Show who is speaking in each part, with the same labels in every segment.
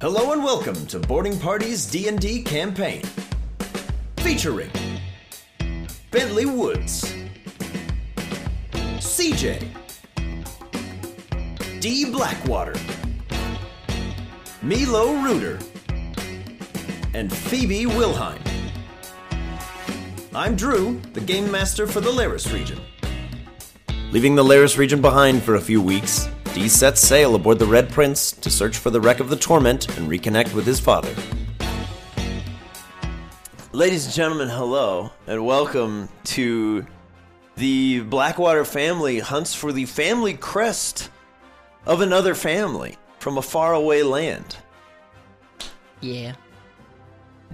Speaker 1: Hello and welcome to Boarding Party's D&D campaign. Featuring Bentley Woods, CJ, D Blackwater, Milo Reuter, and Phoebe Wilhine. I'm Drew, the game master for the Laris region. Leaving the Laris region behind for a few weeks, Dee sets sail aboard the Red Prince to search for the wreck of the Torment and reconnect with his father. Ladies and gentlemen, hello, and welcome to the Blackwater family hunts for the family crest of another family from a faraway land.
Speaker 2: Yeah.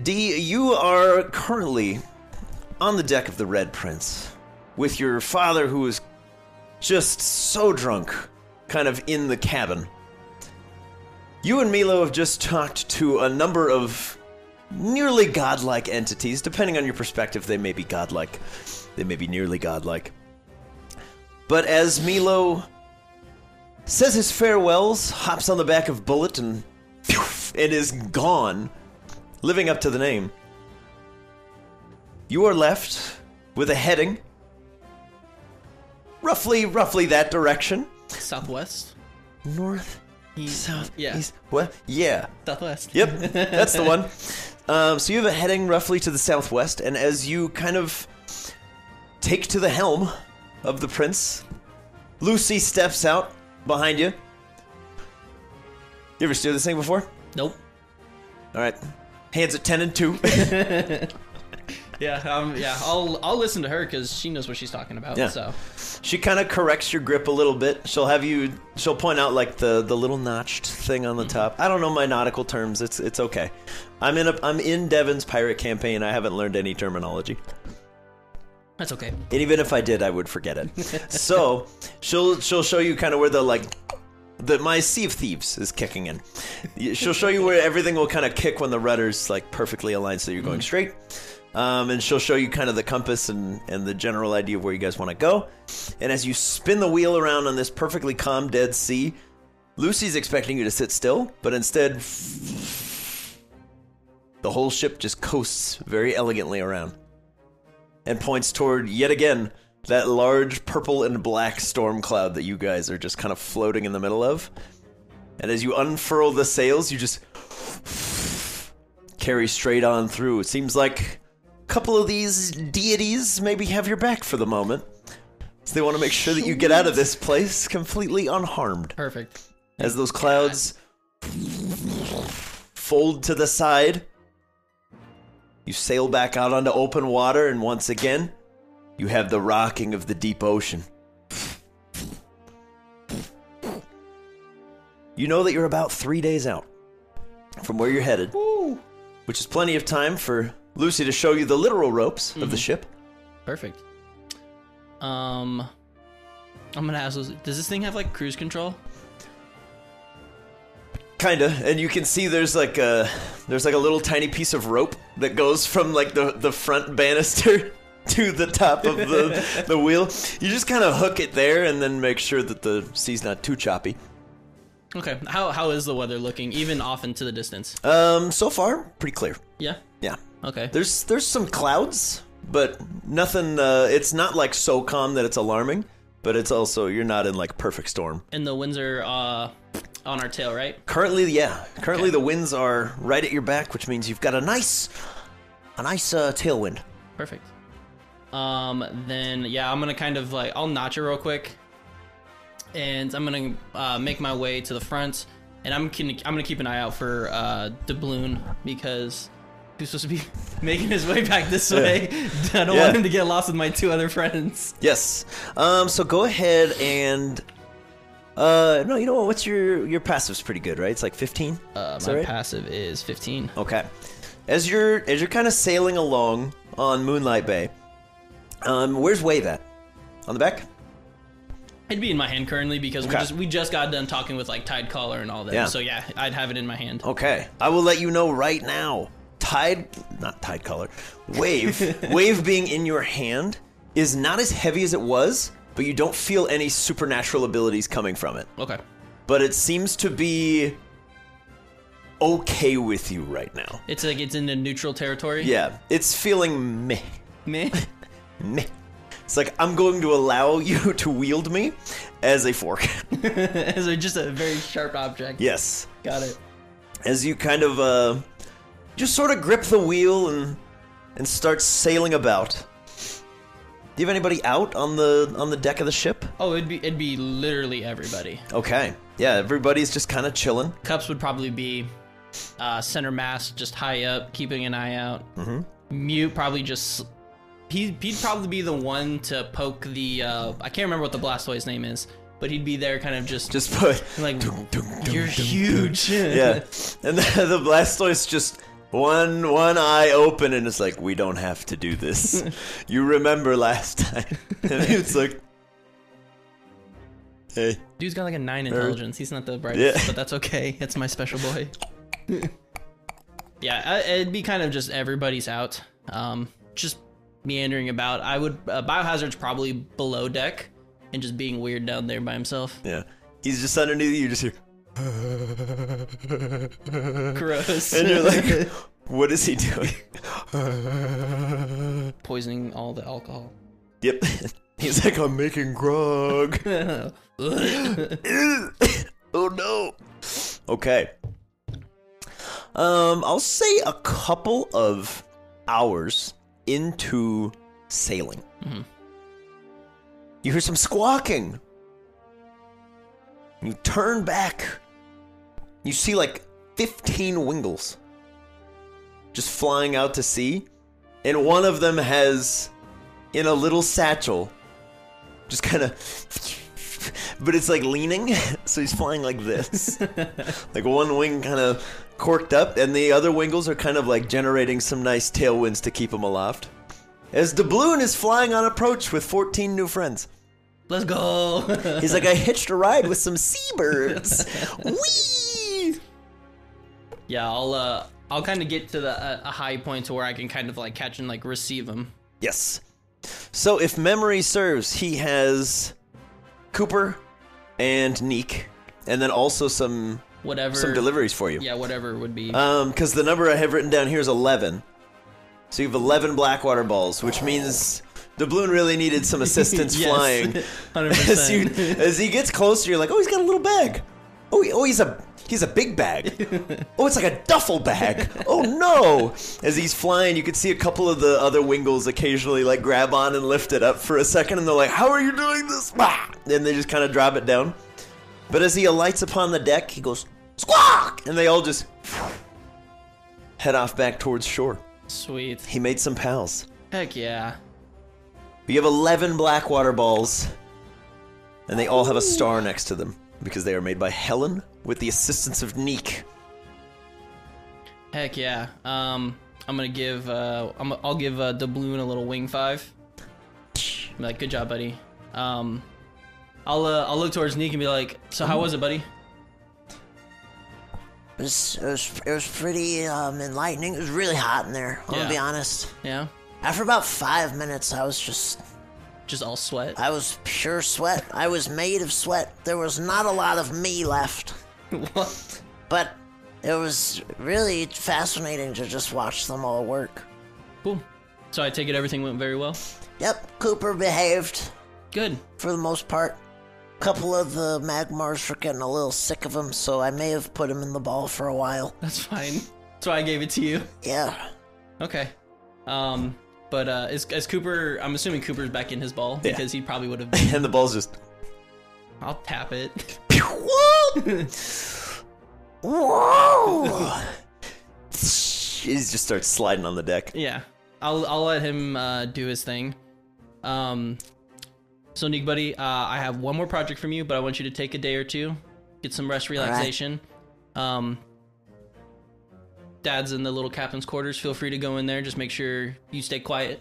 Speaker 1: Dee, you are currently on the deck of the Red Prince with your father, who is just so drunk, kind of in the cabin. You and Milo have just talked to a number of nearly godlike entities. Depending on your perspective, they may be godlike, they may be nearly godlike. But as Milo says his farewells, hops on the back of Bullet, and phew, it is gone, living up to the name. You are left with a heading roughly roughly that direction
Speaker 2: Southwest.
Speaker 1: north
Speaker 2: He-
Speaker 1: south
Speaker 2: yeah.
Speaker 1: east what yeah
Speaker 2: Southwest.
Speaker 1: yep that's the one um, so you have a heading roughly to the southwest and as you kind of take to the helm of the prince lucy steps out behind you you ever steer this thing before
Speaker 2: Nope.
Speaker 1: all right hands at 10 and 2
Speaker 2: Yeah. Um. Yeah. I'll I'll listen to her because she knows what she's talking about.
Speaker 1: Yeah.
Speaker 2: So.
Speaker 1: She kind of corrects your grip a little bit. She'll have you. She'll point out like the the little notched thing on the top. I don't know my nautical terms. It's it's okay. I'm in a I'm in Devon's pirate campaign. I haven't learned any terminology,
Speaker 2: That's okay.
Speaker 1: and even if I did, I would forget it. so she'll she'll show you kind of where the like the my sea of thieves is kicking in. She'll show you where everything will kind of kick when the rudder's like perfectly aligned, so you're going straight. Um, and she'll show you kind of the compass and, and the general idea of where you guys want to go. And as you spin the wheel around on this perfectly calm, dead sea, Lucy's expecting you to sit still, but instead, the whole ship just coasts very elegantly around and points toward yet again that large purple and black storm cloud that you guys are just kind of floating in the middle of. And as you unfurl the sails, you just carry straight on through. It seems like a couple of these deities maybe have your back for the moment. So they want to make sure that you get out of this place completely unharmed
Speaker 2: Perfect.
Speaker 1: as those clouds fold to the side. You sail back out onto open water, and once again, you have the rocking of the deep ocean. You know that you're about three days out from where you're headed, which is plenty of time for Lucy to show you the literal ropes of the ship.
Speaker 2: Perfect. Um. I'm gonna ask. Lucy, Does this thing have like cruise control?
Speaker 1: Kinda, and you can see there's like a there's like a little tiny piece of rope that goes from like the the front banister to the top of the the wheel. You just kind of hook it there, and then make sure that the sea's not too choppy.
Speaker 2: Okay. How how is the weather looking? Even off into the distance.
Speaker 1: Um, so far, pretty clear.
Speaker 2: Yeah.
Speaker 1: Yeah,
Speaker 2: Okay.
Speaker 1: there's there's some clouds, but nothing. Uh, it's not like so calm that it's alarming, but it's also you're not in like perfect storm.
Speaker 2: And the winds are uh on our tail, right?
Speaker 1: Currently, yeah. Currently,
Speaker 2: Okay.
Speaker 1: the winds are right at your back, which means you've got a nice, a nice uh, tailwind.
Speaker 2: Perfect. Um, then yeah, I'm gonna kind of like I'll notch it real quick, and I'm gonna uh, make my way to the front, and I'm gonna I'm gonna keep an eye out for uh, Doubloon because he's supposed to be making his way back this way. I don't
Speaker 1: Yeah.
Speaker 2: want him to get lost with my two other friends.
Speaker 1: Yes. Um. So go ahead and. Uh. No. You know what? What's your your passive's pretty good, right? It's like 15.
Speaker 2: Uh,
Speaker 1: Is that
Speaker 2: my
Speaker 1: right?
Speaker 2: passive is 15.
Speaker 1: Okay. As you're as you're kind of sailing along on Moonlight Bay, um, where's Wave at? On the back?
Speaker 2: I'd be in my hand currently because we
Speaker 1: Okay.
Speaker 2: just we just got done talking with like Tide Collar and all that.
Speaker 1: Yeah.
Speaker 2: So yeah, I'd have it in my hand.
Speaker 1: Okay. I will let you know right now. Tide, not tide color, wave, wave being in your hand is not as heavy as it was, but you don't feel any supernatural abilities coming from it.
Speaker 2: Okay.
Speaker 1: But it seems to be okay with you right now.
Speaker 2: It's like it's in the neutral territory.
Speaker 1: Yeah, it's feeling meh.
Speaker 2: Meh.
Speaker 1: Meh. It's like I'm going to allow you to wield me as a fork.
Speaker 2: so just a very sharp object.
Speaker 1: yes.
Speaker 2: Got it.
Speaker 1: As you kind of uh just sort of grip the wheel and and start sailing about. Do you have anybody out on the on the deck of the ship?
Speaker 2: Oh, it'd be it'd be literally everybody.
Speaker 1: Okay. Yeah, everybody's just kind of chilling.
Speaker 2: Cups would probably be uh, center mass, just high up, keeping an eye out. Mm-hmm. Mute probably just he he'd probably be the one to poke the uh, I can't remember what the Blastoise name is, but he'd be there, kind of just
Speaker 1: Just put
Speaker 2: like
Speaker 1: dun,
Speaker 2: you're huge.
Speaker 1: yeah. And the, the Blastoise just one one eye open and it's like we don't have to do this. you remember last time? and it's like, hey,
Speaker 2: Dude's got like a nine intelligence. He's not the brightest,
Speaker 1: Yeah.
Speaker 2: but that's okay. It's my special boy. yeah, I, it'd be kind of just everybody's out, um, just meandering about. I would uh, biohazard's probably below deck and just being weird down there by himself.
Speaker 1: yeah. He's just underneath you. You just hear,
Speaker 2: Gross.
Speaker 1: and you're like, what is he doing?
Speaker 2: poisoning all the alcohol.
Speaker 1: yep. He's like, I'm making grog. oh no. Okay. Um, I'll say a couple of hours into sailing. You hear some squawking. You turn back. You see like 15 wingles just flying out to sea. And one of them has, in a little satchel, just kind of but it's like leaning so he's flying like this like one wing kind of corked up and the other wingles are kind of like generating some nice tailwinds to keep him aloft as doubloon is flying on approach with 14 new friends
Speaker 2: Let's go.
Speaker 1: he's like i hitched a ride with some seabirds Whee!
Speaker 2: yeah, I'll uh, I'll kind of get to the uh, a high point to where I can kind of like catch and like receive him.
Speaker 1: yes so if memory serves he has cooper and neek and then also some
Speaker 2: Whatever.
Speaker 1: some deliveries for you
Speaker 2: Yeah, whatever would be.
Speaker 1: Um, because the number I have written down here is eleven. So you have eleven Blackwater balls, which means the balloon really needed some assistance
Speaker 2: Yes,
Speaker 1: flying.
Speaker 2: 100%.
Speaker 1: As, you, as he gets closer, you're like, oh, he's got a little bag. Oh, he- oh, he's a he's a big bag. oh, it's like a duffel bag. Oh no! As he's flying, you can see a couple of the other wingles occasionally like grab on and lift it up for a second, and they're like, "How are you doing this?" Wah! And they just kind of drop it down. But as he alights upon the deck, he goes squawk, and they all just head off back towards shore.
Speaker 2: Sweet.
Speaker 1: He made some pals.
Speaker 2: Heck yeah.
Speaker 1: We have 11 Blackwater balls, and they all have a star next to them because they are made by Helen with the assistance of Neek.
Speaker 2: Heck yeah. Um, I'm gonna give uh, I'm, I'll give uh, Doubloon a little wing five. I'm like, good job, buddy. Um, I'll uh, I'll look towards Neek and be like, so how was it, buddy?
Speaker 3: It was, it was, it was pretty um, enlightening. It was really hot in there, I'm
Speaker 2: Yeah.
Speaker 3: gonna be honest.
Speaker 2: Yeah.
Speaker 3: After about five minutes, I was just,
Speaker 2: Just all sweat.
Speaker 3: I was pure sweat. I was made of sweat. There was not a lot of me left.
Speaker 2: what?
Speaker 3: But it was really fascinating to just watch them all work.
Speaker 2: Cool. So I take it everything went very well.
Speaker 3: Yep, Cooper behaved
Speaker 2: Good.
Speaker 3: for the most part. couple of the magmars were getting a little sick of him, so I may have put him in the ball for a while.
Speaker 2: That's fine. That's why I gave it to you.
Speaker 3: Yeah.
Speaker 2: Okay. Um, but uh, is, is Cooper? I'm assuming Cooper's back in his ball
Speaker 1: Yeah.
Speaker 2: because he probably would have.
Speaker 1: And the ball's just.
Speaker 2: I'll tap it.
Speaker 3: Whoa!
Speaker 1: He just starts sliding on the deck.
Speaker 2: yeah, I'll I'll let him uh, do his thing. Um, so Nick, buddy, uh, I have one more project from you, but I want you to take a day or two, get some rest,
Speaker 3: right.
Speaker 2: relaxation. Um, Dad's in the little captain's quarters. Feel free to go in there. Just make sure you stay quiet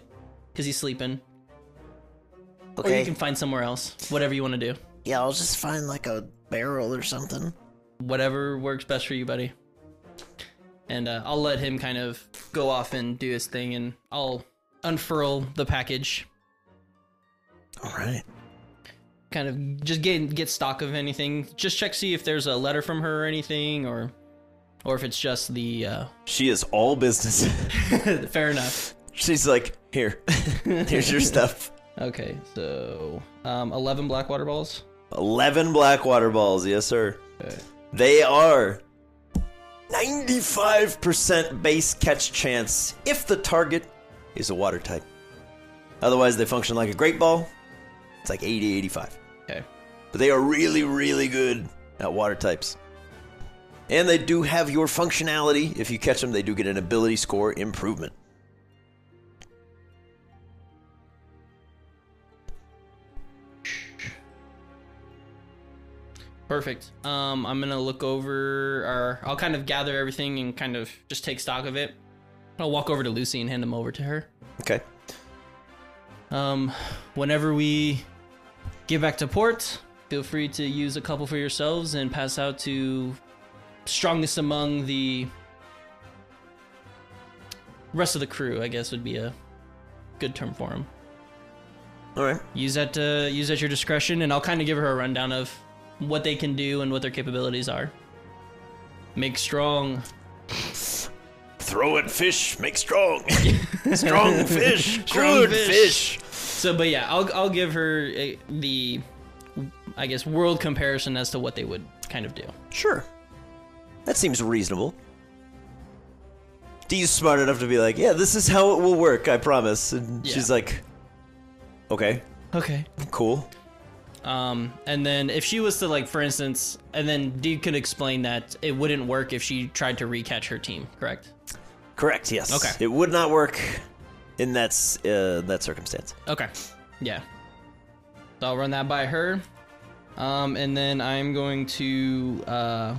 Speaker 2: because he's sleeping. Or you
Speaker 3: okay.
Speaker 2: can find somewhere else. Whatever you want to do.
Speaker 3: Yeah, I'll just find like a barrel or something.
Speaker 2: whatever works best for you, buddy. And uh, I'll let him kind of go off and do his thing, and I'll unfurl the package,
Speaker 3: All right.
Speaker 2: kind of just get get stock of anything. Just check see if there's a letter from her or anything, or or if it's just the. Uh,
Speaker 1: She is all business.
Speaker 2: fair enough.
Speaker 1: She's like, here, here's your stuff.
Speaker 2: Okay, so um, eleven black water balls.
Speaker 1: 11 black water balls, yes, sir.
Speaker 2: Okay.
Speaker 1: They are 95% base catch chance if the target is a water type. Otherwise, they function like a great ball. It's like 80 85.
Speaker 2: Okay.
Speaker 1: But they are really, really good at water types. And they do have your functionality. If you catch them, they do get an ability score improvement.
Speaker 2: Perfect. Um, I'm gonna look over, or I'll kind of gather everything and kind of just take stock of it. I'll walk over to Lucy and hand them over to her.
Speaker 1: Okay.
Speaker 2: Um, whenever we get back to port, feel free to use a couple for yourselves and pass out to strongest among the rest of the crew. I guess would be a good term for them.
Speaker 1: All right.
Speaker 2: Use that uh, use at your discretion, and I'll kind of give her a rundown of what they can do and what their capabilities are. Make strong.
Speaker 1: Throw it, fish. Make strong. strong fish. good
Speaker 2: fish.
Speaker 1: fish.
Speaker 2: So, but yeah, I'll I'll give her a, the, I guess, world comparison as to what they would kind of do.
Speaker 1: Sure. That seems reasonable. Dee's smart enough to be like, yeah, this is how it will work, I promise. And she's
Speaker 2: Yeah.
Speaker 1: like, okay,
Speaker 2: Okay.
Speaker 1: cool.
Speaker 2: Um, and then if she was to like, for instance, and then Dee could explain that it wouldn't work if she tried to recatch her team, correct?
Speaker 1: Correct, yes.
Speaker 2: Okay.
Speaker 1: It would not work in that, s- uh, that circumstance.
Speaker 2: Okay. Yeah. So I'll run that by her. Um, and then I'm going to, uh,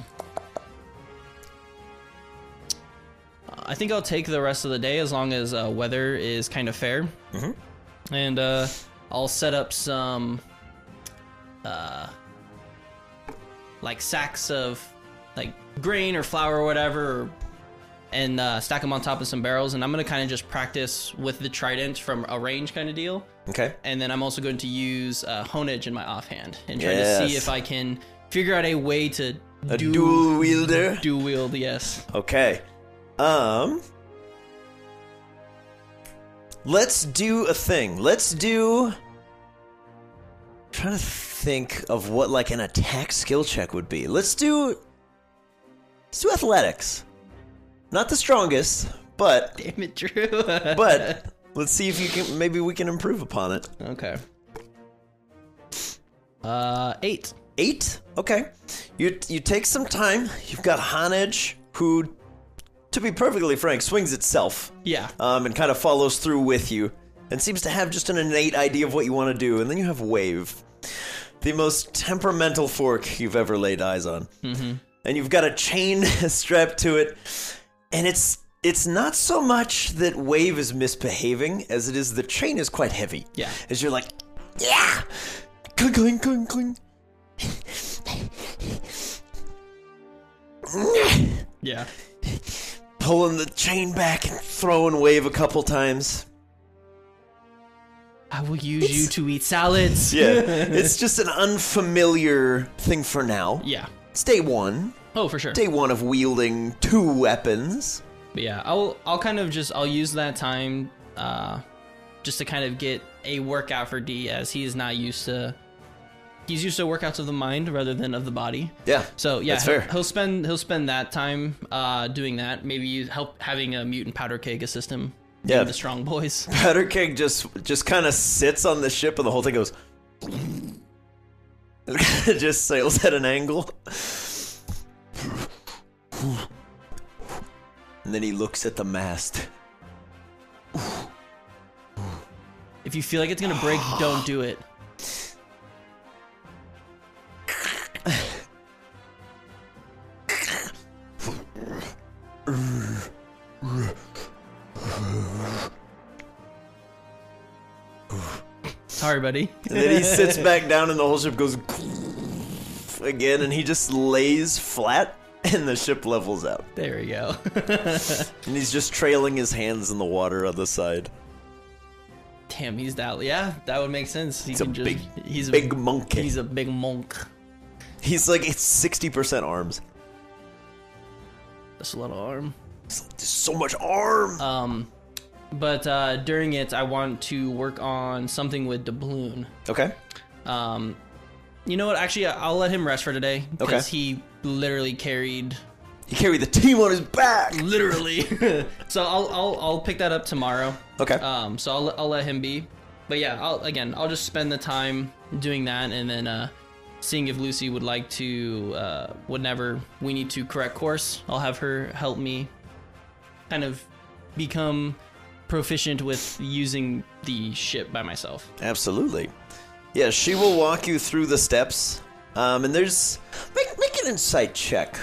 Speaker 2: I think I'll take the rest of the day as long as uh, weather is kind of fair. Mm-hmm. And uh, I'll set up some, uh, like sacks of like grain or flour or whatever, or and uh, stack them on top of some barrels. And I'm going to kind of just practice with the trident from a range kind of deal.
Speaker 1: Okay.
Speaker 2: And then I'm also going to use uh, Honedge in my offhand and try to
Speaker 1: Yes.
Speaker 2: see if I can figure out a way to
Speaker 1: A dual wielder.
Speaker 2: dual wield. Yes.
Speaker 1: Okay. Um. Let's do a thing. Let's do. trying to think of what like an attack skill check would be. Let's do. Let's do athletics. Not the strongest, but
Speaker 2: Damn it, Drew.
Speaker 1: but let's see if you can. Maybe we can improve upon it.
Speaker 2: okay. Uh, eight.
Speaker 1: Eight. Okay. You you take some time. You've got Hanage, who, to be perfectly frank, swings itself.
Speaker 2: Yeah.
Speaker 1: um, and kind of follows through with you and seems to have just an innate idea of what you want to do. And then you have Wave, the most temperamental fork you've ever laid eyes on. Mm-hmm. And you've got a chain strapped to it. And it's it's not so much that Wave is misbehaving as it is the chain is quite heavy.
Speaker 2: Yeah.
Speaker 1: As you're like, yeah! Cling, cling, cling, cling.
Speaker 2: Yeah.
Speaker 1: Pulling the chain back and throwing Wave a couple times.
Speaker 2: I will use you to eat salads.
Speaker 1: yeah, it's just an unfamiliar thing for now.
Speaker 2: Yeah.
Speaker 1: It's day one.
Speaker 2: Oh, for sure.
Speaker 1: Day one of wielding two weapons.
Speaker 2: But yeah, I'll I'll kind of just I'll use that time uh just to kind of get a workout for D as he is not used to he's used to workouts of the mind rather than of the body.
Speaker 1: Yeah,
Speaker 2: So yeah,
Speaker 1: that's
Speaker 2: he'll,
Speaker 1: fair.
Speaker 2: he'll spend he'll spend that time uh, doing that. Maybe you help having a mutant powder keg assist him.
Speaker 1: Yeah.
Speaker 2: the strong boys.
Speaker 1: Powder Keg just just kind of sits on the ship, and the whole thing goes. just sails at an angle. And then he looks at the mast.
Speaker 2: If you feel like it's gonna break, don't do it. Sorry, buddy.
Speaker 1: And then he sits back down, and the whole ship goes again, and he just lays flat, and the ship levels out.
Speaker 2: There we go.
Speaker 1: And he's just trailing his hands in the water on the side.
Speaker 2: Damn, he's that. Yeah, that would make sense. He
Speaker 1: He's a
Speaker 2: can just,
Speaker 1: big,
Speaker 2: he's a
Speaker 1: big monkey.
Speaker 2: He's a big monk.
Speaker 1: He's like it's sixty percent arms.
Speaker 2: That's a lot of arm.
Speaker 1: It's like, There's so much arm.
Speaker 2: Um, but uh, during it, I want to work on something with doubloon.
Speaker 1: okay.
Speaker 2: Um, you know what? Actually, I- I'll let him rest for today because
Speaker 1: Okay.
Speaker 2: he literally carried,
Speaker 1: He carried the team on his back.
Speaker 2: Mm-hmm. literally. so I'll, I'll I'll pick that up tomorrow.
Speaker 1: Okay.
Speaker 2: Um, so I'll I'll let him be. But yeah, I'll again I'll just spend the time doing that and then uh, seeing if Lucy would like to uh, whenever we need to correct course, I'll have her help me kind of become proficient with using the ship by myself.
Speaker 1: Absolutely. Yeah, she will walk you through the steps. Um, and there's
Speaker 3: Make, make an insight check.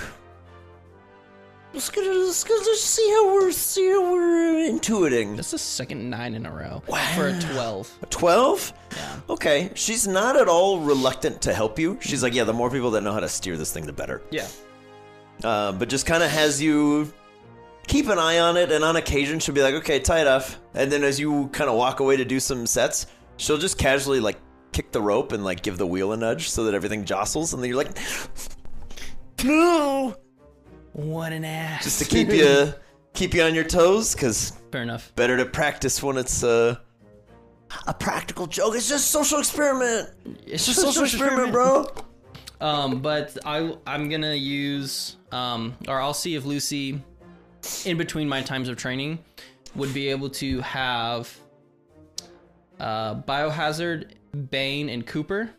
Speaker 3: Let's go. Let's go. Let's see how we're see how we're
Speaker 1: intuiting.
Speaker 2: That's the second nine in a row for a twelve.
Speaker 1: Twelve? Okay. She's not at all reluctant to help you. She's like, yeah, the more people that know how to steer this thing, the better.
Speaker 2: Yeah.
Speaker 1: Uh, but just kind of has you keep an eye on it, and on occasion she'll be like, okay, tie it off. And then as you kind of walk away to do some sets, she'll just casually like kick the rope and like give the wheel a nudge so that everything jostles, and then you're like, no,
Speaker 2: What an ass.
Speaker 1: just to keep you keep you on your toes, because
Speaker 2: Fair enough.
Speaker 1: better to practice when it's uh
Speaker 3: a practical joke. It's just a social experiment.
Speaker 2: It's
Speaker 3: Just social experiment, bro.
Speaker 2: Um, but I I'm gonna use um, or I'll see if Lucy, in between my times of training, would be able to have uh, Biohazard, Bane, and Cooper.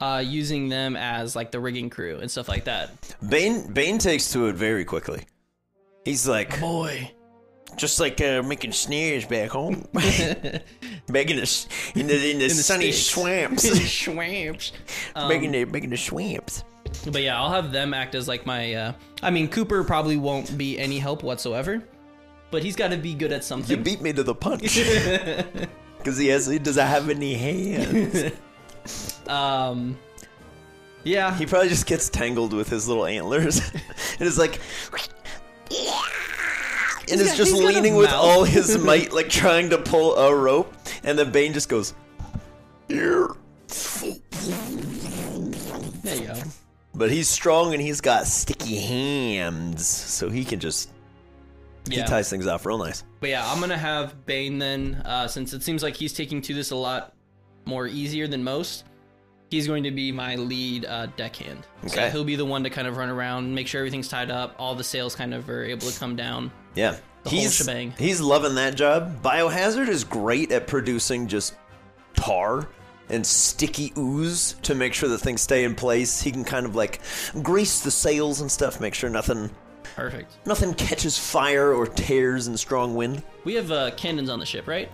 Speaker 2: Uh, using them as like the rigging crew and stuff like that.
Speaker 1: Bane Bane takes to it very quickly. He's like
Speaker 2: Boy,
Speaker 1: just like uh, making snares back home, back in the s- in the, in the, sunny
Speaker 2: sticks.
Speaker 1: swamps,
Speaker 2: Schwamps.
Speaker 1: making
Speaker 2: Um,
Speaker 1: the making the swamps.
Speaker 2: But yeah, I'll have them act as like my. Uh, I mean, Cooper probably won't be any help whatsoever, but he's got to be good at
Speaker 1: You
Speaker 2: something.
Speaker 1: beat me to the punch because he has he doesn't have any hands.
Speaker 2: um, yeah,
Speaker 1: He probably just gets tangled with his little antlers and is like. And is just
Speaker 2: he's got a
Speaker 1: leaning with
Speaker 2: mouth.
Speaker 1: all his might, like trying to pull a rope, and then Bane just goes, "Here."
Speaker 2: there you go.
Speaker 1: But he's strong and he's got sticky hands, so he can just
Speaker 2: Yeah.
Speaker 1: he ties things off real nice.
Speaker 2: But yeah, I'm gonna have Bane then, uh, since it seems like he's taking to this a lot more easier than most. He's going to be my lead uh, deckhand. So
Speaker 1: Okay.
Speaker 2: he'll be the one to kind of run around, make sure everything's tied up, all the sails kind of are able to come down.
Speaker 1: Yeah,
Speaker 2: The whole
Speaker 1: he's
Speaker 2: shebang.
Speaker 1: he's loving that job. Biohazard is great at producing just tar and sticky ooze to make sure that things stay in place. He can kind of like grease the sails and stuff, make sure nothing
Speaker 2: Perfect.
Speaker 1: nothing catches fire or tears in strong wind.
Speaker 2: We have uh, cannons on the ship, right?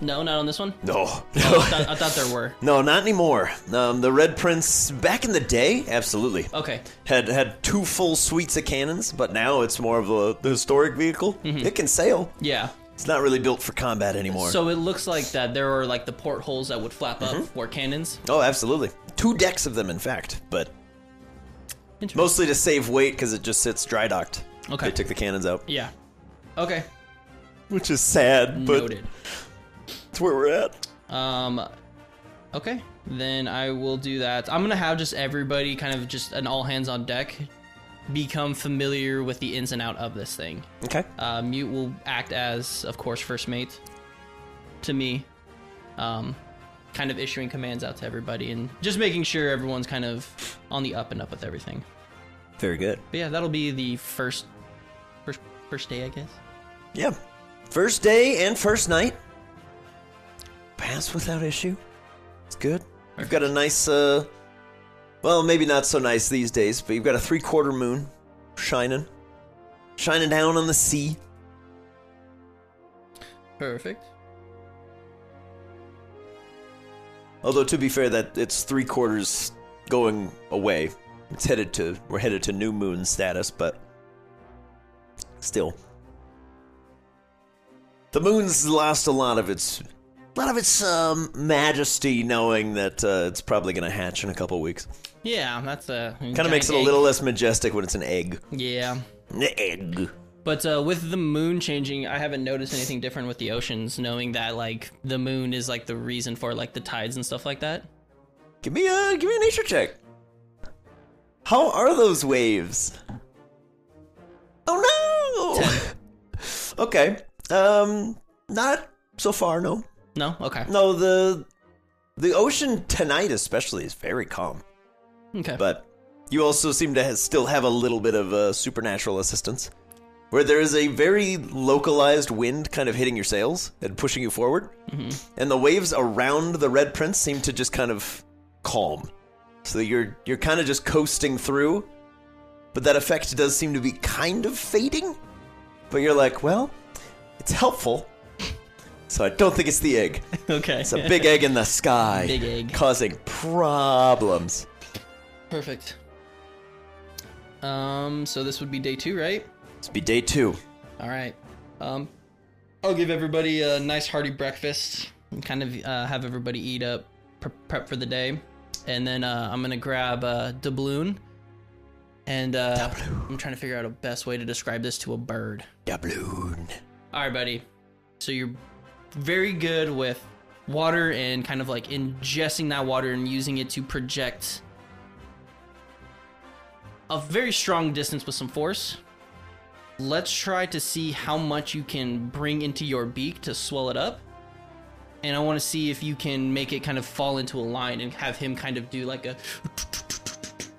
Speaker 2: No, not on this one.
Speaker 1: No,
Speaker 2: I
Speaker 1: no,
Speaker 2: thought, I thought there were.
Speaker 1: no, not anymore. Um, the Red Prince back in the day, absolutely.
Speaker 2: Okay.
Speaker 1: had had two full suites of cannons, but now it's more of a the historic vehicle.
Speaker 2: Mm-hmm.
Speaker 1: It can sail.
Speaker 2: Yeah.
Speaker 1: It's not really built for combat anymore.
Speaker 2: So it looks like that there were like the portholes that would flap up were cannons.
Speaker 1: oh, absolutely, two decks of them, in fact, but
Speaker 2: Interesting.
Speaker 1: mostly to save weight because it just sits dry docked.
Speaker 2: Okay.
Speaker 1: they took the cannons out,
Speaker 2: Yeah. Okay.
Speaker 1: which is sad, but
Speaker 2: Noted.
Speaker 1: it's where we're at.
Speaker 2: Um, okay, then I will do that. I'm gonna have just everybody kind of just an all hands on deck, become familiar with the ins and out of this thing.
Speaker 1: Okay,
Speaker 2: Uh, Mute will act as, of course, first mate to me. Um, kind of issuing commands out to everybody and just making sure everyone's kind of on the up and up with everything.
Speaker 1: Very good.
Speaker 2: But yeah, that'll be the first first first day, I guess.
Speaker 1: Yeah. First day and first night. Pass without issue. It's good. You've got a nice, uh, well, maybe not so nice these days, but you've got a three quarter moon shining, shining down on the sea.
Speaker 2: Perfect.
Speaker 1: Although, to be fair, that it's three quarters going away. It's headed to, we're headed to new moon status, but still. The moon's lost a lot of its a lot of its um, majesty, knowing that uh, it's probably going to hatch in a couple weeks.
Speaker 2: Yeah, that's a
Speaker 1: Kind of makes it a little less majestic when it's an egg.
Speaker 2: Yeah.
Speaker 1: An egg.
Speaker 2: But uh, with the moon changing, I haven't noticed anything different with the oceans, knowing that like the moon is like the reason for like the tides and stuff like that.
Speaker 1: Give me a give me a nature check. How are those waves? Oh no! okay. Um, not so far. No,
Speaker 2: No, okay,
Speaker 1: no. The the ocean tonight, especially, is very calm.
Speaker 2: okay,
Speaker 1: But you also seem to ha still have a little bit of uh, supernatural assistance, where there is a very localized wind kind of hitting your sails and pushing you forward,
Speaker 2: Mm-hmm.
Speaker 1: and the waves around the Red Prince seem to just kind of calm, so that you're you're kind of just coasting through, but that effect does seem to be kind of fading, but you're like, well, it's helpful. So I don't think it's the egg.
Speaker 2: okay,
Speaker 1: It's a big egg in the sky,
Speaker 2: Big egg.
Speaker 1: causing problems.
Speaker 2: perfect. Um, so this would be day two, right?
Speaker 1: It's be day two.
Speaker 2: All right. Um, I'll give everybody a nice hearty breakfast and kind of uh, have everybody eat up, pre- prep for the day, and then uh, I'm gonna grab uh, doubloon, and uh, I'm trying to figure out a best way to describe this to a bird.
Speaker 1: Doubloon.
Speaker 2: All right, buddy. So you're very good with water and kind of like ingesting that water and using it to project a very strong distance with some force. Let's try to see how much you can bring into your beak to swell it up. And I want to see if you can make it kind of fall into a line and have him kind of do like a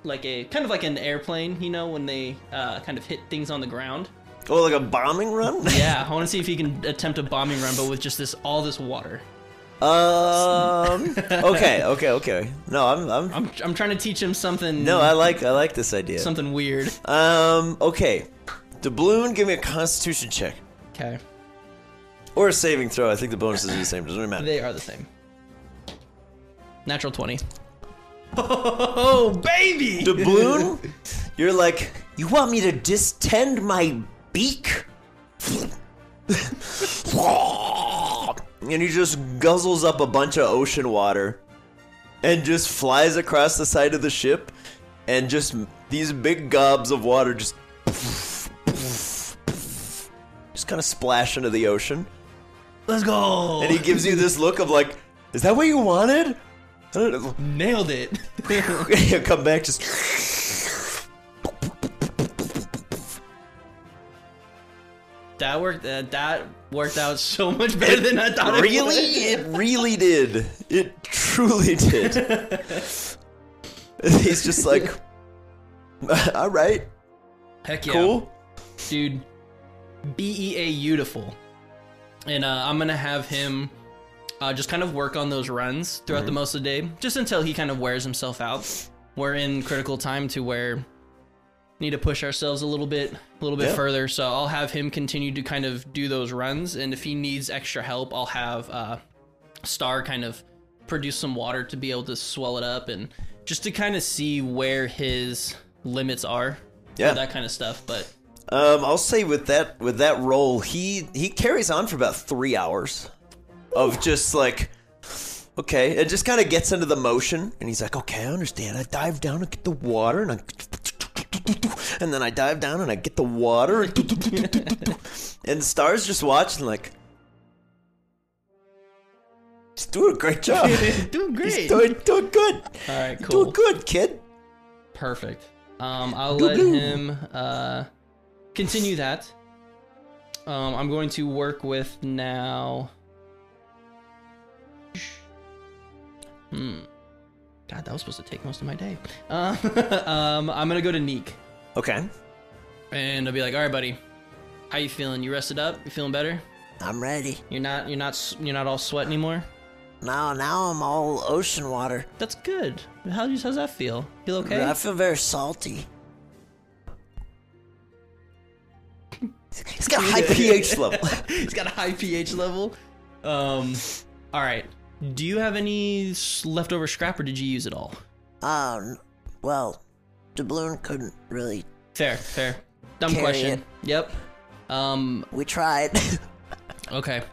Speaker 2: like a kind of like an airplane, you know, when they uh, kind of hit things on the ground.
Speaker 1: Oh, like a bombing run?
Speaker 2: Yeah, I want to see if he can attempt a bombing run, but with just this all this water.
Speaker 1: um. Okay. Okay. Okay. No, I'm. I'm.
Speaker 2: I'm, I'm trying to teach him something.
Speaker 1: No, I like. I like this idea.
Speaker 2: something weird.
Speaker 1: Um. Okay. Doubloon, give me a Constitution check
Speaker 2: Okay,
Speaker 1: or a saving throw. I think the bonuses are the same. Doesn't really matter.
Speaker 2: they are the same. Natural twenty. Oh baby!
Speaker 1: Doubloon, you're like. You want me to distend my beak? and he just guzzles up a bunch of ocean water and just flies across the side of the ship and just these big gobs of water just just kind of splash into the ocean
Speaker 2: Let's go!
Speaker 1: and he gives you this look of like is that what you wanted I don't know.
Speaker 2: nailed it.
Speaker 1: He'll come back just
Speaker 2: that worked. Uh, that worked out so much better than I thought.
Speaker 1: really
Speaker 2: It would.
Speaker 1: it really did it truly did And he's just like all right
Speaker 2: Heck yeah.
Speaker 1: cool
Speaker 2: dude bea beautiful and uh, i'm gonna have him uh, just kind of work on those runs throughout the most of the day just until he kind of wears himself out we're in critical time to where need to push ourselves a little bit a little bit
Speaker 1: Yeah.
Speaker 2: further so i'll have him continue to kind of do those runs and if he needs extra help i'll have uh, star kind of produce some water to be able to swell it up and just to kind of see where his limits are
Speaker 1: Yeah.
Speaker 2: for that kind of stuff but
Speaker 1: Um, I'll say with that with that role, he he carries on for about three hours of just like okay, it just kind of gets into the motion, and he's like, okay, I understand. I dive down and get the water, and I and then I dive down and I get the water, and, and Star's just watching like. He's doing a great job.
Speaker 2: doing great
Speaker 1: He's doing, doing good.
Speaker 2: All right,
Speaker 1: You're
Speaker 2: cool.
Speaker 1: Doing good, kid.
Speaker 2: Perfect. Um, I'll let
Speaker 1: Doo-doo.
Speaker 2: him uh, continue that. Um, I'm going to work with now. Hmm. God, that was supposed to take most of my day. Uh, um, I'm gonna go to Neek,
Speaker 1: Okay.
Speaker 2: and I'll be like, "All right, buddy, how you feeling? You rested up? You feeling better?
Speaker 3: I'm ready.
Speaker 2: You're not, you're not, s- you're not all sweat anymore.
Speaker 3: Now, now I'm all ocean water.
Speaker 2: That's good. How does how's that feel? Feel okay?
Speaker 3: I feel very salty.
Speaker 1: He's got a high pH level.
Speaker 2: He's got a high pH level. Um, all right. Do you have any s- leftover scrap, or did you use it all?
Speaker 3: Um, well, doubloon couldn't really.
Speaker 2: Fair, fair. Dumb
Speaker 3: Carry
Speaker 2: question.
Speaker 3: it.
Speaker 2: Yep. Um,
Speaker 3: We tried.
Speaker 2: okay.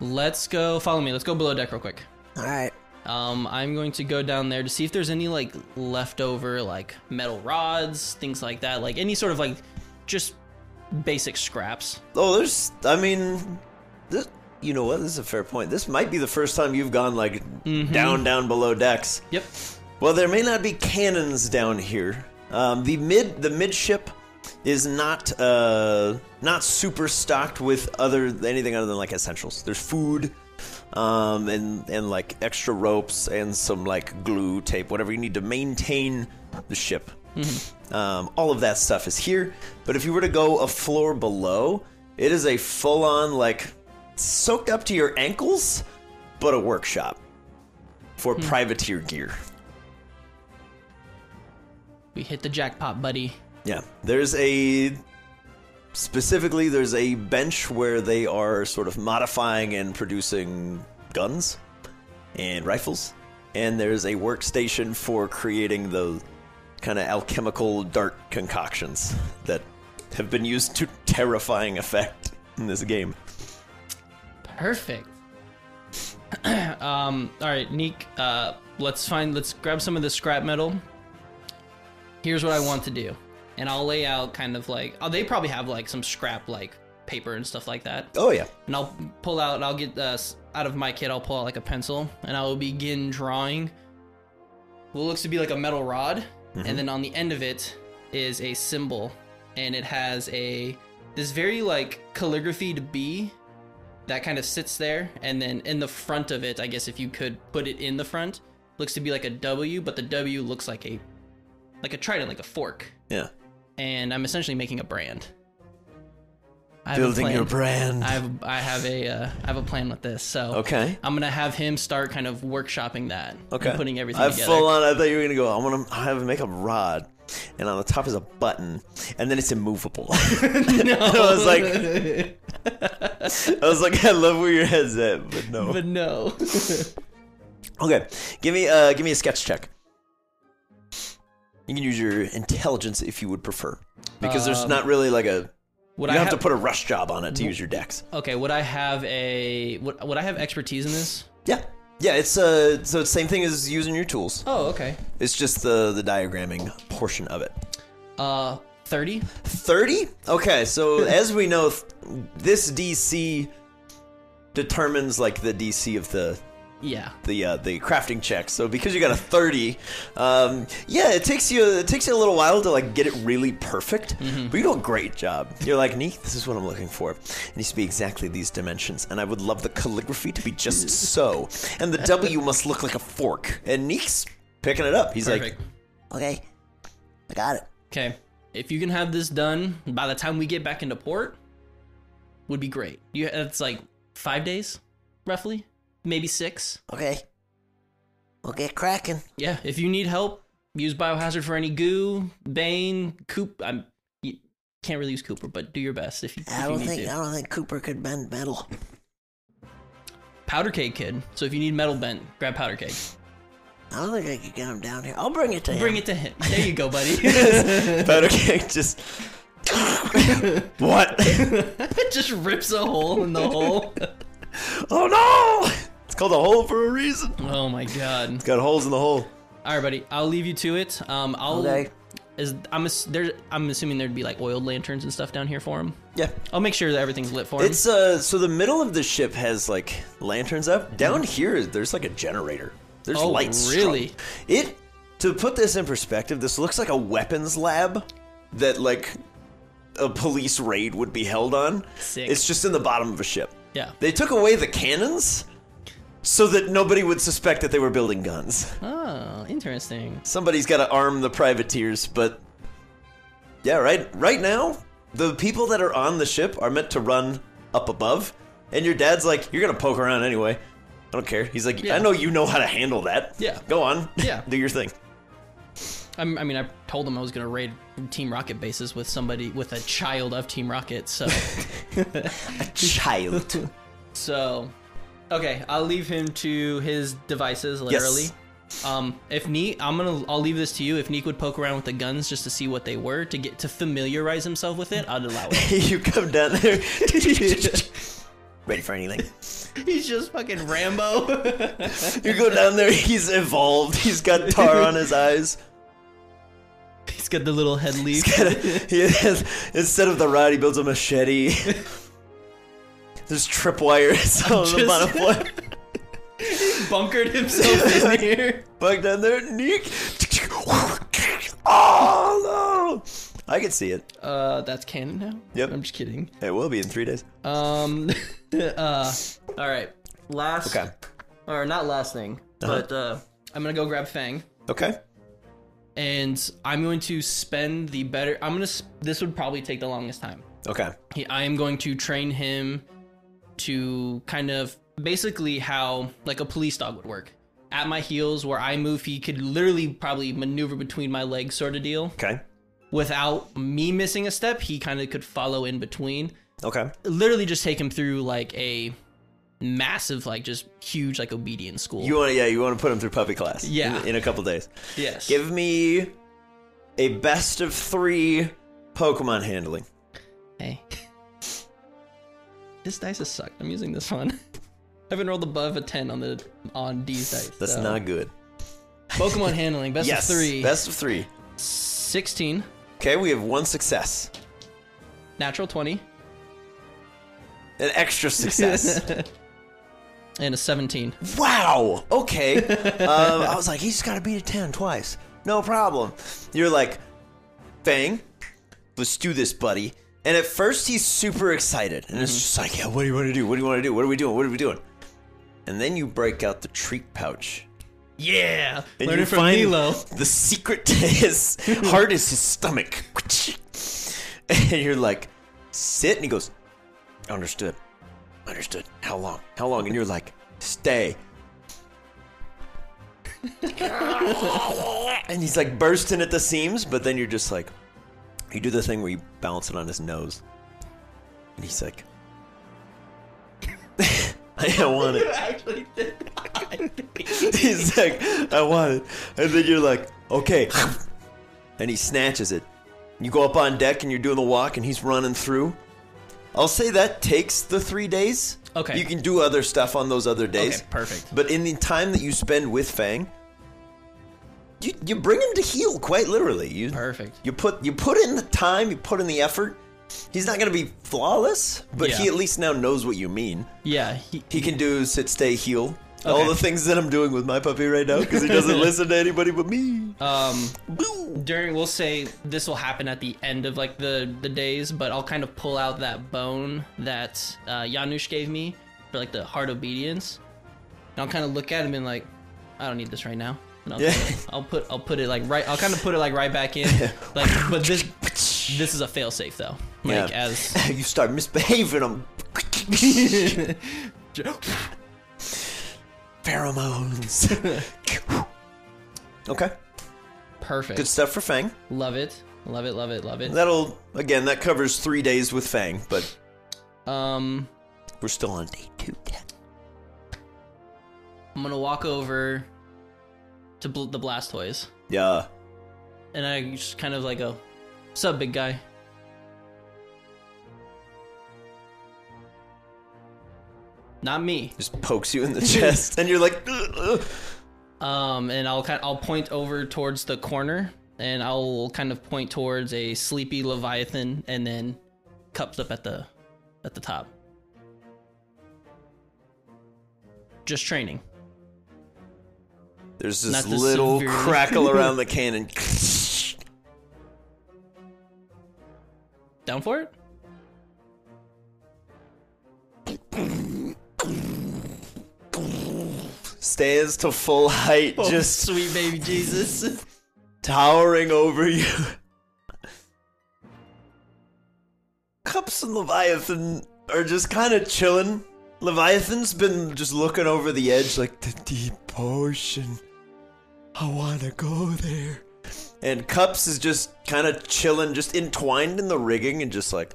Speaker 2: Let's go. Follow me. Let's go below deck real quick.
Speaker 3: all right.
Speaker 2: Um, I'm going to go down there to see if there's any like leftover like metal rods, things like that, like any sort of like just basic scraps.
Speaker 1: Oh, there's. I mean, this, you know what? This is a fair point. This might be the first time you've gone like down, down below decks.
Speaker 2: Yep.
Speaker 1: Well, there may not be cannons down here. Um, the mid, the midship, is not uh, not super stocked with other anything other than like essentials. There's food, um, and and like extra ropes and some like glue tape, whatever you need to maintain the ship. Um, all of that stuff is here. But if you were to go a floor below, it is a full on like soaked up to your ankles, but a workshop for privateer gear.
Speaker 2: We hit the jackpot, buddy.
Speaker 1: Yeah, there's a specifically there's a bench where they are sort of modifying and producing guns and rifles, and there's a workstation for creating the kind of alchemical dart concoctions that have been used to terrifying effect in this game.
Speaker 2: Perfect. um, all right, Neek. Uh, let's find. Let's grab some of the scrap metal. Here's what I want to do, and I'll lay out kind of like. Oh, they probably have like some scrap like paper and stuff like that.
Speaker 1: Oh yeah,
Speaker 2: and I'll pull out. I'll get uh, s- out of my kit. I'll pull out like a pencil, and I will begin drawing. What looks to be like a metal rod,
Speaker 1: Mm-hmm.
Speaker 2: and then on the end of it is a symbol, and it has a this very like calligraphy to be that kind of sits there, and then in the front of it, I guess if you could put it in the front, looks to be like a W, but the W looks like a like a trident, like a fork,
Speaker 1: yeah.
Speaker 2: and I'm essentially making a brand. I have a
Speaker 1: Building your
Speaker 2: plan.
Speaker 1: brand.
Speaker 2: I have I have a uh, I have a plan with this. So
Speaker 1: Okay.
Speaker 2: I'm gonna have him start kind of workshopping that. and
Speaker 1: Okay.
Speaker 2: putting everything
Speaker 1: I
Speaker 2: together.
Speaker 1: full uh, on. I thought you were gonna go. I want to have make a rod, and on the top is a button, and then it's immovable. I was like, I was like, I love where your head's at, but no.
Speaker 2: but no.
Speaker 1: okay, give me uh, give me a sketch check. You can use your intelligence if you would prefer, because there's not really like a.
Speaker 2: Um, would
Speaker 1: You
Speaker 2: I
Speaker 1: don't have to
Speaker 2: have-
Speaker 1: put a rush job on it to use your decks.
Speaker 2: okay? Would I have a would, would I have expertise in this?
Speaker 1: Yeah, yeah. It's uh, so it's same thing as using your tools.
Speaker 2: Oh, okay.
Speaker 1: It's just the the diagramming portion of it.
Speaker 2: Uh, thirty.
Speaker 1: 30? Okay, so as we know, th- this DC determines like the DC of the
Speaker 2: Yeah.
Speaker 1: the uh, the crafting check. So because you got a 30, um, yeah, it takes you it takes you a little while to like get it really perfect, but you do a great job. You're like, "Neek, this is what I'm looking for. It needs to be exactly these dimensions, and I would love the calligraphy to be just so, and the W must look like a fork." And Neek's picking it up. He's
Speaker 2: Perfect.
Speaker 1: like,
Speaker 3: Okay. I got it.
Speaker 2: okay. If you can have this done by the time we get back into port, would be great. You it's like five days, roughly, maybe six.
Speaker 3: Okay. We'll get cracking.
Speaker 2: Yeah, if you need help, use biohazard for any goo, bane, coop. I'm you can't really use Cooper, but do your best if you, if
Speaker 3: I
Speaker 2: you
Speaker 3: don't
Speaker 2: need
Speaker 3: think
Speaker 2: to.
Speaker 3: I don't think Cooper could bend metal.
Speaker 2: Powder cake, kid. So if you need metal bent, grab powder cake.
Speaker 3: I don't think I could get him down here. I'll bring it to him.
Speaker 2: Bring it to him. There you go, buddy.
Speaker 1: "Powder cake just what?"
Speaker 2: it just rips a hole in the hole.
Speaker 1: Oh no! It's called a hole for a reason.
Speaker 2: Oh my god.
Speaker 1: Got holes in the hole.
Speaker 2: All right, buddy. I'll leave you to it. Um, I'll.
Speaker 3: Okay.
Speaker 2: Is I'm ass- there? I'm assuming there'd be like oiled lanterns and stuff down here for him.
Speaker 1: Yeah.
Speaker 2: I'll make sure that everything's lit for him.
Speaker 1: It's uh so the middle of the ship has like lanterns up. Down here there's like a generator. There's
Speaker 2: Mm-hmm. Oh,
Speaker 1: lights.
Speaker 2: really?
Speaker 1: strung. It to put this in perspective, this looks like a weapons lab that like a police raid would be held on.
Speaker 2: Sick.
Speaker 1: It's just in the bottom of a ship.
Speaker 2: yeah.
Speaker 1: They took away the cannons, so that nobody would suspect that they were building guns.
Speaker 2: Oh, interesting.
Speaker 1: Somebody's got to arm the privateers, but yeah, right right now, the people that are on the ship are meant to run up above, and your dad's like, "You're going to poke around anyway." I don't care. He's like,
Speaker 2: Yeah.
Speaker 1: "I know you know how to handle that."
Speaker 2: Yeah.
Speaker 1: Go on.
Speaker 2: Yeah.
Speaker 1: Do your thing.
Speaker 2: I'm, I mean, I told them I was gonna raid Team Rocket bases with somebody with a child of Team Rocket. So,
Speaker 1: Child.
Speaker 2: so, okay, I'll leave him to his devices. Literally. Um, if Neek, I'm gonna, I'll leave this to you. If Neek would poke around with the guns just to see what they were to get to familiarize himself with it, I'd allow it.
Speaker 1: you come down there. Ready for anything.
Speaker 2: He's just fucking Rambo.
Speaker 1: You go down there, he's evolved. He's got tar on his eyes.
Speaker 2: He's got the little head leaf.
Speaker 1: He has- instead of the rod, he builds a machete. There's tripwires on the
Speaker 2: just-
Speaker 1: bottom floor.
Speaker 2: bunkered himself in here.
Speaker 1: Bug down there, Nick. Oh no! I can see it.
Speaker 2: Uh, that's canon now.
Speaker 1: Yep.
Speaker 2: I'm just kidding.
Speaker 1: It will be in three days.
Speaker 2: Um, uh, all right. Last,
Speaker 1: Okay.
Speaker 2: or not last thing,
Speaker 1: Uh-huh.
Speaker 2: but uh, I'm gonna go grab Fang,
Speaker 1: Okay.
Speaker 2: and I'm going to spend the better. I'm gonna. s- This would probably take the longest time.
Speaker 1: Okay.
Speaker 2: He, I am going to train him to kind of basically how like a police dog would work. At my heels, where I move, he could literally probably maneuver between my legs, sort of deal.
Speaker 1: Okay.
Speaker 2: without me missing a step, he kind of could follow in between.
Speaker 1: Okay.
Speaker 2: Literally just take him through like a massive, like just huge, like obedience school.
Speaker 1: You want? to Yeah. You want to put him through puppy class? in-
Speaker 2: Yeah.
Speaker 1: In, a couple days.
Speaker 2: yes.
Speaker 1: Give me a best of three Pokemon handling.
Speaker 2: hey. this dice has sucked. I'm using this one. I haven't rolled above a 10 on the on D's dice.
Speaker 1: That's
Speaker 2: so.
Speaker 1: not good.
Speaker 2: Pokemon handling, best
Speaker 1: yes.
Speaker 2: of three.
Speaker 1: Best of three.
Speaker 2: 16,
Speaker 1: Okay. We have one success.
Speaker 2: natural 20,
Speaker 1: An extra success.
Speaker 2: and a 17.
Speaker 1: wow okay um, i was like he's got to beat a 10 twice no problem you're like fang let's do this buddy and at first he's super excited and it's just like yeah what do you want to do what do you want to do what are we doing what are we doing and then you break out the treat pouch
Speaker 2: Yeah.
Speaker 1: and
Speaker 2: Learning
Speaker 1: you
Speaker 2: from
Speaker 1: find
Speaker 2: Milo.
Speaker 1: the secret to his heart is his stomach and you're like sit and he goes understood understood how long how long and you're like stay and he's like bursting at the seams, but then you're just like, you do the thing where you bounce it on his nose, and he's like, I want it.
Speaker 2: Actually,
Speaker 1: He's like, I want it, and then you're like, okay, and he snatches it. You go up on deck and you're doing the walk, and he's running through. I'll say that takes the three days.
Speaker 2: Okay.
Speaker 1: You can do other stuff on those other days.
Speaker 2: Okay, perfect.
Speaker 1: But in the time that you spend with Fang, you, you bring him to heel quite literally. You
Speaker 2: Perfect.
Speaker 1: You put you put in the time, you put in the effort. He's not going to be flawless, but
Speaker 2: Yeah.
Speaker 1: he at least now knows what you mean.
Speaker 2: Yeah, he,
Speaker 1: He can do sit, stay, heel. All
Speaker 2: Okay.
Speaker 1: the things that I'm doing with my puppy right now because he doesn't listen to anybody but me.
Speaker 2: um during we'll say this will happen at the end of like the the days but i'll kind of pull out that bone that uh janusz gave me for like the heart obedience and i'll kind of look at him and like i don't need this right now and I'll,
Speaker 1: Yeah.
Speaker 2: I'll put i'll put it like right i'll kind of put it like right back in like but this this is a fail safe though like
Speaker 1: Yeah.
Speaker 2: as
Speaker 1: you start misbehaving, I'm pheromones. okay,
Speaker 2: perfect
Speaker 1: good stuff for Fang.
Speaker 2: love it love it love it love it
Speaker 1: That'll again that covers three days with Fang, but
Speaker 2: um
Speaker 1: we're still on day two.
Speaker 2: i'm gonna walk over to bl- the blastoise
Speaker 1: Yeah.
Speaker 2: and I just kind of like go, "What's up, big guy?" Not me.
Speaker 1: Just pokes you in the chest, and you're like, "Ugh, ugh."
Speaker 2: Um, and I'll kind I'll point over towards the corner, and I'll kind of point towards a sleepy leviathan, and then cups up at the at the top. Just training.
Speaker 1: there's this
Speaker 2: Not the
Speaker 1: little
Speaker 2: severe-
Speaker 1: crackle around the cannon.
Speaker 2: Down for it?
Speaker 1: stands to full height,
Speaker 2: Just
Speaker 1: just
Speaker 2: sweet baby Jesus.
Speaker 1: towering over you. Cups and Leviathan are just kind of chilling. Leviathan's been just looking over the edge like the deep ocean. I want to go there. And Cups is just kind of chilling, just entwined in the rigging and just like.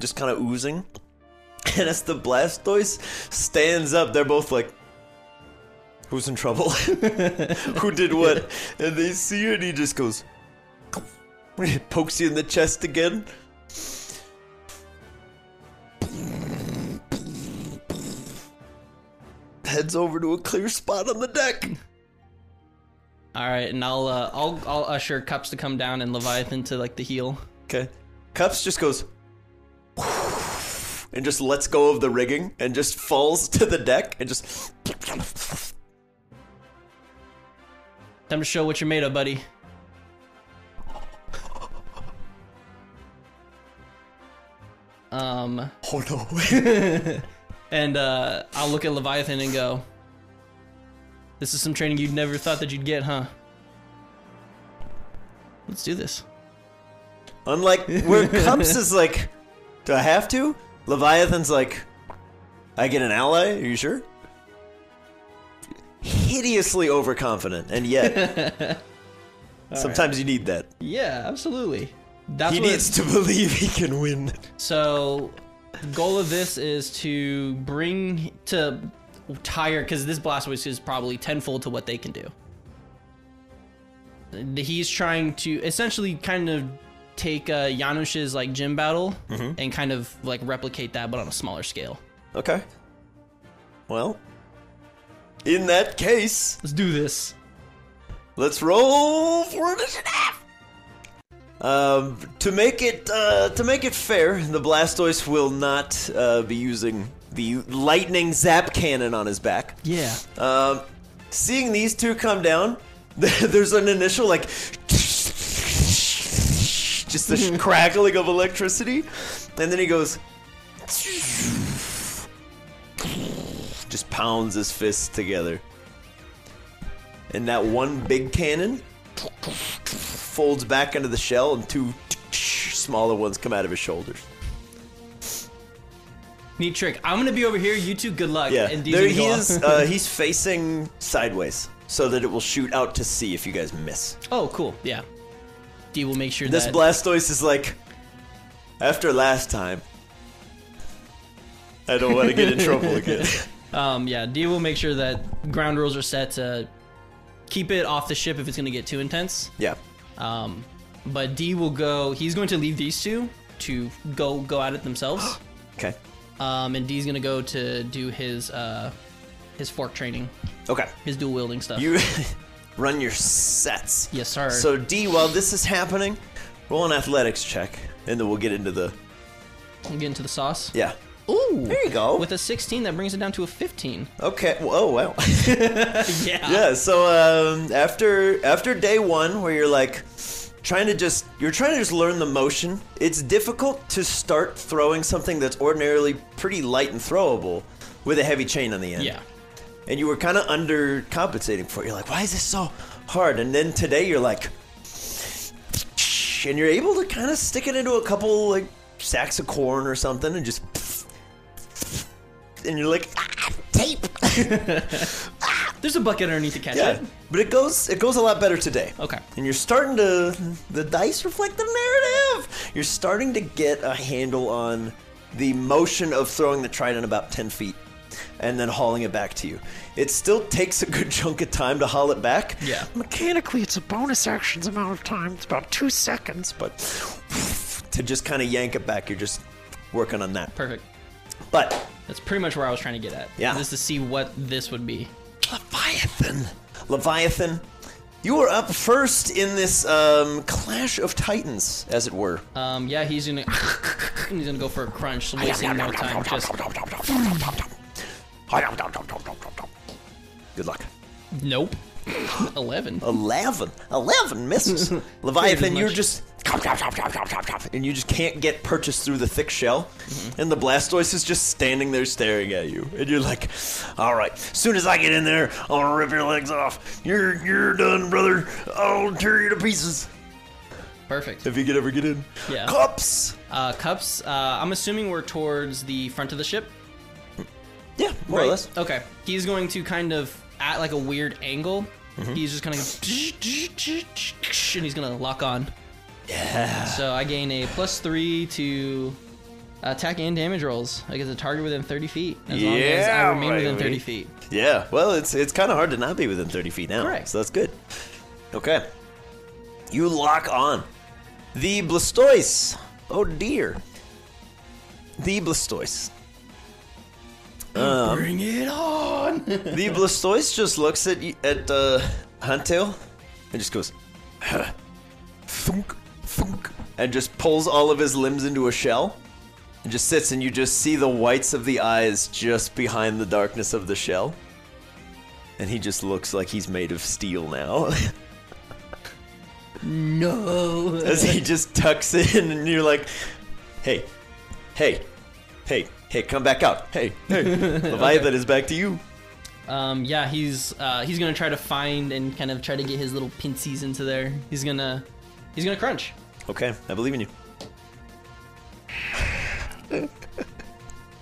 Speaker 1: Just kind of oozing. And as the Blastoise stands up, they're both like, Who's in trouble? Who did what? And they see you, and he just goes, pokes you in the chest again. Heads over to a clear spot on the deck.
Speaker 2: All right, and I'll uh, I'll I'll usher Cups to come down and Leviathan to like the heel.
Speaker 1: Okay. Cups just goes and just lets go of the rigging and just falls to the deck and just
Speaker 2: Time to show what you're made of, buddy. Um,
Speaker 1: oh no.
Speaker 2: and uh, I'll look at Leviathan and go, "This is some training you'd never thought that you'd get, huh? Let's do this."
Speaker 1: Unlike where Cups is like, do I have to? Leviathan's like, I get an ally. Are you sure? Hideously overconfident, and yet sometimes you need that.
Speaker 2: Yeah, absolutely. That's
Speaker 1: he
Speaker 2: what
Speaker 1: needs to believe he can win.
Speaker 2: So, the goal of this is to bring to tire because this Blastoise is probably tenfold to what they can do. The- He's trying to essentially kind of take uh, Yanush's like gym battle
Speaker 1: Mm-hmm.
Speaker 2: and kind of like replicate that, but on a smaller scale.
Speaker 1: Okay. Well, in that case,
Speaker 2: Let's do this.
Speaker 1: Let's roll for initiative. Um, to make it uh, to make it fair, the Blastoise will not uh, be using the lightning zap cannon on his back.
Speaker 2: Yeah.
Speaker 1: Um, seeing these two come down, there's an initial like just the sh- crackling of electricity, and then he goes just pounds his fists together, and that one big cannon folds back into the shell, and two smaller ones come out of his shoulders.
Speaker 2: Neat trick. I'm gonna be over here. You two, good luck.
Speaker 1: Yeah,
Speaker 2: And these
Speaker 1: there
Speaker 2: are
Speaker 1: he
Speaker 2: go
Speaker 1: is.
Speaker 2: off.
Speaker 1: Uh, he's facing sideways so that it will shoot out to sea if you guys miss.
Speaker 2: oh, cool. Yeah. D will make sure
Speaker 1: This
Speaker 2: that.
Speaker 1: Blastoise is like, after last time, I don't want to get in trouble again.
Speaker 2: Um, yeah, D will make sure that ground rules are set to keep it off the ship if it's going to get too intense.
Speaker 1: yeah.
Speaker 2: Um, but D will go. He's going to leave these two to go go at it themselves.
Speaker 1: Okay.
Speaker 2: um, and D's going to go to do his uh, his fork training,
Speaker 1: Okay.
Speaker 2: his dual wielding stuff.
Speaker 1: You run your sets.
Speaker 2: Yes, sir.
Speaker 1: So D, while this is happening, roll an athletics check, and then we'll get into the
Speaker 2: get into the sauce.
Speaker 1: yeah.
Speaker 2: Ooh,
Speaker 1: There you go.
Speaker 2: With a 16, that brings it down to a 15.
Speaker 1: okay. Oh wow.
Speaker 2: Yeah.
Speaker 1: yeah. So um, after after day one, where you're like trying to just you're trying to just learn the motion. It's difficult to start throwing something that's ordinarily pretty light and throwable with a heavy chain on the end.
Speaker 2: Yeah.
Speaker 1: And you were kind of undercompensating for it. You're like, why is this so hard? And then today you're like, and you're able to kind of stick it into a couple like sacks of corn or something, and just. And you're like, ah, tape.
Speaker 2: There's a bucket underneath to catch
Speaker 1: Yeah,
Speaker 2: it.
Speaker 1: but it goes it goes a lot better today.
Speaker 2: Okay.
Speaker 1: And you're starting to the dice reflect the narrative. You're starting to get a handle on the motion of throwing the trident about ten feet and then hauling it back to you. It still takes a good chunk of time to haul it back.
Speaker 2: Yeah.
Speaker 4: Mechanically, it's a bonus action's amount of time. It's about two seconds.
Speaker 1: But to just kind of yank it back, you're just working on that.
Speaker 2: Perfect.
Speaker 1: But
Speaker 2: That's pretty much where I was trying to get at.
Speaker 1: Yeah.
Speaker 2: Just to see what this would be.
Speaker 1: Leviathan. Leviathan, you were up first in this um, clash of titans, as it were.
Speaker 2: Um, yeah, he's gonna he's gonna go for a crunch, wasting no time. Just
Speaker 1: Good luck.
Speaker 2: nope. Eleven.
Speaker 1: 11. 11 misses. Leviathan,
Speaker 2: Pretty
Speaker 1: you're
Speaker 2: much.
Speaker 1: just chop, chop, chop, chop, chop, chop, chop, and you just can't get purchased through the thick shell.
Speaker 2: Mm-hmm.
Speaker 1: And the Blastoise is just standing there staring at you, and you're like, "All right, soon as I get in there, I'll rip your legs off. You're you're done, brother. I'll tear you to pieces."
Speaker 2: Perfect.
Speaker 1: If you could ever get in,
Speaker 2: Yeah.
Speaker 1: cups.
Speaker 2: Uh, cups. Uh, I'm assuming we're towards the front of the ship.
Speaker 1: Yeah, more or
Speaker 2: Right.
Speaker 1: less.
Speaker 2: Okay. He's going to kind of at like a weird angle. He's just kind of and he's gonna lock on. Yeah. So I gain a plus three to attack and damage rolls against a target within 30 feet. As long as I
Speaker 1: Yeah,
Speaker 2: remain within
Speaker 1: baby.
Speaker 2: 30 feet.
Speaker 1: Yeah, well, it's it's kind of hard to not be within 30 feet now,
Speaker 2: Correct.
Speaker 1: so that's good. Okay, you lock on the Blastoise. Oh dear, the Blastoise. Um,
Speaker 2: Bring it on!
Speaker 1: The Blastoise just looks at y- at uh, Huntail and just goes, "Huh." thunk, thunk, and just pulls all of his limbs into a shell and just sits, and you just see the whites of the eyes just behind the darkness of the shell. And he just looks like he's made of steel now.
Speaker 2: no.
Speaker 1: As he just tucks in, and you're like, hey, hey, hey, hey, come back out. Hey, hey. Leviathan is back to you.
Speaker 2: Um, yeah, he's uh, he's gonna try to find and kind of try to get his little pincies into there. He's gonna he's gonna crunch.
Speaker 1: Okay, I believe in you.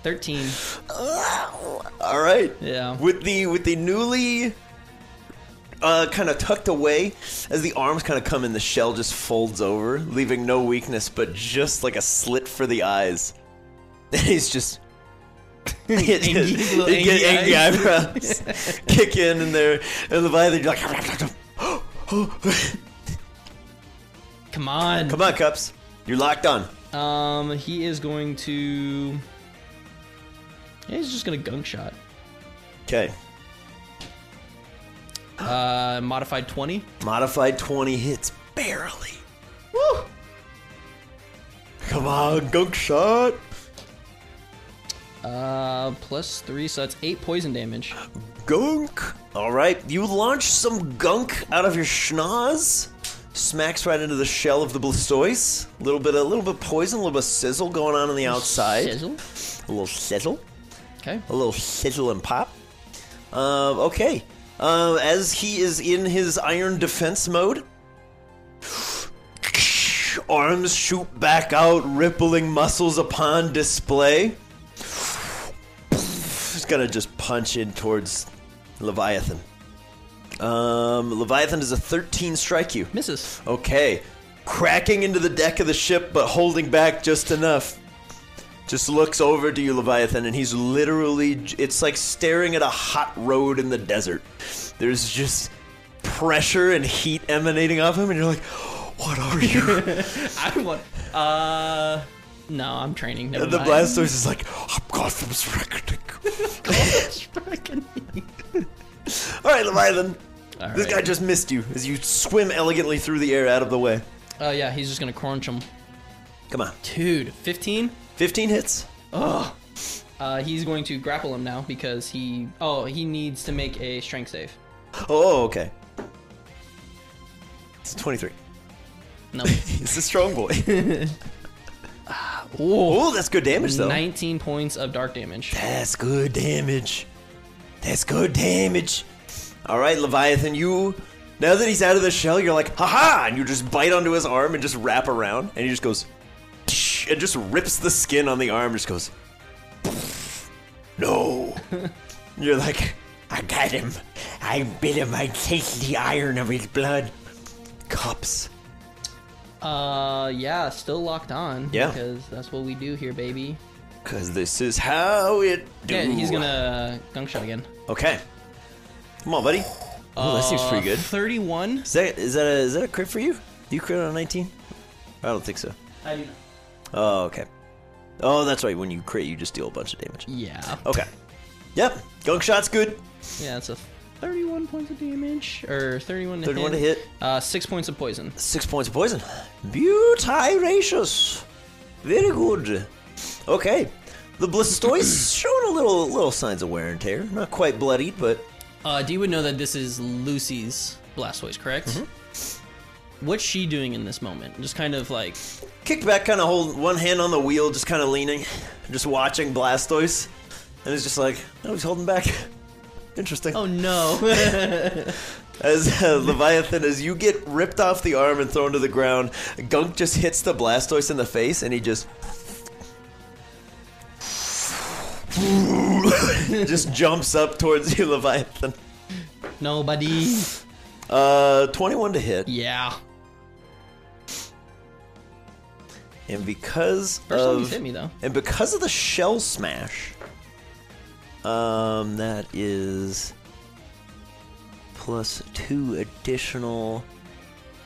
Speaker 2: 13.
Speaker 1: All right.
Speaker 2: Yeah.
Speaker 1: With the with the newly uh, kind of tucked away, as the arms kind of come in, the shell just folds over, leaving no weakness, but just like a slit for the eyes. And he's just.
Speaker 2: Angy- little
Speaker 1: You get
Speaker 2: angy
Speaker 1: angry
Speaker 2: eyes.
Speaker 1: eyebrows kick in and there and Leviathan you're like
Speaker 2: Come on.
Speaker 1: Come on cups. You're locked on.
Speaker 2: Um, he is going to. Yeah, he's just gonna gunk shot.
Speaker 1: Okay.
Speaker 2: Uh, modified twenty.
Speaker 1: Modified 20 hits barely. Woo! Come on, gunk shot!
Speaker 2: Uh, plus three, so that's eight poison damage.
Speaker 1: gunk. All right, you launch some gunk out of your schnoz. Smacks right into the shell of the Blastoise. A little bit, a little bit poison, a little bit of sizzle going on on the outside.
Speaker 2: Sizzle.
Speaker 1: A little sizzle,
Speaker 2: Okay.
Speaker 1: a little sizzle and pop. Um, okay, um, as he is in his iron defense mode, arms shoot back out, rippling muscles upon display. He's gonna just punch in towards Leviathan. Um, Leviathan is a 13 strike you.
Speaker 2: Misses.
Speaker 1: Okay. Cracking into the deck of the ship, but holding back just enough. Just looks over to you, Leviathan, and he's literally. It's like staring at a hot road in the desert. There's just pressure and heat emanating off him, and you're like, what are you?
Speaker 2: I want. Uh, no, I'm training. Never
Speaker 1: and the
Speaker 2: mind.
Speaker 1: Blastoise is like, I'm Gotham's reckoning. All right, Leviathan.
Speaker 2: All
Speaker 1: This
Speaker 2: right.
Speaker 1: guy just missed you as you swim elegantly through the air out of the way.
Speaker 2: Oh yeah, he's just gonna crunch him.
Speaker 1: Come on.
Speaker 2: Dude, fifteen.
Speaker 1: 15 hits.
Speaker 2: Uh, he's going to grapple him now because he. Oh, he needs to make a strength save.
Speaker 1: Oh, okay. It's 23.
Speaker 2: No.
Speaker 1: He's a strong boy. oh, that's good damage, though.
Speaker 2: Nineteen points of dark damage.
Speaker 1: That's good damage. That's good damage. All right, Leviathan, you. Now that he's out of the shell, you're like, haha! And you just bite onto his arm and just wrap around, and he just goes, "Tsh," and just rips the skin on the arm, just goes, no. you're like, I got him. I bit him. I taste the iron of his blood. Cups.
Speaker 2: Uh, yeah, still locked on.
Speaker 1: Yeah.
Speaker 2: Because that's what we do here, baby.
Speaker 1: Because this is how it do.
Speaker 2: Yeah, he's gonna gunk shot again.
Speaker 1: Okay. Come on, buddy. Oh, that seems
Speaker 2: Uh,
Speaker 1: pretty good.
Speaker 2: 31.
Speaker 1: Is that is that a is that a crit for you? Do you crit on a 19? I don't think so. Oh, okay. Oh, that's right. When you crit, you just deal a bunch of damage.
Speaker 2: Yeah.
Speaker 1: Okay. Yep. Gunk shot's good.
Speaker 2: Yeah, that's a 31 points of damage. Or 31 to
Speaker 1: 31 to
Speaker 2: hit.
Speaker 1: hit.
Speaker 2: Uh, 6 points of poison.
Speaker 1: Six points of poison. Beautiracious. Very good. Okay. The Blastoise showing a little little signs of wear and tear. Not quite bloodied, but
Speaker 2: Uh, D would know that this is Lucy's Blastoise, correct?
Speaker 1: Mm-hmm.
Speaker 2: what's she doing in this moment? And just kind of like,
Speaker 1: Kick back, kind of hold one hand on the wheel, just kind of leaning, just watching Blastoise, and it's just like, oh, he's holding back. Interesting.
Speaker 2: oh no.
Speaker 1: As uh, Leviathan, as you get ripped off the arm and thrown to the ground, Gunk just hits the Blastoise in the face, and he just. just jumps up towards you, Leviathan.
Speaker 2: Nobody.
Speaker 1: Uh, 21 to hit.
Speaker 2: Yeah.
Speaker 1: And because
Speaker 2: First time you
Speaker 1: of
Speaker 2: hit me though.
Speaker 1: and because of the shell smash, um, that is plus two additional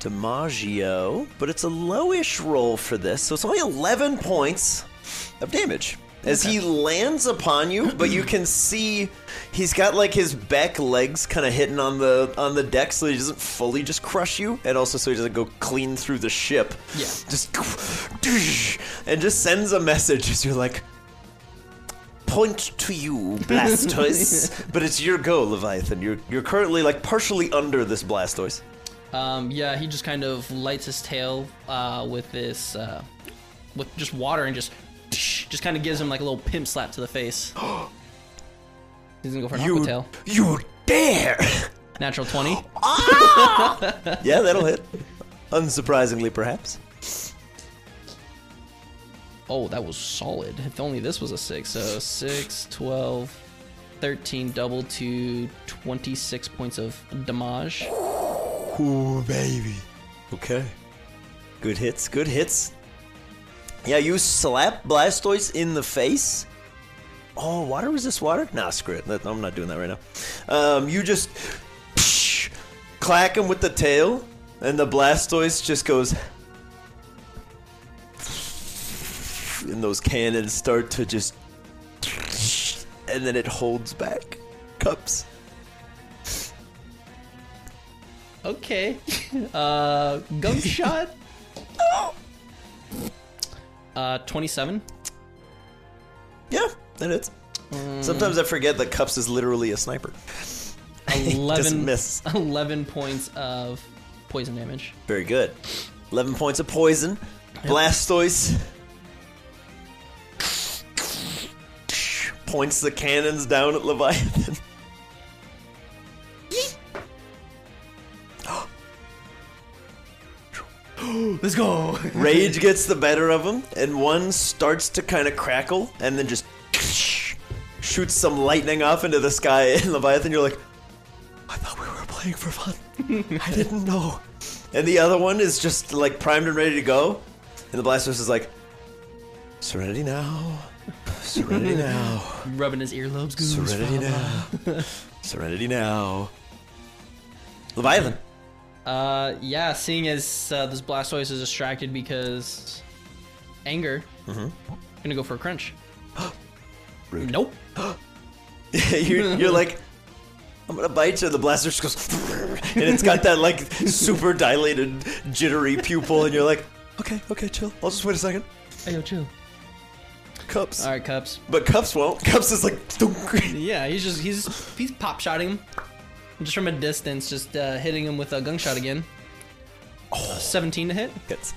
Speaker 1: Dimaggio, but it's a lowish roll for this, so it's only eleven points of damage. As he lands upon you, but you can see he's got like his back legs kind of hitting on the on the deck, so he doesn't fully just crush you, and also so he doesn't go clean through the ship.
Speaker 2: Yeah.
Speaker 1: just and just sends a message as you're like, point to you, Blastoise. but it's your go, Leviathan. You're you're currently like partially under this Blastoise.
Speaker 2: Um, yeah, he just kind of lights his tail uh, with this, uh, with just water and just, just kind of gives him like a little pimp slap to the face. He's gonna go for an aqua tail.
Speaker 1: you dare?
Speaker 2: Natural twenty.
Speaker 1: yeah, that'll hit. Unsurprisingly, perhaps.
Speaker 2: Oh, that was solid. If only this was a six. So six, 12, 13, double to twenty-six points of damage.
Speaker 1: Ooh, baby. Okay. Good hits, good hits. Yeah, you slap Blastoise in the face. Oh, water resist water? Nah, screw it. That- I'm not doing that right now. Um, you just psh, clack him with the tail, and the Blastoise just goes. And those cannons start to just. And then it holds back. Cups.
Speaker 2: Okay. Uh, gum shot. Uh, twenty-seven.
Speaker 1: Yeah, that hits. Sometimes I forget that Cups is literally a sniper. Just
Speaker 2: 11,
Speaker 1: miss.
Speaker 2: 11 points of poison damage.
Speaker 1: Very good. 11 points of poison. Blastoise points the cannons down at Leviathan.
Speaker 2: Let's go.
Speaker 1: Rage gets the better of him, and one starts to kind of crackle and then just shoots some lightning off into the sky. And Leviathan, you're like, I thought we were playing for fun. I didn't know. And the other one is just like primed and ready to go. And the Blastoise is like, Serenity now. Serenity now.
Speaker 2: Rubbing his earlobes. Goose,
Speaker 1: Serenity now. Serenity now. Leviathan.
Speaker 2: Uh, yeah. Seeing as uh, this Blastoise is distracted because anger, gonna go for a crunch.
Speaker 1: Mm-hmm. Rude.
Speaker 2: Nope.
Speaker 1: you're, you're like, I'm gonna bite you. And the blaster just goes, and it's got that like super dilated, jittery pupil, and you're like, okay, okay, chill. I'll just wait a second.
Speaker 2: Hey, yo, chill.
Speaker 1: Cups,
Speaker 2: All right, cups.
Speaker 1: but cups won't. Cups is like,
Speaker 2: Yeah, he's just he's he's pop shotting him just from a distance, just uh, hitting him with a gung shot again.
Speaker 1: Oh.
Speaker 2: Uh, Seventeen to hit.
Speaker 1: Cuts.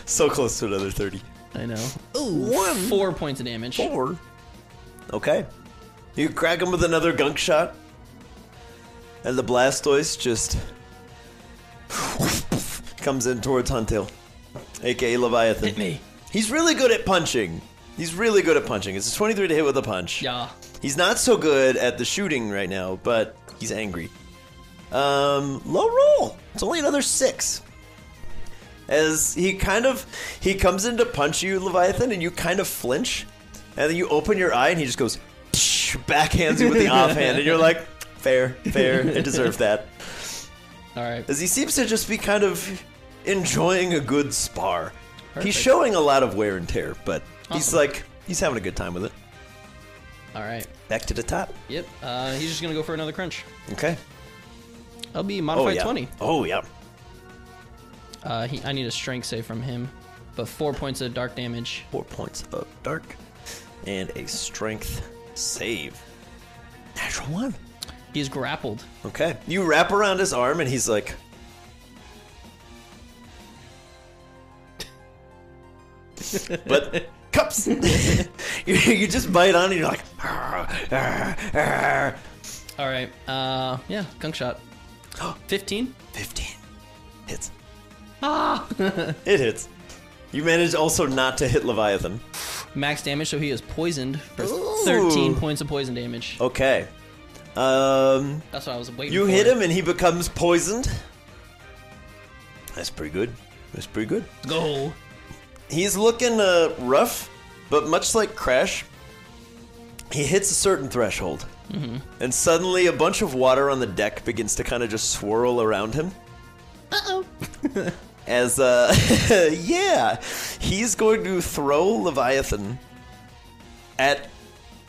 Speaker 1: so close to another thirty.
Speaker 2: I know. Ooh, four points of damage.
Speaker 1: Four. Okay. You crack him with another gunk shot, and the Blastoise just comes in towards Huntail, aka Leviathan.
Speaker 2: Hit me.
Speaker 1: He's really good at punching. He's really good at punching. It's a 23 to hit with a punch.
Speaker 2: Yeah.
Speaker 1: He's not so good at the shooting right now, but he's angry. Um, low roll. It's only another six. As he kind of he comes in to punch you, Leviathan, and you kind of flinch, and then you open your eye, and he just goes psh, backhands you with the offhand, and you're like, fair, fair, it deserved that.
Speaker 2: All right.
Speaker 1: As he seems to just be kind of enjoying a good spar. He's
Speaker 2: Perfect.
Speaker 1: showing a lot of wear and tear, but he's
Speaker 2: Awesome.
Speaker 1: like he's having a good time with it.
Speaker 2: All right.
Speaker 1: Back to the top.
Speaker 2: Yep. Uh, he's just gonna go for another crunch.
Speaker 1: Okay.
Speaker 2: That'll be
Speaker 1: Oh
Speaker 2: modified
Speaker 1: yeah.
Speaker 2: twenty.
Speaker 1: Oh yeah.
Speaker 2: Uh, he, I need a strength save from him, but four points of dark damage.
Speaker 1: Four points of dark, and a strength save. Natural one.
Speaker 2: He's grappled.
Speaker 1: Okay. You wrap around his arm, and he's like, but cups. you, you just bite on it, and you're like, "Ah, ah, ah."
Speaker 2: All right. Uh, yeah, gunk shot. 15?
Speaker 1: 15 hits.
Speaker 2: Ah!
Speaker 1: It hits. You manage also not to hit Leviathan.
Speaker 2: Max damage, so he is poisoned for
Speaker 1: Ooh.
Speaker 2: 13 points of poison damage.
Speaker 1: Okay. Um,
Speaker 2: That's what I was waiting
Speaker 1: you
Speaker 2: for.
Speaker 1: hit him, and he becomes poisoned. That's pretty good. That's pretty good.
Speaker 2: Go.
Speaker 1: He's looking uh, rough, but much like Crash, he hits a certain threshold. And suddenly, a bunch of water on the deck begins to kind of just swirl around him. Uh oh. As, uh, yeah, he's going to throw Leviathan at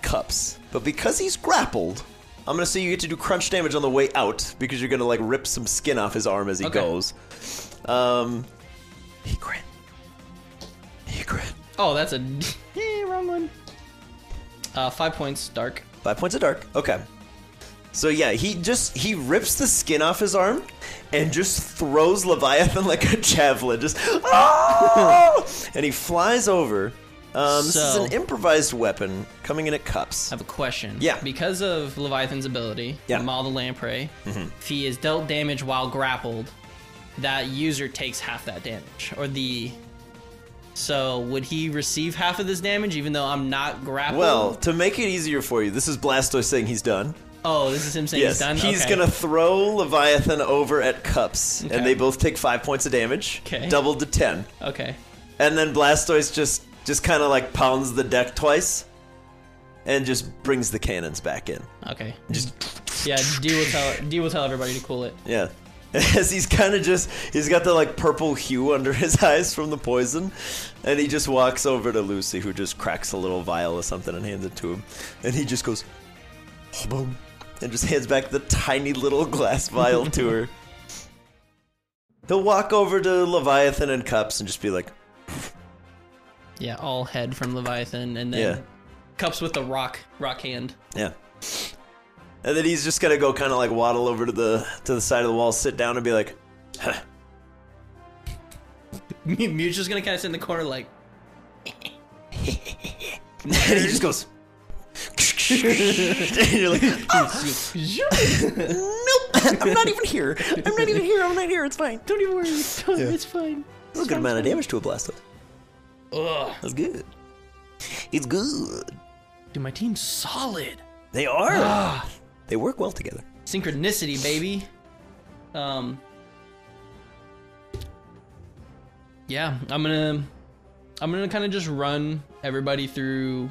Speaker 1: cups. But because he's grappled, I'm going to say you get to do crunch damage on the way out because you're going to, like, rip some skin off his arm as he
Speaker 2: Okay.
Speaker 1: goes. Um, he crit. He crit.
Speaker 2: Oh, that's a. Eh, wrong one. Uh, five points, dark.
Speaker 1: Five points of dark. Okay. So yeah, he just he rips the skin off his arm and just throws Leviathan like a javelin. Just "Ah!" and he flies over. Um, this is
Speaker 2: So-
Speaker 1: an improvised weapon coming in at cups.
Speaker 2: I have a question.
Speaker 1: Yeah.
Speaker 2: Because of Leviathan's ability,
Speaker 1: Yeah. Mm-hmm.
Speaker 2: Maul the Lamprey, if he is dealt damage while grappled, that user takes half that damage. Or the. So would he receive half of this damage even though I'm not grappled?
Speaker 1: Well, to make it easier for you, this is Blastoise saying he's done.
Speaker 2: Oh, this is him saying
Speaker 1: yes,
Speaker 2: he's done? Okay.
Speaker 1: gonna throw Leviathan over at cups,
Speaker 2: Okay.
Speaker 1: and they both take five points of damage,
Speaker 2: Okay.
Speaker 1: doubled to ten.
Speaker 2: Okay.
Speaker 1: And then Blastoise just just kind of like pounds the deck twice, and just brings the cannons back in.
Speaker 2: Okay. yeah, D will tell D will tell everybody to cool it.
Speaker 1: Yeah, as he's kind of just he's got the like purple hue under his eyes from the poison, and he just walks over to Lucy, who just cracks a little vial or something and hands it to him, and he just goes, oh, boom, and just hands back the tiny little glass vial to her. He'll walk over to Leviathan and Cups and just be like,
Speaker 2: Yeah, all head from Leviathan and then
Speaker 1: Yeah.
Speaker 2: cups with the rock rock hand.
Speaker 1: Yeah. And then he's just gonna go kind of like waddle over to the to the side of the wall, sit down, and be like,
Speaker 2: Mew- Mew's just gonna kinda sit in the corner like
Speaker 1: and he just goes, and you're like, "Ah, nope, I'm not even here. I'm not even here. I'm not here. It's fine.
Speaker 2: Don't even worry, it's, fine, it's fine.
Speaker 1: That's a good amount of damage to a blastoise.
Speaker 2: Ugh.
Speaker 1: That's good. It's good.
Speaker 2: Dude, my team's solid.
Speaker 1: They are. they work well together.
Speaker 2: Synchronicity, baby. Um Yeah, I'm gonna I'm gonna kinda just run everybody through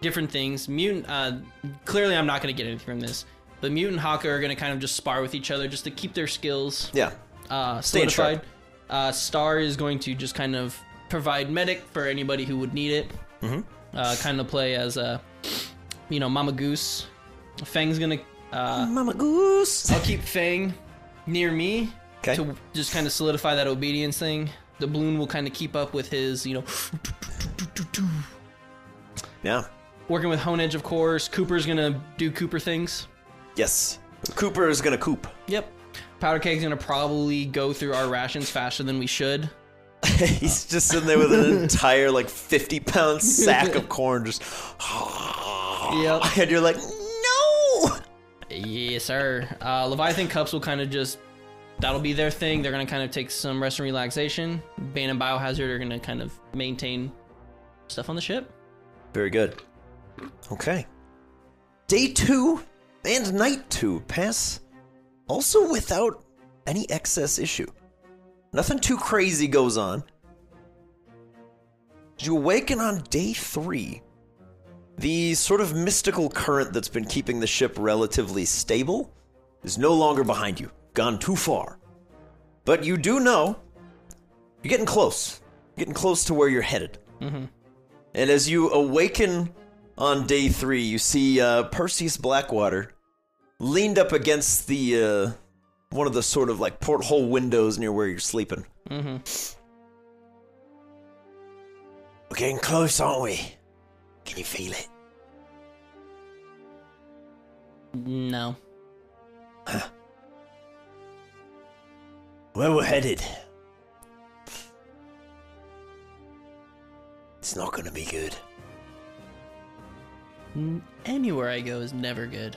Speaker 2: different things. Mutant uh clearly I'm not gonna get anything from this. But Mutant Hawker are gonna kind of just spar with each other just to keep their skills
Speaker 1: Yeah.
Speaker 2: uh,
Speaker 1: Staying
Speaker 2: solidified. Uh, Star is going to just kind of provide medic for anybody who would need it. Mm-hmm. Uh, kind of play as a, you know, Mama Goose. Fang's gonna. Uh,
Speaker 1: Mama Goose.
Speaker 2: I'll keep Fang near me
Speaker 1: 'Kay.
Speaker 2: to just kind of solidify that obedience thing. The balloon will kind of keep up with his, you know,
Speaker 1: Yeah.
Speaker 2: working with Hone Edge, of course. Cooper's gonna do Cooper things.
Speaker 1: Yes. Cooper is gonna coop.
Speaker 2: Yep. Powder Keg's gonna probably go through our rations faster than we should.
Speaker 1: He's just sitting there with an entire like fifty pound sack of corn, just.
Speaker 2: Yep.
Speaker 1: and you're like, no.
Speaker 2: Yes, sir. Uh, Leviathan cups will kind of just that'll be their thing. They're gonna kind of take some rest and relaxation. Bane and Biohazard are gonna kind of maintain stuff on the ship.
Speaker 1: Very good. Okay. Day two and night two pass, also without any excess issue. Nothing too crazy goes on. As you awaken on day three, the sort of mystical current that's been keeping the ship relatively stable is no longer behind you, gone too far. But you do know you're getting close, getting close to where you're headed. And as you awaken on day three, you see uh, Perseus Blackwater leaned up against the uh, one of the sort of like porthole windows near where you're sleeping.
Speaker 2: Mm-hmm.
Speaker 1: We're getting close, aren't we? Can you feel it?
Speaker 2: No.
Speaker 1: Where we're headed?
Speaker 3: It's not gonna be good.
Speaker 2: N- Anywhere I go is never good.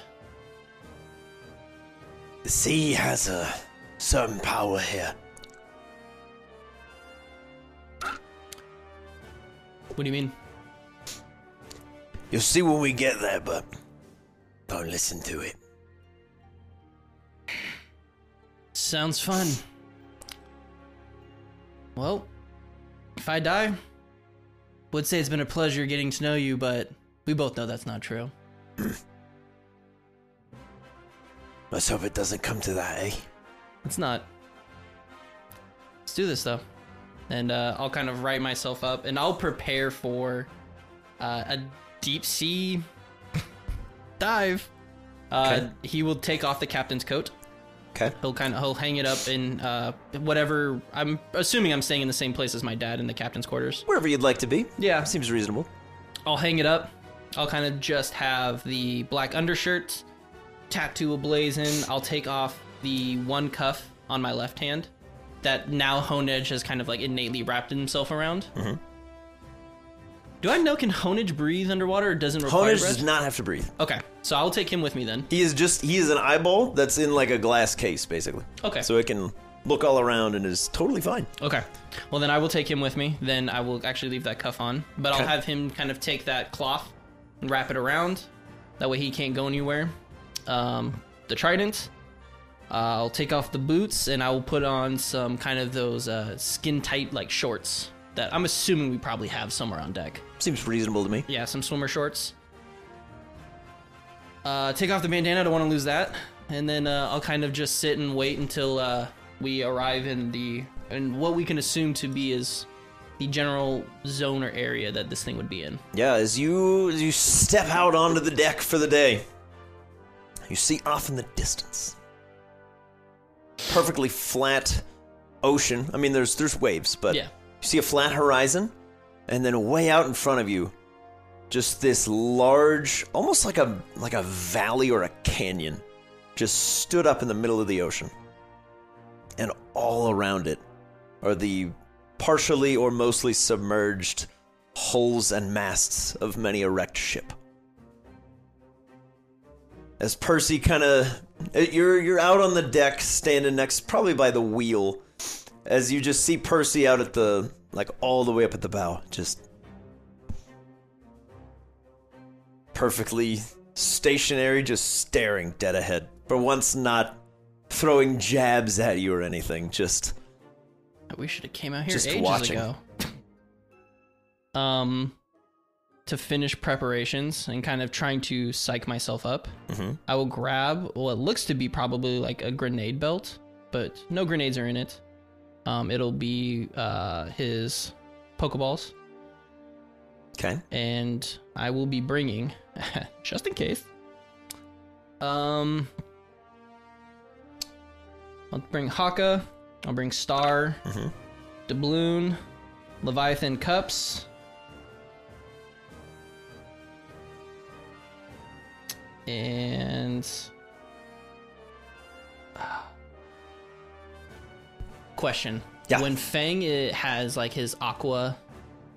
Speaker 3: The sea has a certain power here.
Speaker 2: What do you mean?
Speaker 3: You'll see when we get there, but don't listen to it.
Speaker 2: Sounds fun. Well, if I die, would say it's been a pleasure getting to know you, but we both know that's not true.
Speaker 3: Let's hope it doesn't come to that, eh?
Speaker 2: It's not. Let's do this though, and uh, I'll kind of write myself up, and I'll prepare for uh, a deep sea dive. Uh, He will take off the captain's coat.
Speaker 3: Okay.
Speaker 2: He'll kind of he'll hang it up in uh, whatever. I'm assuming I'm staying in the same place as my dad in the captain's quarters.
Speaker 1: Wherever you'd like to be.
Speaker 2: Yeah,
Speaker 1: Seems reasonable.
Speaker 2: I'll hang it up. I'll kind of just have the black undershirt, tattoo ablazing. I'll take off the one cuff on my left hand that now Honedge has kind of like innately wrapped himself around.
Speaker 1: Mm-hmm.
Speaker 2: Do I know can Honedge breathe underwater or doesn't require
Speaker 1: Honage
Speaker 2: breath?
Speaker 1: does not have to breathe.
Speaker 2: okay, so I'll take him with me then.
Speaker 1: He is just he is an eyeball that's in like a glass case basically.
Speaker 2: Okay.
Speaker 1: So it can look all around and is totally fine.
Speaker 2: Okay. Well, then I will take him with me. Then I will actually leave that cuff on, but I'll
Speaker 1: Okay.
Speaker 2: have him kind of take that cloth and wrap it around. That way he can't go anywhere. Um, the trident. Uh, I'll take off the boots and I will put on some kind of those uh, skin tight like shorts that I'm assuming we probably have somewhere on deck.
Speaker 1: Seems reasonable to me.
Speaker 2: Yeah, some swimmer shorts. Uh, take off the bandana. I don't want to lose that. And then uh, I'll kind of just sit and wait until uh, we arrive in the and what we can assume to be is the general zone or area that this thing would be in.
Speaker 1: Yeah, as you as you step out onto the deck for the day, you see off in the distance perfectly flat ocean. I mean, there's there's waves, but
Speaker 2: Yeah.
Speaker 1: you see a flat horizon, and then way out in front of you, just this large, almost like a like a valley or a canyon, just stood up in the middle of the ocean, and all around it are the partially or mostly submerged hulls and masts of many a wrecked ship. As Percy kind of you're you're out on the deck standing next probably by the wheel as you just see Percy out at the like all the way up at the bow just perfectly stationary just staring dead ahead for once not throwing jabs at you or anything just
Speaker 2: We should have came out here
Speaker 1: Just
Speaker 2: ages
Speaker 1: watching.
Speaker 2: ago. um, to finish preparations and kind of trying to psych myself up,
Speaker 1: Mm-hmm.
Speaker 2: I will grab what looks to be probably like a grenade belt, but no grenades are in it. Um, it'll be uh, his pokeballs,
Speaker 1: okay
Speaker 2: and I will be bringing, just in case. Um, I'll bring Haka. I'll bring Star,
Speaker 1: Mm-hmm.
Speaker 2: Doubloon, Leviathan cups, and Ah. question.
Speaker 1: Yeah.
Speaker 2: When Fang eh, has like his aqua,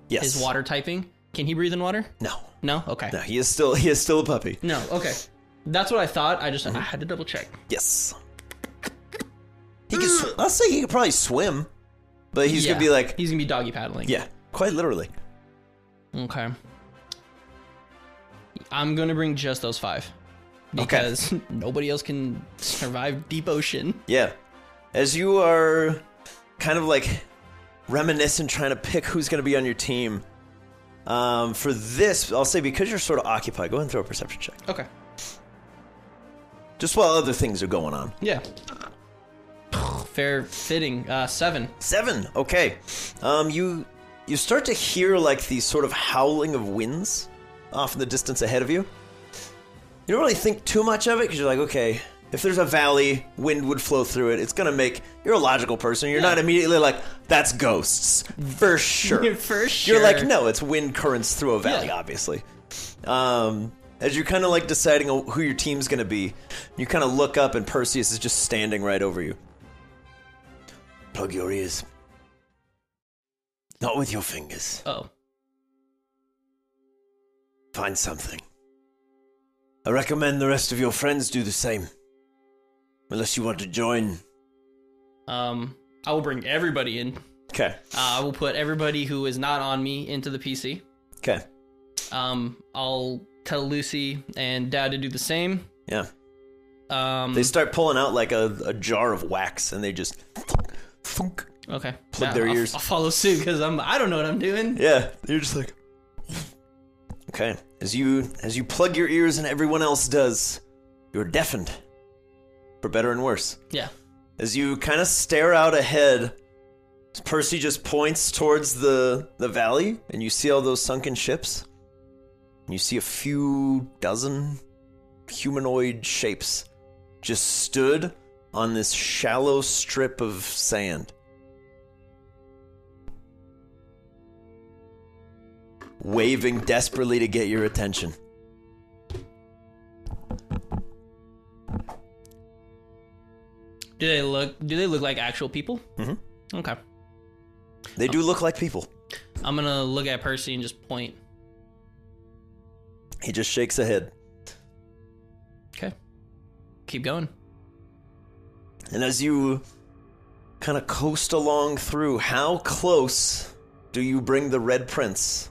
Speaker 1: yes
Speaker 2: his water typing, can he breathe in water?
Speaker 1: no
Speaker 2: No. Okay.
Speaker 1: no he is still he is still a puppy
Speaker 2: No. Okay. That's what I thought. I just I had to double check.
Speaker 1: Yes. He can. Sw- I'll say he could probably swim, but he's gonna
Speaker 2: Yeah.
Speaker 1: be like,
Speaker 2: he's gonna be doggy paddling.
Speaker 1: yeah, quite literally.
Speaker 2: Okay. I'm gonna bring just those five. Because nobody else can survive deep ocean.
Speaker 1: Yeah. As you are kind of like reminiscent, trying to pick who's gonna be on your team. Um, for this, I'll say because you're sort of occupied, go ahead and throw a perception check.
Speaker 2: Okay.
Speaker 1: Just while other things are going on.
Speaker 2: Yeah. Fair fitting. Uh, seven.
Speaker 1: Seven. Okay. Um, you you start to hear like the sort of howling of winds off in the distance ahead of you. You don't really think too much of it because you're like, okay, if there's a valley, wind would flow through it. It's gonna make. You're a logical person. You're not immediately like, that's ghosts for sure.
Speaker 2: For sure.
Speaker 1: You're like, no, it's wind currents through a valley,
Speaker 2: Yeah.
Speaker 1: obviously. Um, as you're kind of like deciding who your team's gonna be, you kind of look up and Perseus is just standing right over you.
Speaker 3: Plug your ears. Not with your fingers.
Speaker 2: Oh.
Speaker 1: Find something. I recommend the rest of your friends do the same. Unless you want to join.
Speaker 2: Um, I will bring everybody in.
Speaker 1: Okay.
Speaker 2: Uh, I will put everybody who is not on me into the PC.
Speaker 1: Okay.
Speaker 2: Um, I'll tell Lucy and Dad to do the same.
Speaker 1: Yeah.
Speaker 2: Um,
Speaker 1: They start pulling out like a, a jar of wax and they just thunk.
Speaker 2: okay.
Speaker 1: plug
Speaker 2: Yeah,
Speaker 1: their
Speaker 2: I'll-
Speaker 1: ears.
Speaker 2: I'll follow suit because I'm. I don't know what I'm doing.
Speaker 1: Yeah. You're just like Okay. As you as you plug your ears and everyone else does, you're deafened. For better and worse.
Speaker 2: Yeah.
Speaker 1: As you kind of stare out ahead, Percy just points towards the, the valley, and you see all those sunken ships. You see a few dozen humanoid shapes just stood on this shallow strip of sand. Waving desperately to get your attention.
Speaker 2: Do they look? Do they look like actual people?
Speaker 1: Mhm.
Speaker 2: Mm-hmm. Okay.
Speaker 1: They do look like people.
Speaker 2: I'm gonna look at Percy and just point.
Speaker 1: He just shakes a head.
Speaker 2: Okay. Keep going.
Speaker 1: And as you kind of coast along through, how close do you bring the Red Prince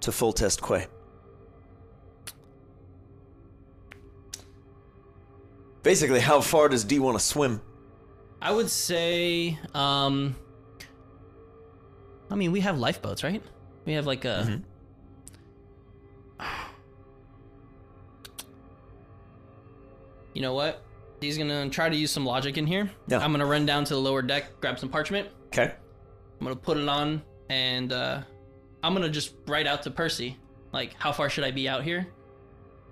Speaker 1: to full test Quay? Basically, how far does D want to swim?
Speaker 2: I would say, um, I mean, we have lifeboats, right? We have like a.
Speaker 1: Mm-hmm.
Speaker 2: You know what? He's gonna try to use some logic in here.
Speaker 1: Yeah.
Speaker 2: I'm gonna run down to the lower deck, grab some parchment.
Speaker 1: Okay.
Speaker 2: I'm gonna put it on, and uh, I'm gonna just write out to Percy, like, how far should I be out here?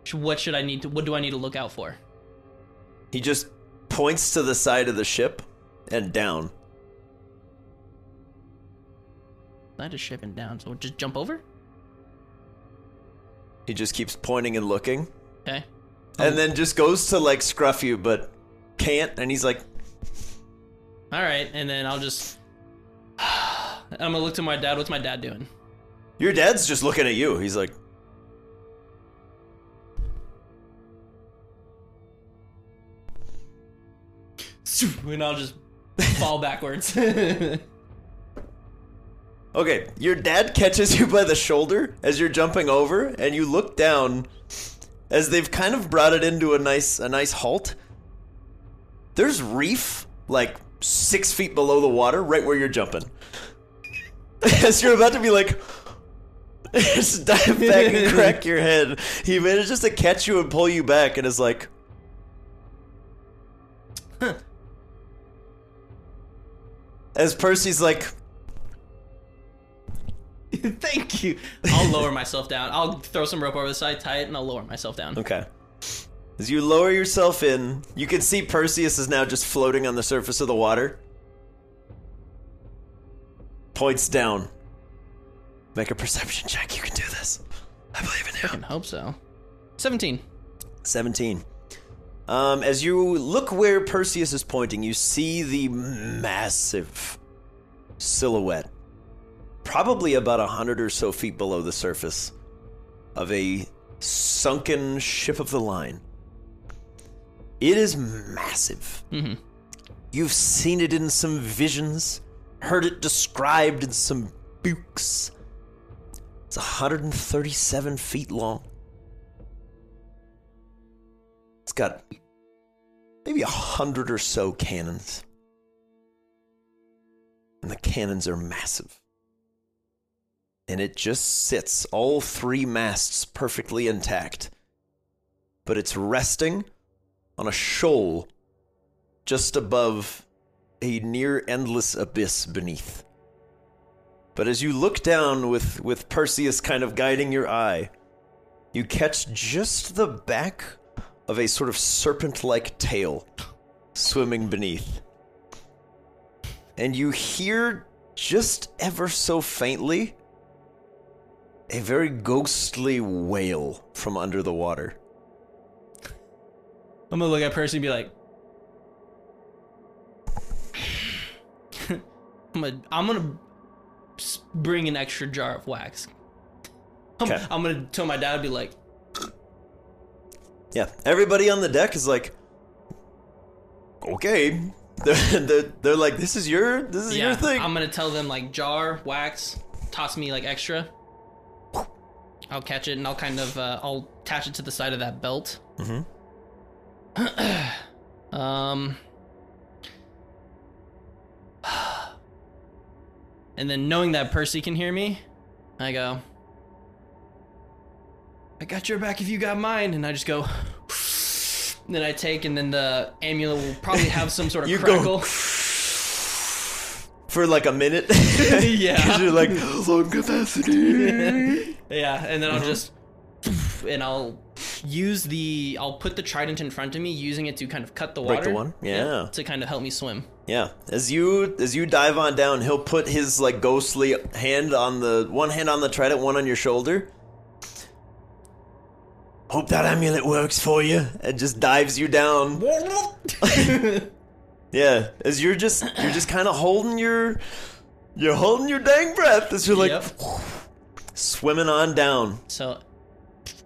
Speaker 2: Sh- What should I need to? What do I need to look out for?
Speaker 1: He just points to the side of the ship and down.
Speaker 2: I just ship him down, so just jump over.
Speaker 1: He just keeps pointing and looking.
Speaker 2: Okay.
Speaker 1: And then just goes to like scruff you, but can't. And he's like,
Speaker 2: All right, and then I'll just. I'm gonna look to my dad. What's my dad doing?
Speaker 1: Your dad's just looking at you. He's like,
Speaker 2: And I'll just fall backwards.
Speaker 1: Okay, your dad catches you by the shoulder as you're jumping over, and you look down as they've kind of brought it into a nice a nice halt. There's reef like six feet below the water, right where you're jumping. as you're about to be like, just dive back and crack your head. He manages to catch you and pull you back, and is like, as Percy's like.
Speaker 2: Thank you. I'll lower myself down. I'll throw some rope over the side, tie it, and I'll lower myself down.
Speaker 1: Okay. As you lower yourself in, you can see Perseus is now just floating on the surface of the water. Points down. Make a perception check. You can do this. I believe in you.
Speaker 2: Fucking hope so. Seventeen.
Speaker 1: 17. Um, as you look where Perseus is pointing, you see the massive silhouette, probably about a hundred or so feet below the surface, of a sunken ship of the line. It is massive.
Speaker 2: Mhm.
Speaker 1: You've seen it in some visions, heard it described in some books. It's 137 feet long. It's got maybe a hundred or so cannons. And the cannons are massive. And it just sits, all three masts perfectly intact. But it's resting on a shoal just above a near endless abyss beneath. But as you look down with, with Perseus kind of guiding your eye, you catch just the back of a sort of serpent like tail swimming beneath. And you hear just ever so faintly a very ghostly wail from under the water.
Speaker 2: I'm gonna look at Percy and be like, I'm gonna, I'm gonna s- bring an extra jar of wax. I'm,
Speaker 1: Okay.
Speaker 2: I'm gonna tell my dad, I'd be like,
Speaker 1: Yeah, everybody on the deck is like, okay. They're, they're, they're like, this is your this is your
Speaker 2: yeah,
Speaker 1: thing.
Speaker 2: I'm gonna tell them like jar, wax, toss me like extra. I'll catch it and I'll kind of uh, I'll attach it to the side of that belt. Mm-hmm. um. And then knowing that Percy can hear me, I go. I got your back if you got mine, and I just go. and then I take, and then the amulet will probably have some sort of
Speaker 1: You go
Speaker 2: crackle.
Speaker 1: for like a minute. 'Cause
Speaker 2: yeah.
Speaker 1: you're like "Oh, lung capacity.
Speaker 2: Yeah, and then I'll just and I'll use the I'll put the trident in front of me, using it to kind of cut the water.
Speaker 1: Break the water? Yeah.
Speaker 2: To kind of help me swim.
Speaker 1: yeah, as you as you dive on down, he'll put his like ghostly hand on the one hand on the trident, one on your shoulder. Hope that amulet works for you, and just dives you down. Yeah, as you're just you're just kind of holding your you're holding your dang breath as you're like
Speaker 2: Yep.
Speaker 1: swimming on down.
Speaker 2: So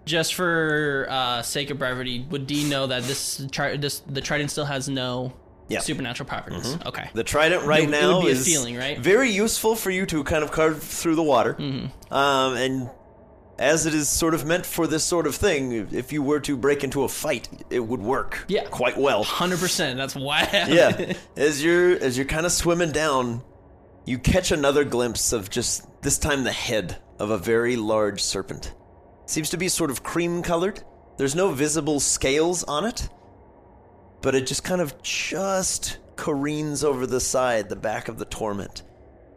Speaker 2: just for uh, sake of brevity, would D know that this, tri- this the trident still has no
Speaker 1: Yeah. Mm-hmm.
Speaker 2: supernatural properties? Okay.
Speaker 1: The trident right
Speaker 2: It would- it
Speaker 1: now
Speaker 2: would be a
Speaker 1: is
Speaker 2: feeling, right?
Speaker 1: very useful for you to kind of carve through the water. Mm-hmm. Um, and as it is sort of meant for this sort of thing, if you were to break into a fight, it would work
Speaker 2: Yeah.
Speaker 1: quite well.
Speaker 2: Hundred percent. That's why. I have it.
Speaker 1: yeah. As you're as you're kind of swimming down, you catch another glimpse of just this time the head of a very large serpent. Seems to be sort of cream colored. There's no visible scales on it, but it just kind of just careens over the side, the back of the torment.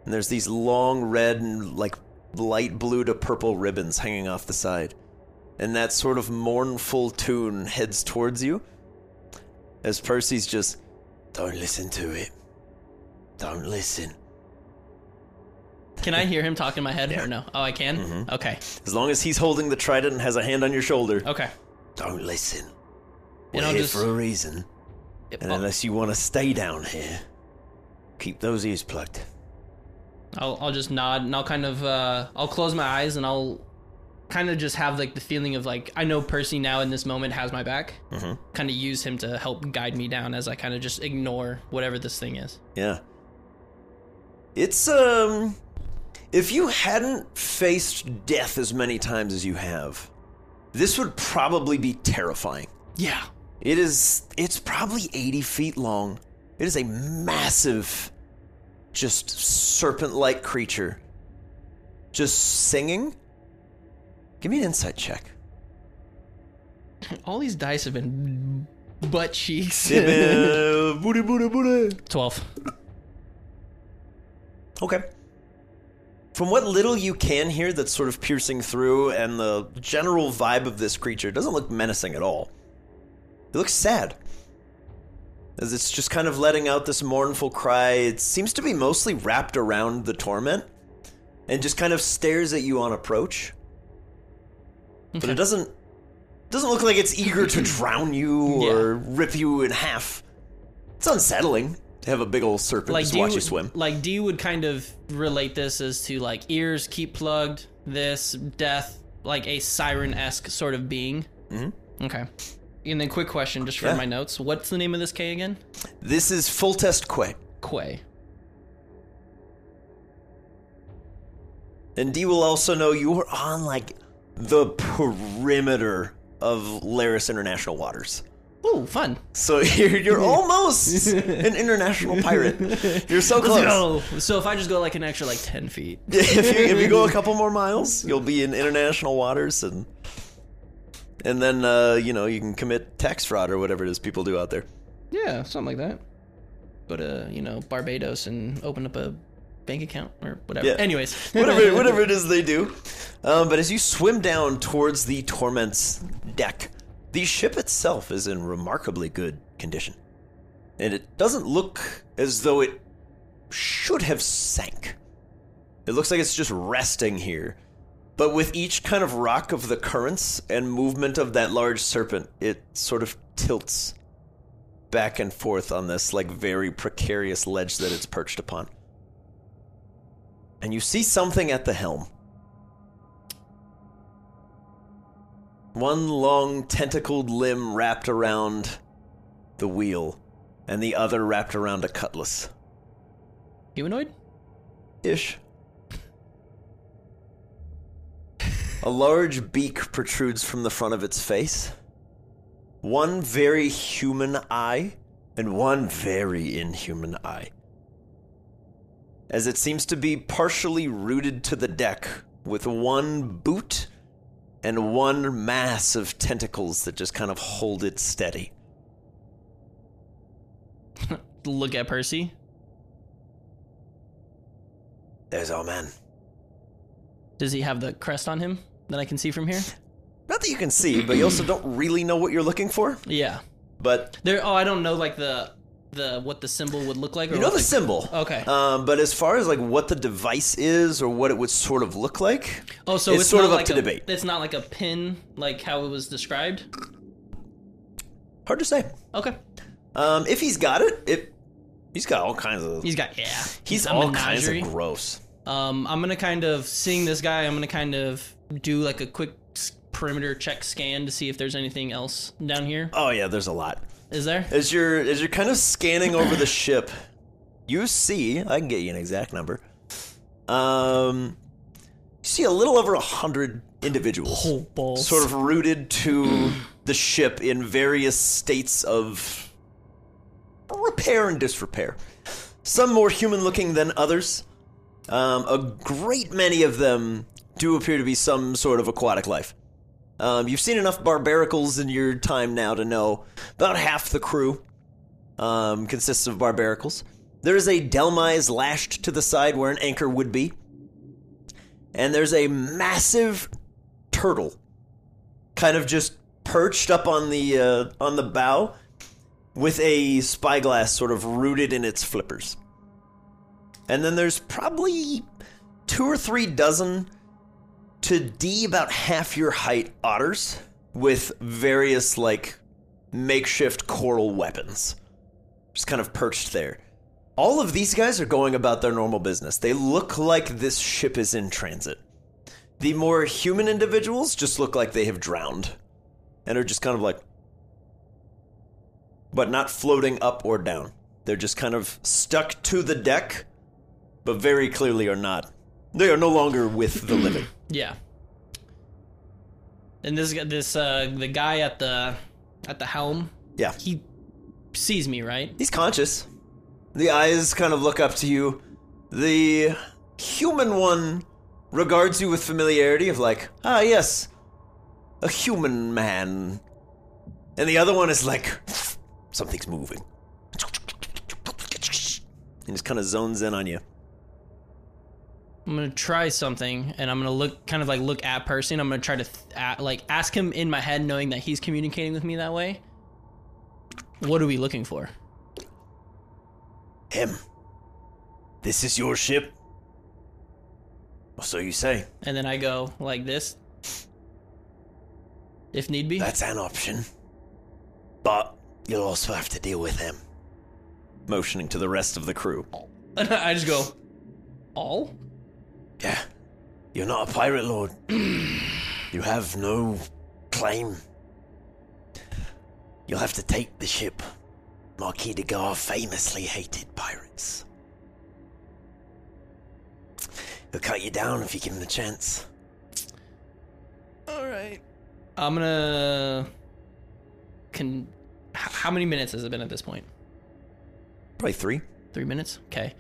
Speaker 1: And there's these long red and like light blue to purple ribbons hanging off the side. And that sort of mournful tune heads towards you as Percy's just don't listen to it. Don't listen.
Speaker 2: Can I hear him talk in my head or no? Oh, I can.
Speaker 1: Mm-hmm.
Speaker 2: Okay.
Speaker 1: As long as he's holding the trident and has a hand on your shoulder,
Speaker 2: Okay.
Speaker 1: don't listen. We're
Speaker 2: And I'll
Speaker 1: here
Speaker 2: just- Oh.
Speaker 1: for a reason, and
Speaker 2: I'll,
Speaker 1: unless you want to stay down here, keep those ears plugged.
Speaker 2: I'll, I'll just nod and I'll kind of uh, I'll close my eyes and I'll kind of just have like the feeling of like I know Percy now in this moment has my back. Mm-hmm. Kind of use him to help guide me down as I kind of just ignore whatever this thing is.
Speaker 1: Yeah. It's um if you hadn't faced death as many times as you have, this would probably be terrifying.
Speaker 2: Yeah.
Speaker 1: It is. It's probably 80 feet long. It is a massive, just serpent like creature. Just singing. Give me an insight check.
Speaker 2: All these dice have been butt cheeks.
Speaker 1: booty, booty, booty.
Speaker 2: Twelve.
Speaker 1: Okay. From what little you can hear that's sort of piercing through and the general vibe of this creature, it doesn't look menacing at all. It looks sad. As it's just kind of letting out this mournful cry, it seems to be mostly wrapped around the torment and just kind of stares at you on approach. But it doesn't doesn't look like it's eager to drown you
Speaker 2: Yeah.
Speaker 1: or rip you in half. It's unsettling to have a big old serpent just
Speaker 2: D
Speaker 1: watch you
Speaker 2: would-
Speaker 1: swim.
Speaker 2: Like D would kind of relate this as to like ears keep plugged. This death, like a siren esque sort of being. Mm-hmm. Okay. And then quick question, just for
Speaker 1: Yeah.
Speaker 2: my notes. What's the name of this K again?
Speaker 1: This is full test Quay.
Speaker 2: Quay.
Speaker 1: And D will also know you were on like the perimeter of Laris International waters.
Speaker 2: Ooh, fun.
Speaker 1: So you're, you're almost an international pirate. You're so close.
Speaker 2: So if I just go like an extra like ten feet.
Speaker 1: If you, if you go a couple more miles, you'll be in international waters and and then uh, you know you can commit tax fraud or whatever it is people do out there.
Speaker 2: Yeah, something like that. Go to you know Barbados and open up a bank account or whatever.
Speaker 1: Yeah.
Speaker 2: Anyways,
Speaker 1: whatever whatever it is they do. Um, but as you swim down towards the torment's deck, the ship itself is in remarkably good condition, and it doesn't look as though it should have sank. It looks like it's just resting here. But with each kind of rock of the currents and movement of that large serpent, it sort of tilts back and forth on this like very precarious ledge that it's perched upon and you see something at the helm. One long tentacled limb wrapped around the wheel, and the other wrapped around a cutlass.
Speaker 2: Humanoid?
Speaker 1: Ish. A large beak protrudes from the front of its face. One very human eye, and one very inhuman eye. As it seems to be partially rooted to the deck, with one boot and one mass of tentacles that just kind of hold it steady.
Speaker 2: Look at Percy.
Speaker 1: There's our man.
Speaker 2: Does he have the crest on him that I can see from here?
Speaker 1: Not that you can see, but you also don't really know what you're looking for.
Speaker 2: Yeah.
Speaker 1: But
Speaker 2: There. Oh, I don't know like the the what the symbol would look like. Or
Speaker 1: you know
Speaker 2: what
Speaker 1: the symbol.
Speaker 2: Okay.
Speaker 1: Um, but as far as like what the device is or what it would sort of look like,
Speaker 2: Oh, so
Speaker 1: it's
Speaker 2: it's,
Speaker 1: sort
Speaker 2: not
Speaker 1: of up
Speaker 2: like
Speaker 1: to
Speaker 2: a,
Speaker 1: debate.
Speaker 2: It's not like a pin, like how it was described.
Speaker 1: hard to say.
Speaker 2: Okay.
Speaker 1: Um, if he's got it, it he's got all kinds of.
Speaker 2: He's got yeah.
Speaker 1: he's
Speaker 2: a
Speaker 1: all kinds of
Speaker 2: menagerie.
Speaker 1: gross.
Speaker 2: Um, I'm gonna kind of seeing this guy. I'm gonna kind of do like a quick s- perimeter check scan to see if there's anything else down here.
Speaker 1: Oh yeah, there's a lot.
Speaker 2: Is there?
Speaker 1: As you're as you're kind of scanning over the ship, you see I can get you an exact number. Um, you see a little over a hundred individuals,
Speaker 2: Oh, balls.
Speaker 1: sort of rooted to the ship in various states of repair and disrepair. Some more human-looking than others. Um, a great many of them do appear to be some sort of aquatic life. Um, you've seen enough barbaricals in your time now to know about half the crew um, consists of barbaricals. There is a Delmise lashed to the side where an anchor would be, and there's a massive turtle, kind of just perched up on the uh, on the bow, with a spyglass sort of rooted in its flippers. And then there's probably two or three dozen to D about half your height otters with various like makeshift coral weapons. Just kind of perched there. All of these guys are going about their normal business. They look like this ship is in transit. The more human individuals just look like they have drowned and are just kind of like but not floating up or down. They're just kind of stuck to the deck, but very clearly are not. They are no longer with the living.
Speaker 2: Yeah. And this guy- this uh the guy at the at the helm,
Speaker 1: Yeah.
Speaker 2: he sees me, right?
Speaker 1: He's conscious. The eyes kind of look up to you. The human one regards you with familiarity of like, ah, yes, a human man. And the other one is like, something's moving. And just kind of zones in on you.
Speaker 2: I'm gonna try something, and I'm gonna look kind of like look at Percy, and I'm gonna try to th- at, like ask him in my head, knowing that he's communicating with me that way. What are we looking for?
Speaker 1: Him. This is your ship? Or so you say.
Speaker 2: And then I go like this, if need be.
Speaker 1: That's an option. But you'll also have to deal with him. Motioning to the rest of the crew.
Speaker 2: I just go all.
Speaker 1: Yeah. You're not a pirate lord. you have no claim. You'll have to take the ship. Marquis de Gar famously hated pirates. He'll cut you down if you give him the chance.
Speaker 2: I'm gonna. Can. h- How many minutes has it been at this point?
Speaker 1: Probably three.
Speaker 2: Three minutes. Okay.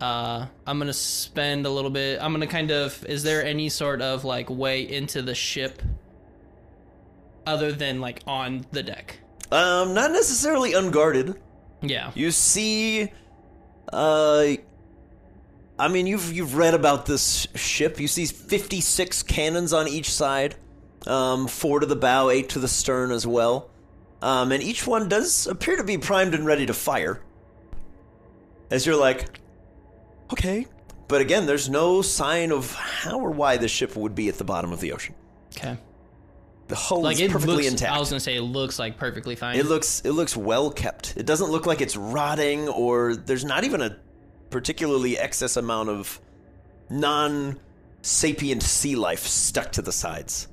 Speaker 2: Uh, I'm gonna spend a little bit. I'm gonna kind of. Is there any sort of like way into the ship, other than like on the deck?
Speaker 1: Um, not necessarily unguarded.
Speaker 2: Yeah.
Speaker 1: You see, uh, I mean, you've you've read about this ship. You see, fifty-six cannons on each side, um, four to the bow, eight to the stern as well, um, and each one does appear to be primed and ready to fire. As you're like, okay, but again, there's no sign of how or why the ship would be at the bottom of the ocean.
Speaker 2: Okay.
Speaker 1: The hull
Speaker 2: Like
Speaker 1: is
Speaker 2: it
Speaker 1: perfectly
Speaker 2: looks.
Speaker 1: intact.
Speaker 2: I was gonna say it looks like perfectly fine.
Speaker 1: It looks it looks well kept. It doesn't look like it's rotting or there's not even a particularly excess amount of non sapient sea life stuck to the sides.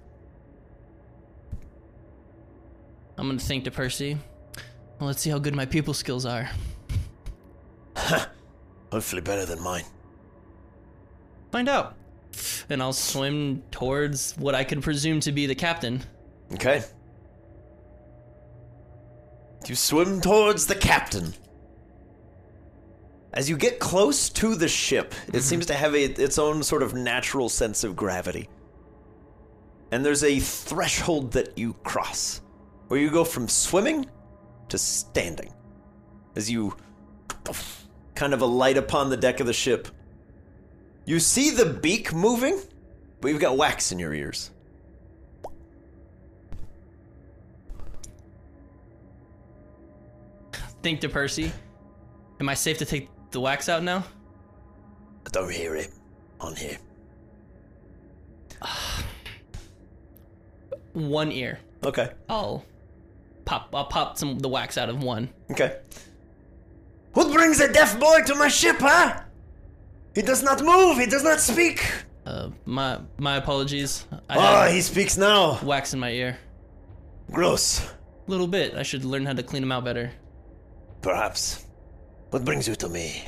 Speaker 2: I'm gonna think to Percy. Well, let's see how good my people skills are.
Speaker 1: Hopefully better than mine.
Speaker 2: Find out. And I'll swim towards what I can presume to be the captain.
Speaker 1: Okay. You swim towards the captain. As you get close to the ship, it seems to have a, its own sort of natural sense of gravity. And there's a threshold that you cross, where you go from swimming to standing. As you kind of alight upon the deck of the ship, you see the beak moving, but you've got wax in your ears.
Speaker 2: Think to Percy. Am I safe to take the wax out now?
Speaker 1: I don't hear it on here.
Speaker 2: One ear.
Speaker 1: Okay.
Speaker 2: I'll Oh. pop. I'll pop some the wax out of one.
Speaker 1: Okay. What brings a deaf boy to my ship, huh? He does not move. He does not speak.
Speaker 2: Uh, my my apologies. I
Speaker 1: Ah,
Speaker 2: have
Speaker 1: he speaks now.
Speaker 2: wax in my ear.
Speaker 1: Gross.
Speaker 2: Little bit. I should learn how to clean them out better.
Speaker 1: Perhaps. What brings you to me?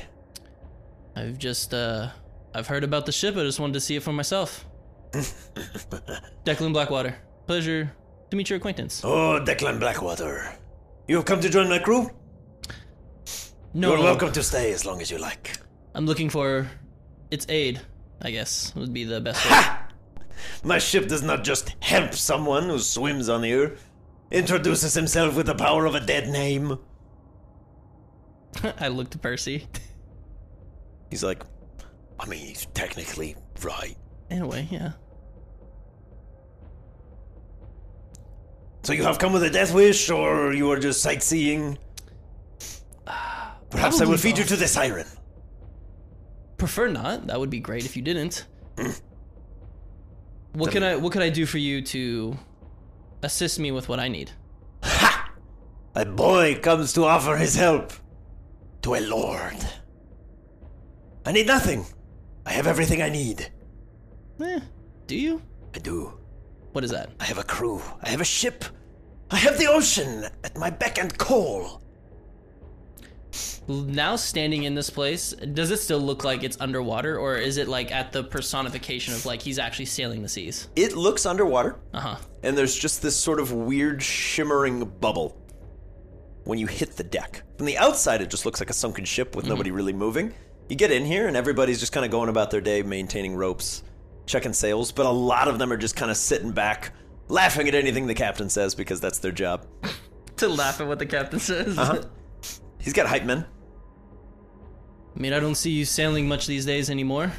Speaker 2: I've just uh, I've heard about the ship. I just wanted to see it for myself. Declan Blackwater. Pleasure to meet your acquaintance.
Speaker 1: Oh, Declan Blackwater. You have come to join my crew?
Speaker 2: no,
Speaker 1: You're welcome to stay as long as you like.
Speaker 2: I'm looking for its aid. I guess would be the best word.
Speaker 1: My ship does not just help someone who swims on here, introduces himself with the power of a dead name.
Speaker 2: I looked to Percy.
Speaker 1: He's like, I mean, he's technically right.
Speaker 2: anyway, yeah.
Speaker 1: So you have come with a death wish, or you are just sightseeing? Perhaps I will
Speaker 2: Probably
Speaker 1: feed you
Speaker 2: both.
Speaker 1: to the siren.
Speaker 2: Prefer not. That would be great if you didn't. what can I what could I do for you to assist me with what I need?
Speaker 1: A boy comes to offer his help to a lord. I need nothing. I have everything I need.
Speaker 2: Eh, do you?
Speaker 1: I do.
Speaker 2: What is that?
Speaker 1: I have a crew. I have a ship. I have the ocean at my beck and call.
Speaker 2: Now standing in this place, does it still look like it's underwater or is it like at the personification of like he's actually sailing the seas?
Speaker 1: It looks underwater,
Speaker 2: Uh-huh.
Speaker 1: and there's just this sort of weird shimmering bubble when you hit the deck. From the outside, it just looks like a sunken ship with nobody really moving. You get in here, and everybody's just kind of going about their day, maintaining ropes, checking sails, but a lot of them are just kind of sitting back, laughing at anything the captain says because that's their job.
Speaker 2: To laugh at what the captain says.
Speaker 1: He's got hype men.
Speaker 2: I mean, I don't see you sailing much these days anymore.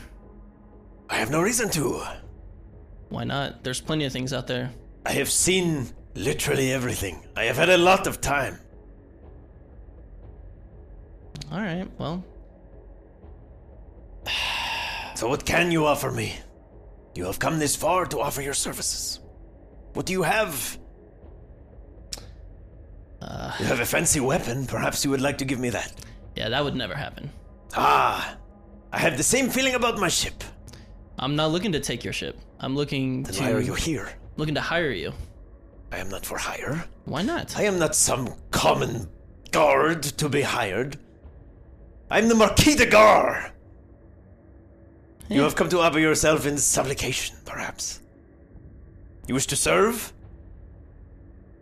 Speaker 1: I have no reason to.
Speaker 2: Why not? There's plenty of things out there.
Speaker 1: I have seen literally everything. I have had a lot of time.
Speaker 2: All right. Well,
Speaker 1: So, what can you offer me? You have come this far to offer your services. What do you have? you have a fancy weapon. Perhaps you would like to give me that.
Speaker 2: yeah, that would never happen.
Speaker 1: Ah, I have the same feeling about my ship.
Speaker 2: I'm not looking to take your ship. I'm looking
Speaker 1: Then
Speaker 2: to
Speaker 1: why are you here?
Speaker 2: looking to hire you.
Speaker 1: I am not for hire.
Speaker 2: Why not?
Speaker 1: I am not some common guard to be hired. I'm the Marquis de Gar. You
Speaker 2: Yeah.
Speaker 1: have come to offer yourself in supplication, perhaps. You wish to serve?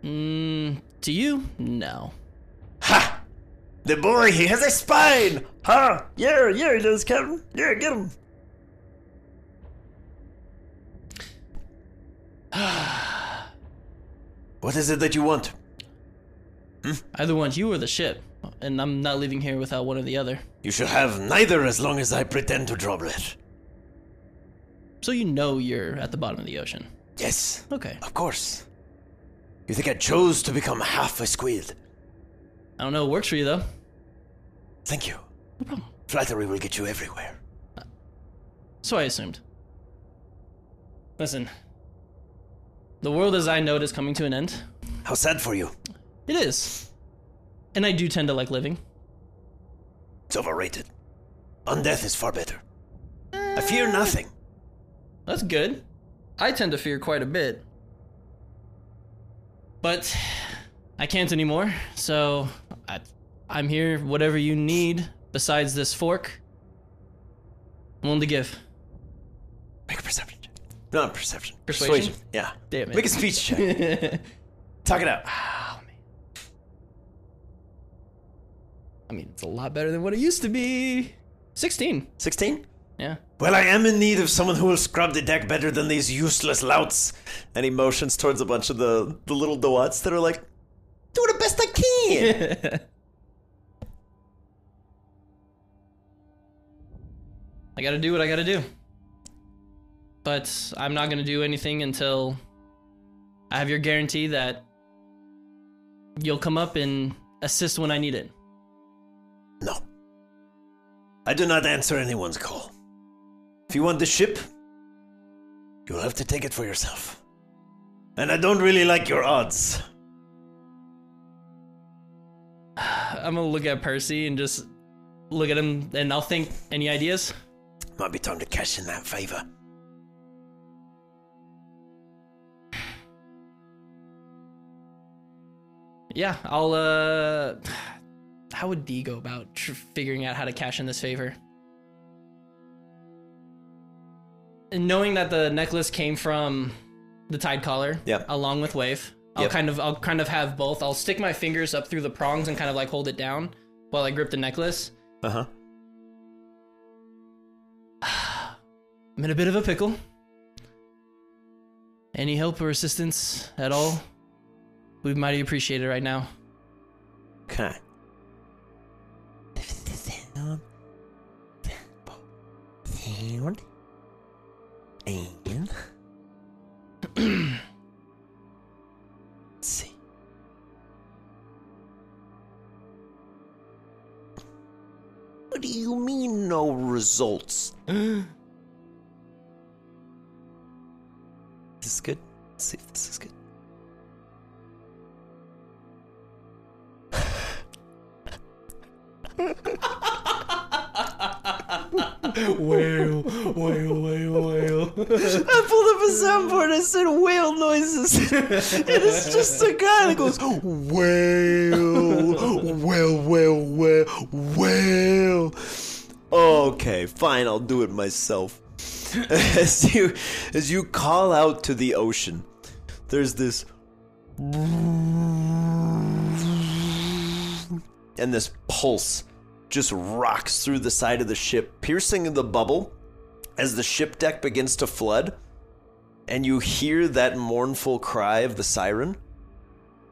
Speaker 2: Mm, to you? No.
Speaker 1: Ha! The boy, he has a spine! Ha! Yeah, yeah, he does, Captain. Yeah, get him. what is it that you want?
Speaker 2: Either want you or the ship, and I'm not leaving here without one or the other.
Speaker 1: You shall have neither as long as I pretend to draw breath.
Speaker 2: So you know you're at the bottom of the ocean.
Speaker 1: Yes,
Speaker 2: Okay.
Speaker 1: of course. You think I chose to become half a squid?
Speaker 2: I don't know. It works for you though.
Speaker 1: Thank you. Flattery will get you everywhere.
Speaker 2: So I assumed. Listen. The world as I know it is coming to an end.
Speaker 1: How sad for you.
Speaker 2: It is. And I do tend to like living.
Speaker 1: It's overrated. Undeath is far better. I fear nothing.
Speaker 2: That's good. I tend to fear quite a bit. But I can't anymore. So I, I'm here. Whatever you need, besides this fork, I'm willing to give.
Speaker 1: Make a perception check. Not perception.
Speaker 2: Persuasion?
Speaker 1: Yeah.
Speaker 2: Damn it.
Speaker 1: Make a speech check. Talk it out.
Speaker 2: I mean, it's a lot better than what it used to be. 16.
Speaker 1: 16?
Speaker 2: Yeah.
Speaker 1: Well, I am in need of someone who will scrub the deck better than these useless louts. And he motions towards a bunch of the, the little doats that are like, do the best I can.
Speaker 2: I gotta do what I gotta do. But I'm not gonna do anything until I have your guarantee that you'll come up and assist when I need it.
Speaker 1: no. I do not answer anyone's call. If you want the ship, you'll have to take it for yourself. And I don't really like your odds.
Speaker 2: I'm gonna look at Percy and just look at him and I'll think any ideas?
Speaker 1: Might be time to cash in that favor.
Speaker 2: Yeah, I'll, uh. How would D go about tr- figuring out how to cash in this favor? And knowing that the necklace came from the tide collar,
Speaker 1: Yep.
Speaker 2: along with wave, I'll
Speaker 1: Yep.
Speaker 2: kind of, I'll kind of have both. I'll stick my fingers up through the prongs and kind of like hold it down while I grip the necklace.
Speaker 1: Uh huh.
Speaker 2: I'm in a bit of a pickle. Any help or assistance at all? We'd mighty appreciate it right now.
Speaker 1: Okay. see.
Speaker 3: What do you mean, no results?
Speaker 1: This is good. Let's see if this is good.
Speaker 2: Whale, whale, whale, whale.
Speaker 3: I pulled up a soundboard and said whale noises. and it's just a guy that goes, whale, whale, whale, whale, whale.
Speaker 1: Okay, fine, I'll do it myself. as you as you call out to the ocean, there's this and this pulse just rocks through the side of the ship, piercing the bubble as the ship deck begins to flood, and you hear that mournful cry of the siren.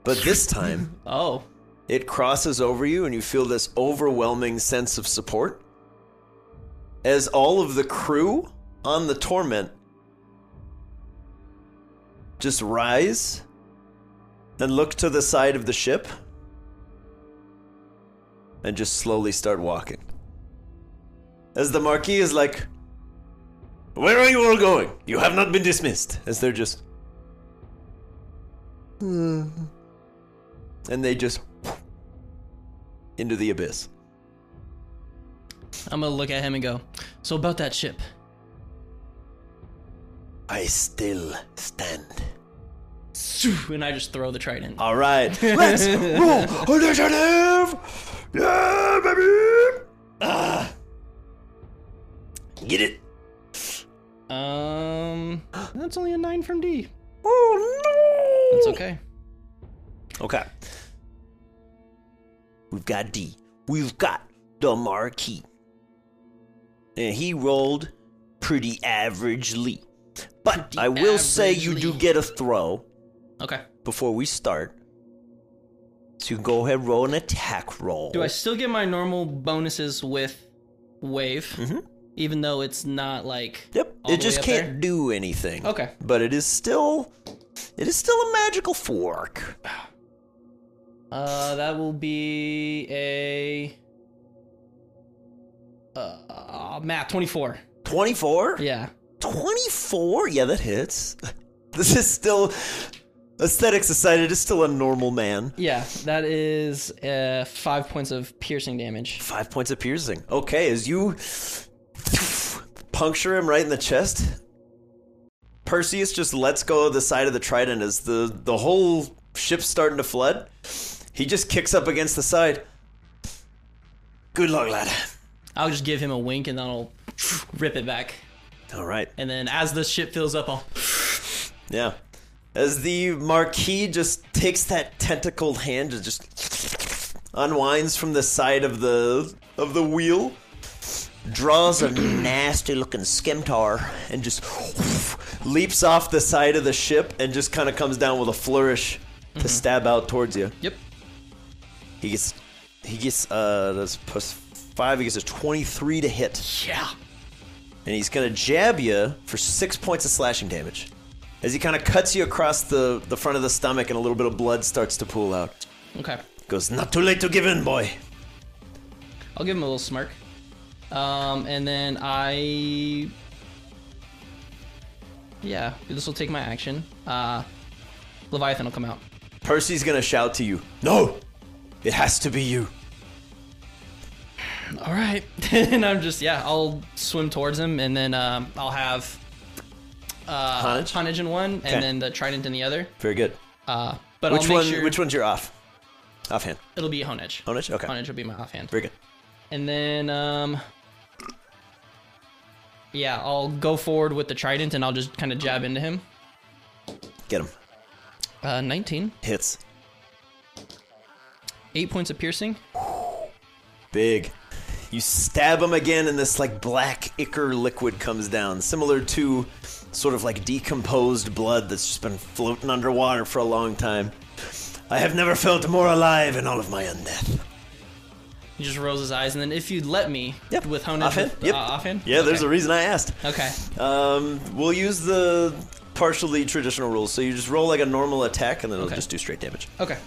Speaker 1: But this time,
Speaker 2: Oh.
Speaker 1: it crosses over you and you feel this overwhelming sense of support as all of the crew on the torment just rise and look to the side of the ship and just slowly start walking as the marquis is like where are you all going you have not been dismissed as they're just and they just into the abyss
Speaker 2: I'm gonna look at him and go, So about that ship.
Speaker 1: I still stand.
Speaker 2: And I just throw the trident.
Speaker 1: All right, let's roll initiative. Yeah, baby. Ah. Get it.
Speaker 2: Um that's only a nine from D.
Speaker 1: Oh
Speaker 2: That's okay.
Speaker 1: Okay. We've got D. We've got the marquee. And he rolled pretty averagely. But I will say you do
Speaker 2: averagely.
Speaker 1: get a throw.
Speaker 2: Okay.
Speaker 1: before we start. So you can go ahead roll an attack roll.
Speaker 2: Do I still get my normal bonuses with wave? Even though it's not like
Speaker 1: Mm-hmm. Yep.
Speaker 2: all
Speaker 1: It
Speaker 2: the
Speaker 1: just
Speaker 2: way up
Speaker 1: can't do anything.
Speaker 2: Okay.
Speaker 1: But it is still it is still a magical fork.
Speaker 2: there? Uh that will be a uh map 24.
Speaker 1: 24?
Speaker 2: Yeah.
Speaker 1: 24? Yeah, that hits. This is still aesthetics aside, it is still a normal man.
Speaker 2: Yeah, that is uh 5 points of piercing damage.
Speaker 1: Five points of piercing. Okay, as you puncture him right in the chest, Perseus just lets go of the side of the trident as the, the whole ship's starting to flood. He just kicks up against the side. Good luck, lad.
Speaker 2: I'll just give him a wink and then I'll rip it back.
Speaker 1: All right.
Speaker 2: And then as the ship fills up, I'll
Speaker 1: Yeah. As the Marquis just takes that tentacled hand and just unwinds from the side of the of the wheel, draws a nasty looking scimitar, and just leaps off the side of the ship and just kinda comes down with a flourish to stab out towards you.
Speaker 2: yep.
Speaker 1: He gets he gets uh that's plus five, he gets a twenty-three to hit.
Speaker 2: Yeah.
Speaker 1: And he's gonna jab you for six points of slashing damage. As he kinda cuts you across the, the front of the stomach and a little bit of blood starts to pool out.
Speaker 2: Okay.
Speaker 1: Goes, not too late to give in, boy.
Speaker 2: I'll give him a little smirk. Um, and then I. Yeah, this will take my action. Uh, Leviathan will come out.
Speaker 1: Percy's gonna shout to you, No! It has to be you.
Speaker 2: All right. and I'm just, yeah, I'll swim towards him and then um, I'll have uh,
Speaker 1: Tonnage?
Speaker 2: Tonnage in one
Speaker 1: Okay.
Speaker 2: and then the Trident in the other.
Speaker 1: Very good.
Speaker 2: Uh, but I'll
Speaker 1: Which
Speaker 2: make
Speaker 1: one
Speaker 2: sure
Speaker 1: which one's your off? Offhand.
Speaker 2: it'll be Honedge.
Speaker 1: Honedge? Okay.
Speaker 2: Honedge will be my offhand.
Speaker 1: Very good.
Speaker 2: And then, um, yeah, I'll go forward with the trident and I'll just kind of jab into him.
Speaker 1: Get him.
Speaker 2: Uh, 19.
Speaker 1: Hits.
Speaker 2: Eight points of piercing.
Speaker 1: Big. You stab him again, and this like black ichor liquid comes down, similar to sort of like decomposed blood that's just been floating underwater for a long time. I have never felt more alive in all of my undeath.
Speaker 2: He just rolls his eyes. And then if you'd let me
Speaker 1: Yep.
Speaker 2: with Honedge
Speaker 1: Offhand?
Speaker 2: with-
Speaker 1: Yep.
Speaker 2: uh, offhand.
Speaker 1: Yeah, there's a
Speaker 2: Okay.
Speaker 1: reason I asked.
Speaker 2: Okay.
Speaker 1: Um, we'll use the partially traditional rules. So you just roll like a normal attack, and then it'll
Speaker 2: Okay.
Speaker 1: just do straight damage.
Speaker 2: Okay.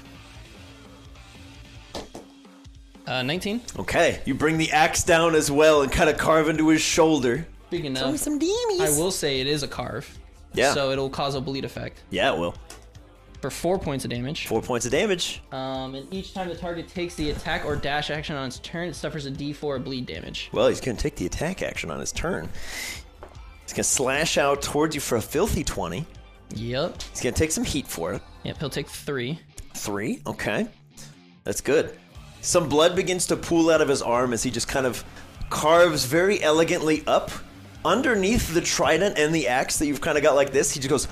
Speaker 2: Uh, 19.
Speaker 1: Okay. You bring the axe down as well and kind of carve into his shoulder.
Speaker 2: Big enough. I will say it is a carve.
Speaker 1: Yeah.
Speaker 2: So it'll cause a bleed effect
Speaker 1: Yeah, it will.
Speaker 2: for four points of damage.
Speaker 1: Four points of damage.
Speaker 2: Um, and each time the target takes the attack or dash action on its turn, it suffers a d4 bleed damage.
Speaker 1: Well, he's going to take the attack action on his turn. He's going to slash out towards you for a filthy 20.
Speaker 2: Yep.
Speaker 1: He's going to take some heat for it.
Speaker 2: Yep, he'll take three.
Speaker 1: Three. Okay. That's good. Some blood begins to pool out of his arm as he just kind of carves very elegantly up underneath the trident and the axe that you've kind of got like this. He just goes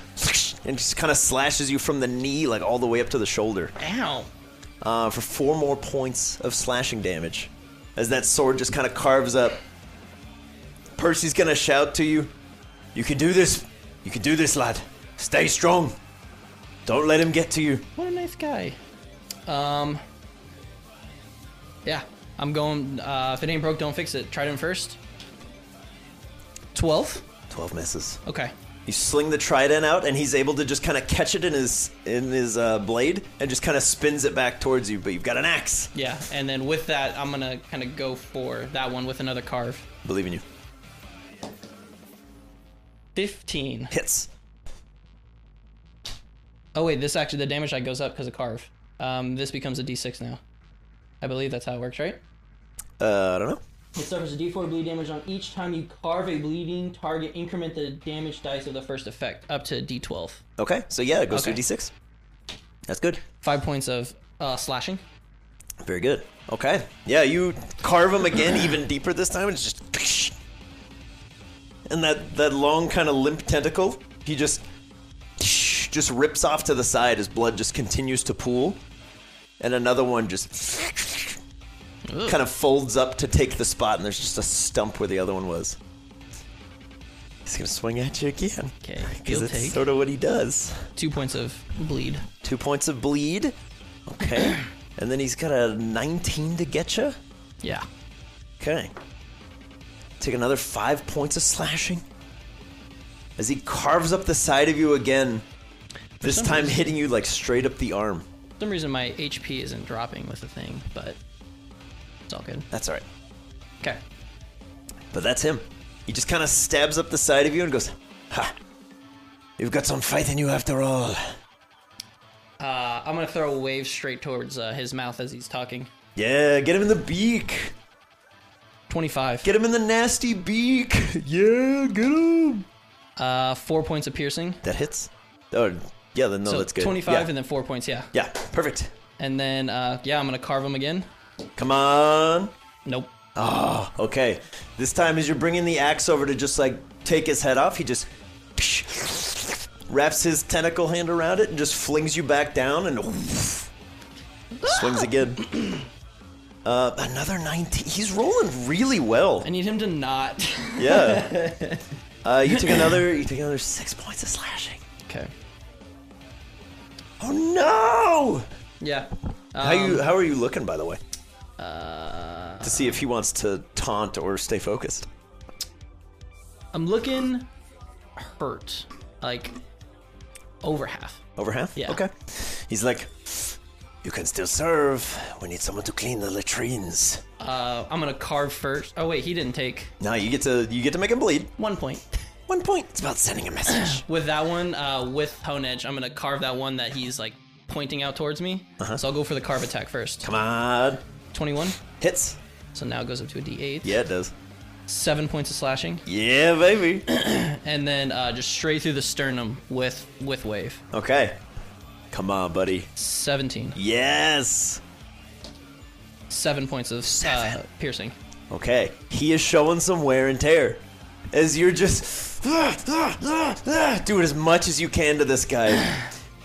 Speaker 1: and just kind of slashes you from the knee, like all the way up to the shoulder,
Speaker 2: Ow.
Speaker 1: uh, for four more points of slashing damage. As that sword just kind of carves up. Percy's gonna shout to you, "You can do this! You can do this, lad! Stay strong! Don't let him get to you!"
Speaker 2: What a nice guy. Um. Yeah, I'm going. Uh, if it ain't broke, don't fix it. Try him first. 12?
Speaker 1: Twelve misses.
Speaker 2: Okay.
Speaker 1: You sling the trident out, and he's able to just kind of catch it in his in his uh, blade, and just kind of spins it back towards you. But you've got an axe.
Speaker 2: Yeah, and then with that, I'm gonna kind of go for that one with another carve.
Speaker 1: Believe in you.
Speaker 2: 15.
Speaker 1: Hits.
Speaker 2: Oh, wait, this actually, the damage I goes up because of carve. Um, this becomes a d6 now. I believe that's how it works, right?
Speaker 1: Uh, I don't know.
Speaker 2: It suffers a d4 bleed damage on each time you carve a bleeding target. Increment the damage dice of the first effect up to a d12.
Speaker 1: Okay, so yeah, it goes
Speaker 2: Okay.
Speaker 1: to a d6. That's good.
Speaker 2: Five points of uh, slashing.
Speaker 1: Very good. Okay. Yeah, you carve him again, even deeper this time, and it's just. And that that long kind of limp tentacle, he just just rips off to the side. His blood just continues to pool, and another one just kind of folds up to take the spot, and there's just a stump where the other one was. He's gonna swing at you again.
Speaker 2: Okay,
Speaker 1: because
Speaker 2: he'll
Speaker 1: it's
Speaker 2: take
Speaker 1: sort of what he does.
Speaker 2: two points of bleed.
Speaker 1: Two points of bleed. Okay. and then he's got a 19 to get you.
Speaker 2: Yeah.
Speaker 1: Okay. Take another five points of slashing. As he carves up the side of you again, this
Speaker 2: some
Speaker 1: time
Speaker 2: reason-
Speaker 1: hitting you like straight up the arm.
Speaker 2: For some reason my HP isn't dropping with the thing, but it's all good.
Speaker 1: That's alright.
Speaker 2: Okay.
Speaker 1: But that's him. He just kind of stabs up the side of you and goes, Ha! You've got some fight in you after all.
Speaker 2: Uh, I'm gonna throw a wave straight towards uh, his mouth as he's talking.
Speaker 1: Yeah, get him in the beak.
Speaker 2: 25.
Speaker 1: Get him in the nasty beak. Yeah, get him.
Speaker 2: Uh, four points of piercing.
Speaker 1: That hits. Oh, Yeah, then no,
Speaker 2: so
Speaker 1: that's good.
Speaker 2: 25
Speaker 1: yeah.
Speaker 2: and then four points, yeah.
Speaker 1: yeah, perfect.
Speaker 2: And then, uh, yeah, I'm going to carve them again.
Speaker 1: Come on.
Speaker 2: Nope.
Speaker 1: Oh, okay. This time, as you're bringing the axe over to just like take his head off, he just wraps his tentacle hand around it and just flings you back down and swings again. Uh, another 19. He's rolling really well.
Speaker 2: I need him to not.
Speaker 1: Yeah. Uh, you took another. You took another six points of slashing.
Speaker 2: okay.
Speaker 1: Oh no!
Speaker 2: Yeah.
Speaker 1: How you? How are you looking, by the way? Uh, to see if he wants to taunt or stay focused.
Speaker 2: I'm looking hurt. Like, over half.
Speaker 1: Over half?
Speaker 2: Yeah.
Speaker 1: Okay. He's like, You can still serve. We need someone to clean the latrines.
Speaker 2: Uh, I'm going to carve first. Oh, wait, he didn't take
Speaker 1: Now you get to you get to make him bleed.
Speaker 2: one point.
Speaker 1: One point. It's about sending a message.
Speaker 2: With that one, uh, with Hone Edge, I'm going to carve that one that he's, like, pointing out towards me.
Speaker 1: Uh-huh.
Speaker 2: So I'll go for the carve attack first.
Speaker 1: Come on.
Speaker 2: 21.
Speaker 1: Hits.
Speaker 2: So now it goes up to a d8.
Speaker 1: Yeah, it does.
Speaker 2: Seven points of slashing.
Speaker 1: Yeah, baby.
Speaker 2: And then uh, just straight through the sternum with, with wave.
Speaker 1: okay. Come on, buddy.
Speaker 2: 17.
Speaker 1: Yes.
Speaker 2: Seven points of Uh,
Speaker 1: Seven.
Speaker 2: piercing.
Speaker 1: Okay. He is showing some wear and tear. As you're just "Ah, ah, ah, ah," doing as much as you can to this guy.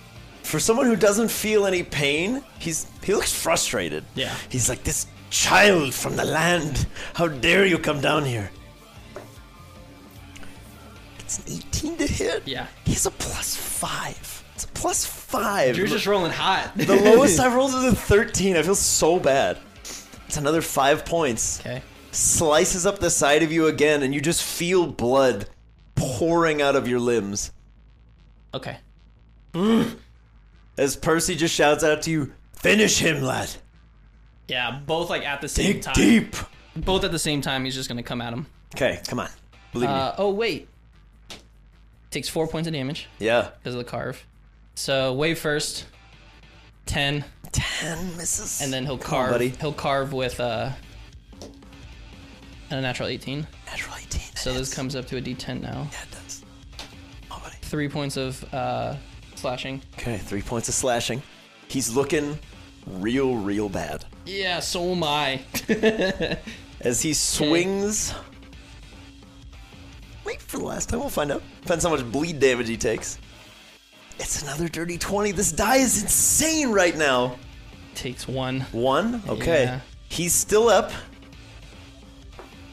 Speaker 1: For someone who doesn't feel any pain, he's he looks frustrated.
Speaker 2: Yeah.
Speaker 1: He's like this child from the land. How dare you come down here? It's an 18 to hit.
Speaker 2: Yeah.
Speaker 1: He's a plus five. It's a plus five.
Speaker 2: Drew's just rolling hot.
Speaker 1: the lowest I've rolled is a 13. I feel so bad. It's another five points
Speaker 2: okay.
Speaker 1: slices up the side of you again, and you just feel blood pouring out of your limbs.
Speaker 2: Okay.
Speaker 1: As Percy just shouts out to you, Finish him, lad!
Speaker 2: Yeah, both like at the same
Speaker 1: Dig
Speaker 2: time.
Speaker 1: deep!
Speaker 2: Both at the same time, he's just gonna come at him.
Speaker 1: Okay, come on. Believe
Speaker 2: Uh, oh wait, takes four points of damage
Speaker 1: me. Yeah.
Speaker 2: because of the carve. So wave first, ten,
Speaker 1: Ten misses.
Speaker 2: and then he'll
Speaker 1: Come on,
Speaker 2: carve.
Speaker 1: buddy.
Speaker 2: He'll carve with uh, a natural eighteen.
Speaker 1: Natural 18.
Speaker 2: So this comes up to a D10 now.
Speaker 1: Yeah, it does. Come on, buddy.
Speaker 2: Three points of uh, slashing.
Speaker 1: Okay, three points of slashing. He's looking real, real bad.
Speaker 2: Yeah, so am I.
Speaker 1: As he swings. Wait for the last time, we'll find out. Depends how much bleed damage he takes. It's another dirty 20. This die is insane right now.
Speaker 2: Takes one.
Speaker 1: One? Okay.
Speaker 2: Yeah.
Speaker 1: He's still up.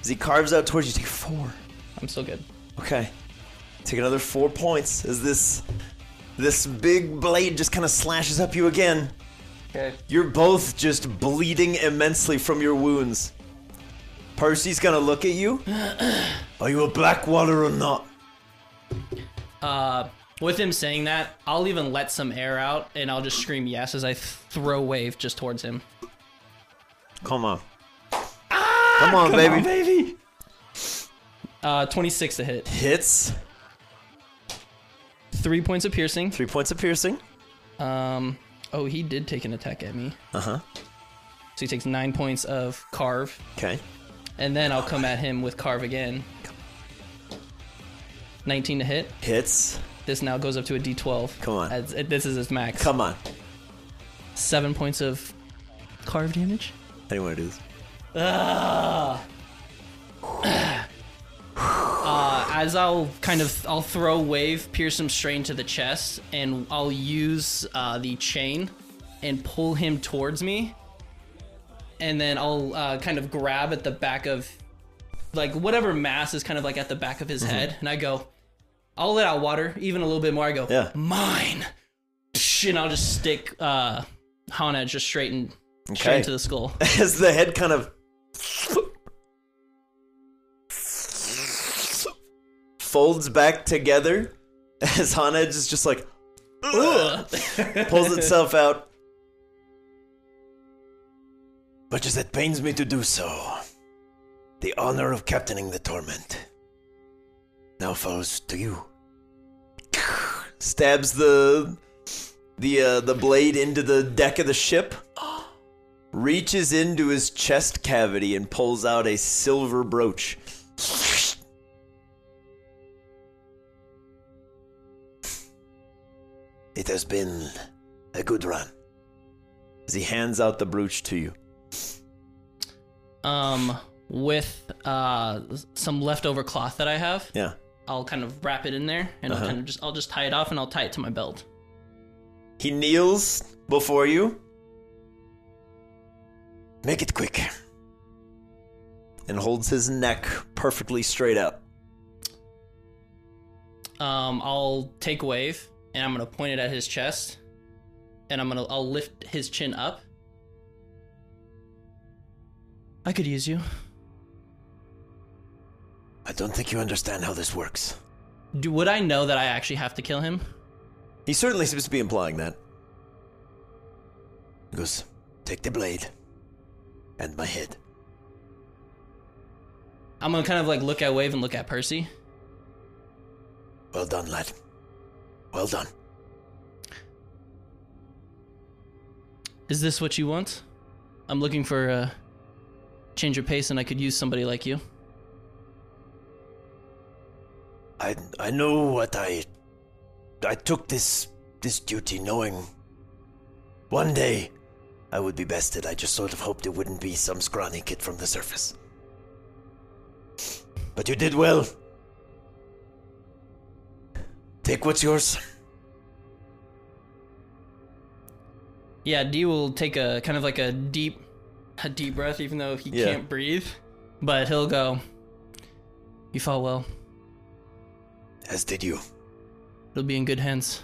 Speaker 1: As he carves out towards you, take four.
Speaker 2: I'm still good.
Speaker 1: Okay. Take another four points as this this big blade just kind of slashes up you again.
Speaker 2: Okay.
Speaker 1: You're both just bleeding immensely from your wounds. Percy's gonna look at you. Are you a Blackwater or not?
Speaker 2: With him saying that, I'll even let some air out and I'll just scream yes as I th- throw wave just towards him.
Speaker 1: Come on. come on, baby.
Speaker 2: baby. Uh, 26 to hit.
Speaker 1: Hits.
Speaker 2: Three points of piercing.
Speaker 1: Three points of piercing.
Speaker 2: Um, oh, he did take an attack at me. Uh huh.
Speaker 1: Uh-huh.
Speaker 2: So he takes nine points of carve,
Speaker 1: Okay.
Speaker 2: and then I'll come at him with carve again. 19 to hit.
Speaker 1: Hits.
Speaker 2: This now goes up to a d12.
Speaker 1: Come on.
Speaker 2: As- it- this is his max.
Speaker 1: Come on.
Speaker 2: Seven points of carve damage.
Speaker 1: I didn't want to do this.
Speaker 2: Uh, as I'll kind of I'll throw wave, pierce him straight into the chest, and I'll use uh, the chain and pull him towards me, and then I'll uh, kind of grab at the back of like whatever mass is kind of like at the back of
Speaker 1: Mm-hmm.
Speaker 2: his head, and I go, I'll let out water even a little bit more. I go,
Speaker 1: Yeah.
Speaker 2: mine, Psh, and I'll just stick uh, Hana just straight and straight
Speaker 1: Okay.
Speaker 2: into the skull.
Speaker 1: as the head kind of folds back together as Hana is just like "Ugh," pulls itself out. Much as it pains me to do so, the honor of captaining the torment now falls to you. Stabs the the uh, the blade into the deck of the ship reaches into his chest cavity and pulls out a silver brooch.
Speaker 3: It has been a good run.
Speaker 1: As he hands out the brooch to you.
Speaker 2: Um, with uh some leftover cloth that I have,
Speaker 1: Yeah.
Speaker 2: I'll kind of wrap it in there, and I'll kind of just I'll just tie it off, and I'll tie it to my belt.
Speaker 1: He kneels before you
Speaker 3: Make it quick.
Speaker 1: and holds his neck perfectly straight up.
Speaker 2: Um, I'll take wave, and I'm gonna point it at his chest, and I'm gonna I'll lift his chin up. I could use you.
Speaker 3: I don't think you understand how this works.
Speaker 2: Do would I know that I actually have to kill him?
Speaker 1: He certainly seems to be implying that.
Speaker 3: He goes, take the blade and my head.
Speaker 2: I'm gonna kind of like look at Wave and look at Percy.
Speaker 3: Well done, lad. Well done.
Speaker 2: Is this what you want? I'm looking for a change of pace, and I could use somebody like you.
Speaker 3: I I know what I I took this this duty knowing one day I would be bested. I just sort of hoped it wouldn't be some scrawny kid from the surface. But you did well. Take what's yours.
Speaker 2: Yeah, D will take a kind of like a deep, a deep breath, even though he
Speaker 1: Yeah.
Speaker 2: can't breathe. But he'll go. You fought well.
Speaker 3: As did you.
Speaker 2: It'll be in good hands.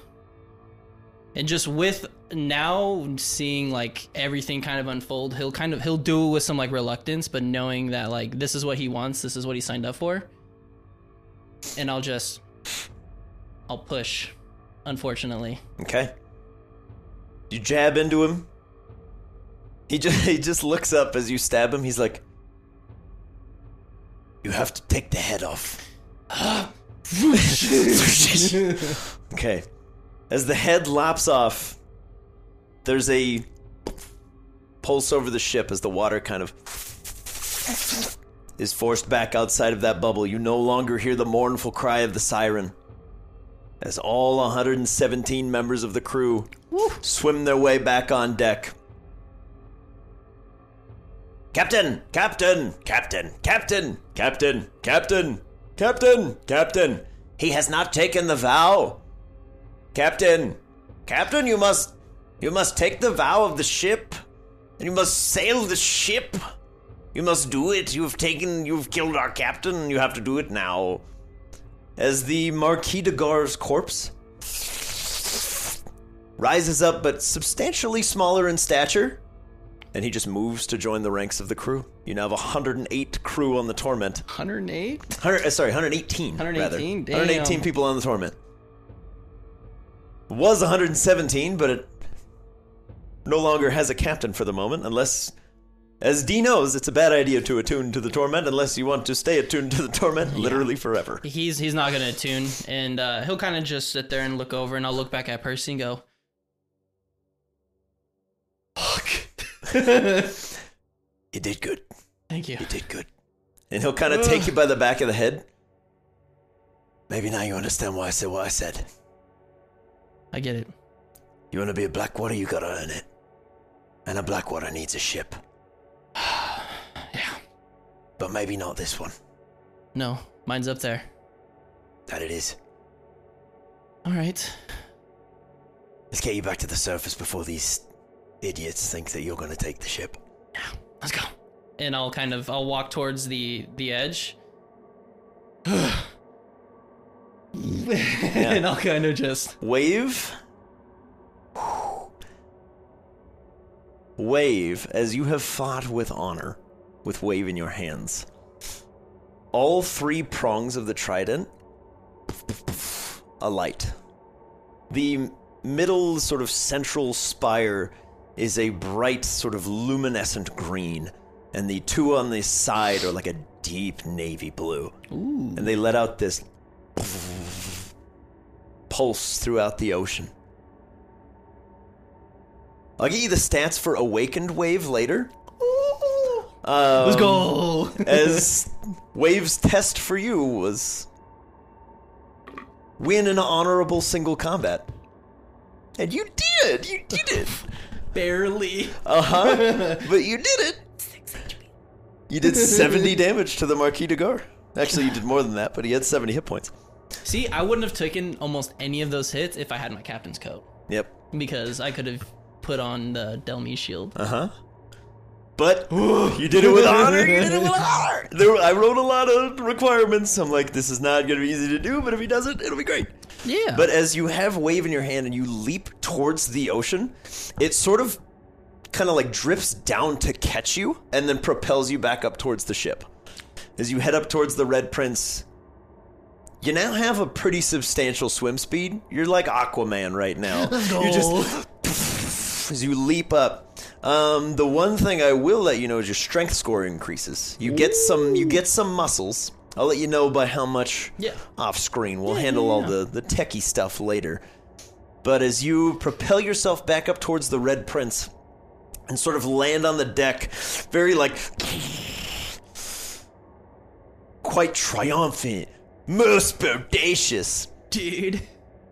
Speaker 2: And just with now seeing like everything kind of unfold, he'll kind of he'll do it with some like reluctance, but knowing that like this is what he wants, this is what he signed up for. And I'll just I'll push, unfortunately.
Speaker 1: Okay. You jab into him. He just he just looks up as you stab him. He's like,
Speaker 3: You have to take the head off.
Speaker 1: okay. As the head lops off, there's a pulse over the ship as the water kind of is forced back outside of that bubble. You no longer hear the mournful cry of the siren as all 117 members of the crew swim their way back on deck. Captain! Captain! Captain! Captain! Captain! Captain! Captain! Captain! He has not taken the vow! Captain! Captain, you must. You must take the vow of the ship! And you must sail the ship! You must do it! You've taken. You've killed our captain, and you have to do it now! As the Marquis de Gar's corpse rises up, but substantially smaller in stature, and he just moves to join the ranks of the crew. You now have 108 crew on the Torment.
Speaker 2: 108?
Speaker 1: 100, uh, sorry, 118.
Speaker 2: 118,
Speaker 1: rather. 118
Speaker 2: damn.
Speaker 1: people on the Torment. Was 117, but it no longer has a captain for the moment, unless, as D knows, it's a bad idea to attune to the Torment unless you want to stay attuned to the Torment literally forever.
Speaker 2: He's he's not gonna attune, and uh, he'll kind of just sit there and look over, and I'll look back at Percy and go,
Speaker 3: You did good.
Speaker 2: "Thank you."
Speaker 3: You did good.
Speaker 1: And he'll kind of take you by the back of the head.
Speaker 3: Maybe now you understand why I said what I said.
Speaker 2: I get it.
Speaker 3: You want to be a Blackwater, you gotta earn it. And a Blackwater needs a ship.
Speaker 2: Yeah.
Speaker 3: But maybe not this one.
Speaker 2: No, mine's up there.
Speaker 3: That it is.
Speaker 2: All right.
Speaker 3: Let's get you back to the surface before these idiots think that you're gonna take the ship.
Speaker 2: let's go and i'll kind of i'll walk towards the the edge and i'll kind of just
Speaker 1: Wave. Wave as you have fought with honor, with wave in your hands. All three prongs of the trident alight. The middle, sort of central spire is a bright, sort of luminescent green, and the two on the side are like a deep navy blue. And they let out this pulse throughout the ocean. I'll get you the stats for Awakened Wave later. Um, Let's
Speaker 2: go
Speaker 1: as Wave's test for you was win an honorable single combat. And you did. You did it.
Speaker 2: Barely.
Speaker 1: Uh huh. but you did it. You did 70 damage to the Marquis de Gore. Actually, you did more than that, but he had 70 hit points.
Speaker 2: See, I wouldn't have taken almost any of those hits if I had my captain's coat
Speaker 1: Yep.
Speaker 2: because I could have put on the Delmi shield.
Speaker 1: Uh huh. But you did it with honor. You did it with honor. There, I wrote a lot of requirements. I'm like, this is not going to be easy to do, but if he does it, it'll be great.
Speaker 2: yeah.
Speaker 1: But as you have wave in your hand and you leap towards the ocean, it sort of kind of like drifts down to catch you and then propels you back up towards the ship. As you head up towards the Red Prince, you now have a pretty substantial swim speed. You're like Aquaman right now. You just as you leap up. Um, the one thing I will let you know is your strength score increases. You get some you get some muscles. I'll let you know by how much
Speaker 2: Yeah.
Speaker 1: off screen. We'll handle all the, the techie stuff later. But as you propel yourself back up towards the Red Prince and sort of land on the deck, very like quite triumphant, most bodacious,
Speaker 2: dude,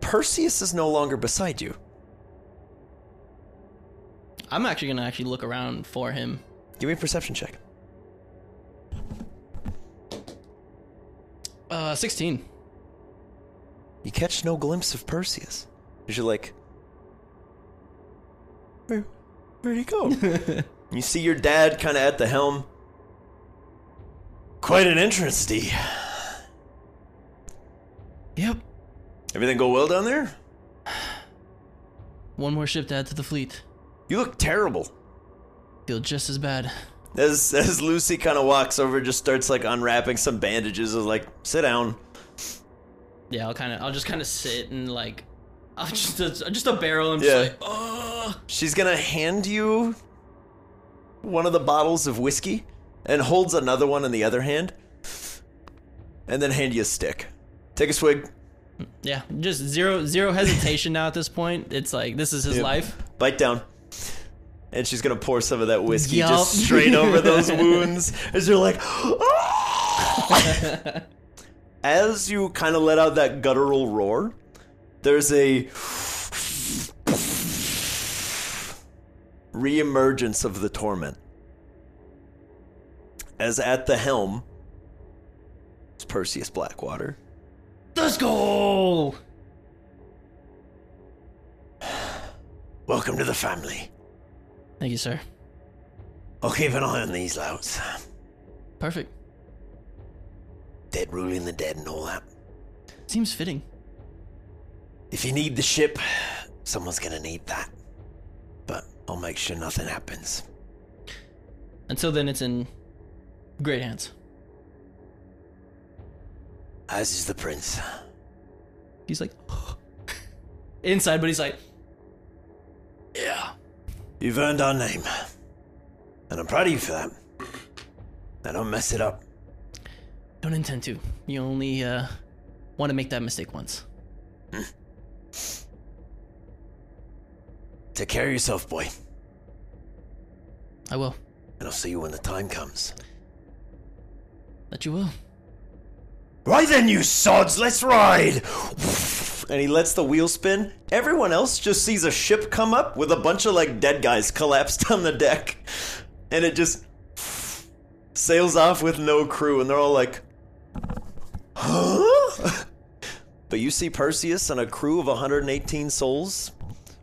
Speaker 1: Perseus is no longer beside you.
Speaker 2: I'm actually gonna actually look around for him.
Speaker 1: Give me a perception check.
Speaker 2: Uh, 16.
Speaker 1: You catch no glimpse of Perseus. 'Cause You're like, where, where'd he go? you see your dad kind of at the helm. Quite an entrance, D.
Speaker 2: Yep.
Speaker 1: Everything go well down there?
Speaker 2: One more ship to add to the fleet.
Speaker 1: You look terrible.
Speaker 2: Feel just as bad.
Speaker 1: As as Lucy kind of walks over, just starts like unwrapping some bandages. Is like, sit down.
Speaker 2: Yeah, I'll kind of, I'll just kind of sit and like, I'll just, just a barrel. I'm
Speaker 1: Yeah.
Speaker 2: just like, oh.
Speaker 1: She's gonna hand you one of the bottles of whiskey and holds another one in the other hand, and then hand you a stick. Take a swig.
Speaker 2: Yeah, just zero, zero hesitation now at this point. It's like this is his
Speaker 1: Yep.
Speaker 2: life.
Speaker 1: bite down. And she's gonna pour some of that whiskey
Speaker 2: Yup.
Speaker 1: just straight over those wounds. As you're like, as you kind of let out that guttural roar, there's a reemergence of the torment. As at the helm, it's Perseus Blackwater.
Speaker 2: Let's go.
Speaker 3: Welcome to the family.
Speaker 2: Thank you, sir.
Speaker 3: I'll keep an eye on these louts.
Speaker 2: Perfect.
Speaker 3: Dead ruling the dead and all that.
Speaker 2: Seems fitting.
Speaker 3: If you need the ship, someone's gonna need that. But I'll make sure nothing happens.
Speaker 2: Until then, it's in great hands.
Speaker 3: As is the prince.
Speaker 2: He's like inside, but he's like, yeah.
Speaker 3: You've earned our name. And I'm proud of you for that. Now don't mess it up.
Speaker 2: Don't intend to. You only uh, want to make that mistake once.
Speaker 3: Take care of yourself, boy.
Speaker 2: I will.
Speaker 3: And I'll see you when the time comes.
Speaker 2: That you will.
Speaker 3: Right then, you sods, let's ride!
Speaker 1: and he lets the wheel spin. Everyone else just sees a ship come up with a bunch of like dead guys collapsed on the deck, and it just sails off with no crew, and they're all like, "Huh?" but you see Perseus and a crew of 118 souls.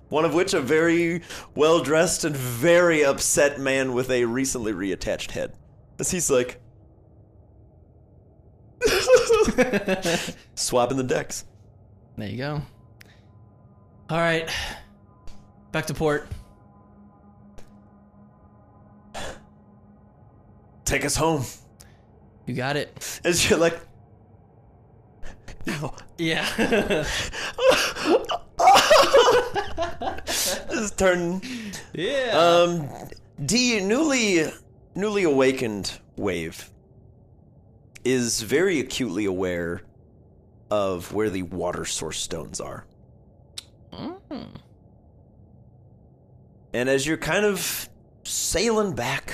Speaker 1: One of which a very well dressed and very upset man with a recently reattached head. As he's like swapping the decks.
Speaker 2: There you go. All right. Back to port.
Speaker 1: Take us home.
Speaker 2: You got it.
Speaker 1: As you're like, no.
Speaker 2: Yeah.
Speaker 1: Just turn.
Speaker 2: yeah.
Speaker 1: Um, D newly newly awakened wave is very acutely aware of where the water source stones are.
Speaker 2: Mm,
Speaker 1: And as you're kind of sailing back,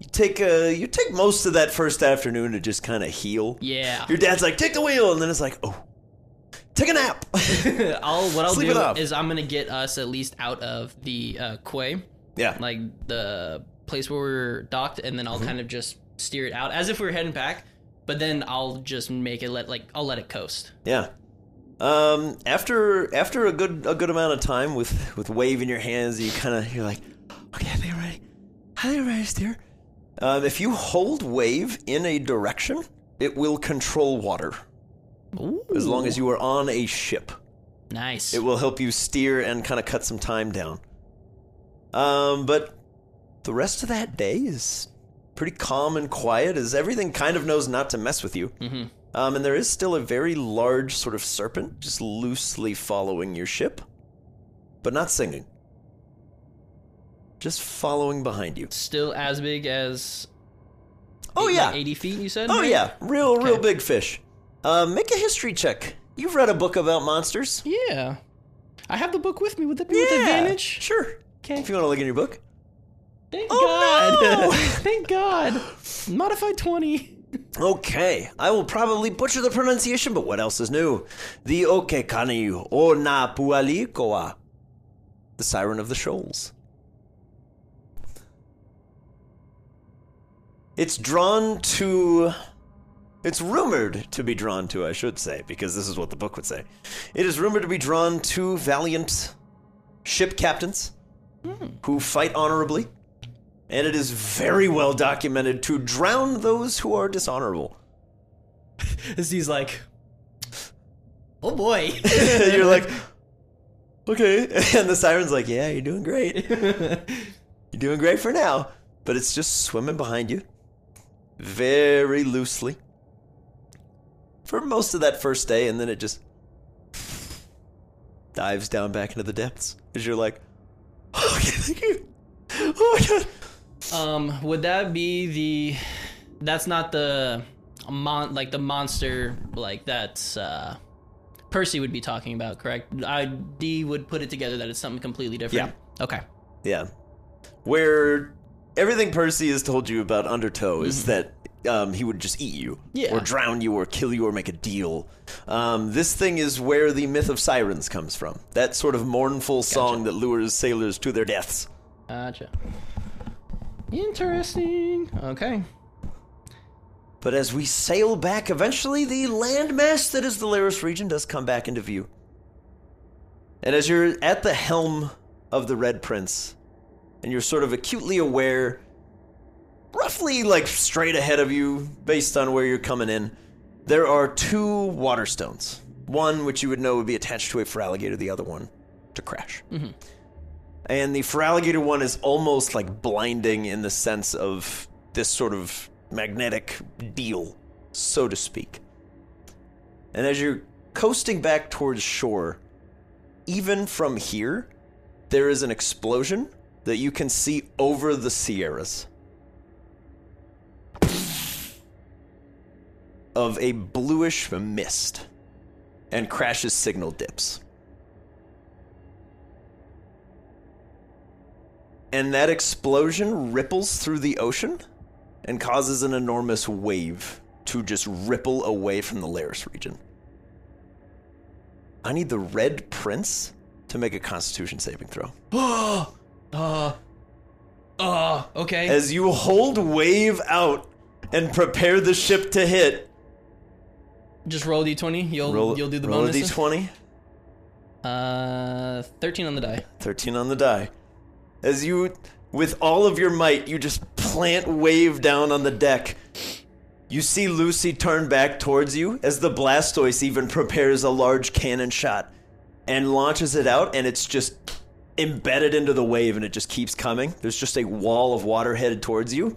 Speaker 1: you take a, you take most of that first afternoon to just kind of heal.
Speaker 2: yeah.
Speaker 1: Your dad's like, take the wheel, and then it's like, oh, Take a nap.
Speaker 2: I'll what I'll
Speaker 1: Sleep it
Speaker 2: do
Speaker 1: off.
Speaker 2: is I'm gonna get us at least out of the uh, quay,
Speaker 1: yeah.
Speaker 2: like the place where we were docked, and then I'll
Speaker 1: Mm-hmm.
Speaker 2: kind of just steer it out as if we were heading back. But then I'll just make it let like I'll let it coast.
Speaker 1: Yeah. Um, after after a good a good amount of time with with wave in your hands, you kind of you're like, okay, I think I'm ready. I think I'm ready to steer. Um, if you hold wave in a direction, it will control water. As long as you are on a ship,
Speaker 2: Nice.
Speaker 1: it will help you steer and kind of cut some time down. Um, but the rest of that day is pretty calm and quiet, as everything kind of knows not to mess with you.
Speaker 2: Mhm.
Speaker 1: Um, and there is still a very large sort of serpent just loosely following your ship, but not singing. Just following behind you.
Speaker 2: Still as big as
Speaker 1: Oh,
Speaker 2: eight-
Speaker 1: yeah.
Speaker 2: like eighty feet. You said.
Speaker 1: Oh,
Speaker 2: right?
Speaker 1: yeah. Real, real
Speaker 2: Okay.
Speaker 1: big fish. Uh, make a history check. You've read a book about monsters.
Speaker 2: Yeah. I have the book with me. Would that be with advantage?
Speaker 1: Sure.
Speaker 2: Okay.
Speaker 1: If you want to look in your book.
Speaker 2: Thank
Speaker 1: Oh,
Speaker 2: God.
Speaker 1: no!
Speaker 2: Thank God. Modified 20.
Speaker 1: Okay, I will probably butcher the pronunciation, but what else is new? The Okekani o na Pualikoa, the Siren of the Shoals. It's drawn to. It's rumored to be drawn to, I should say, because this is what the book would say. It is rumored to be drawn to valiant ship captains who fight honorably and it is very well documented to drown those who are dishonorable.
Speaker 2: He's like, oh boy.
Speaker 1: You're like, okay. And the siren's like, yeah, you're doing great. You're doing great for now. But it's just swimming behind you very loosely for most of that first day, and then it just dives down back into the depths. Because you're like, okay, thank you. Oh my god.
Speaker 2: um, would that be the. That's not the. Mon- like the monster, like that's. Uh, Percy would be talking about, correct? I D would put it together that it's something completely different. Yeah. Okay.
Speaker 1: Yeah. Where everything Percy has told you about Undertow is that um, he would just eat you,
Speaker 2: Yeah.
Speaker 1: or drown you, or kill you, or make a deal. Um, this thing is where the myth of sirens comes from. That sort of mournful song that lures sailors to their deaths.
Speaker 2: Gotcha. Interesting. Okay.
Speaker 1: But as we sail back, eventually the landmass that is the Laris region does come back into view. And as you're at the helm of the Red Prince, and you're sort of acutely aware, roughly like straight ahead of you, based on where you're coming in, there are two water stones. One which you would know would be attached to a feraligator, the other one to crash. And the Feraligator one is almost like blinding in the sense of this sort of magnetic deal, so to speak. And as you're coasting back towards shore, even from here, there is an explosion that you can see over the Sierras of a bluish mist. And Crash's signal dips. and that explosion ripples through the ocean and causes an enormous wave to just ripple away from the Laris region. I need the Red Prince to make a Constitution saving throw.
Speaker 2: Uh. Uh. Okay.
Speaker 1: As you hold wave out and prepare the ship to hit,
Speaker 2: Just roll d d20. You'll
Speaker 1: roll,
Speaker 2: you'll do the
Speaker 1: roll a
Speaker 2: bonuses.
Speaker 1: d20,
Speaker 2: Uh, thirteen on the die.
Speaker 1: 13 on the die. As you, with all of your might, you just plant wave down on the deck. You see Lucy turn back towards you as the Blastoise even prepares a large cannon shot and launches it out, and it's just embedded into the wave and it just keeps coming. There's just a wall of water headed towards you.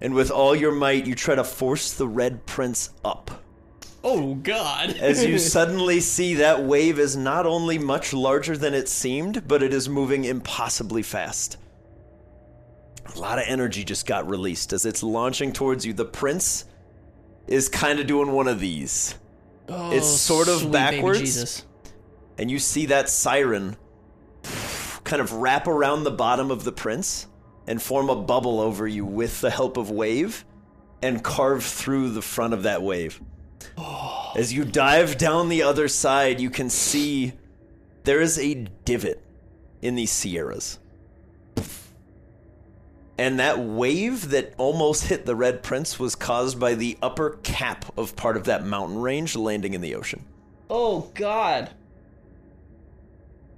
Speaker 1: And with all your might, you try to force the Red Prince up
Speaker 2: Oh God!
Speaker 1: as you suddenly see that wave is not only much larger than it seemed, but it is moving impossibly fast. A lot of energy just got released as it's launching towards you. The prince is kind of doing one of these. it's sort of
Speaker 2: Oh, Sweet baby
Speaker 1: backwards,
Speaker 2: Jesus.
Speaker 1: and you see that siren kind of wrap around the bottom of the prince and form a bubble over you with the help of wave and carve through the front of that wave. As you dive down the other side, you can see there is a divot in these Sierras. And that wave that almost hit the Red Prince was caused by the upper cap of part of that mountain range landing in the ocean.
Speaker 2: Oh God.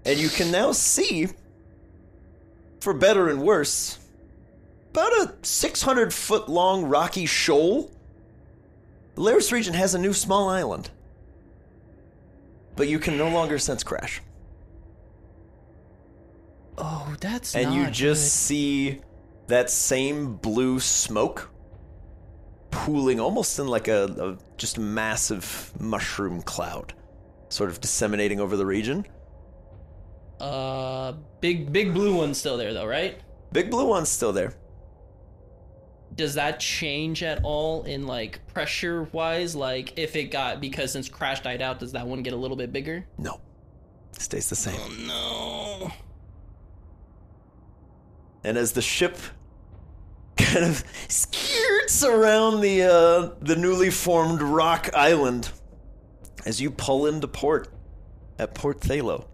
Speaker 1: And you can now see, for better and worse, about a 600 foot long rocky shoal. The Laris region has a new small island. But you can no longer sense crash.
Speaker 2: Oh, that's
Speaker 1: and you
Speaker 2: not
Speaker 1: just see that same blue smoke pooling almost in like a, a just massive mushroom cloud, sort of disseminating over the region.
Speaker 2: good. Uh, big big blue one's still there though, right?
Speaker 1: Big blue one's still there.
Speaker 2: Does that change at all in like pressure wise? Like if it got because since crash died out, does that one get a little bit bigger?
Speaker 1: No, stays the same.
Speaker 2: No.
Speaker 1: and as the ship kind of skirts around the uh, the newly formed rock island, as you pull into port at Port Thalo,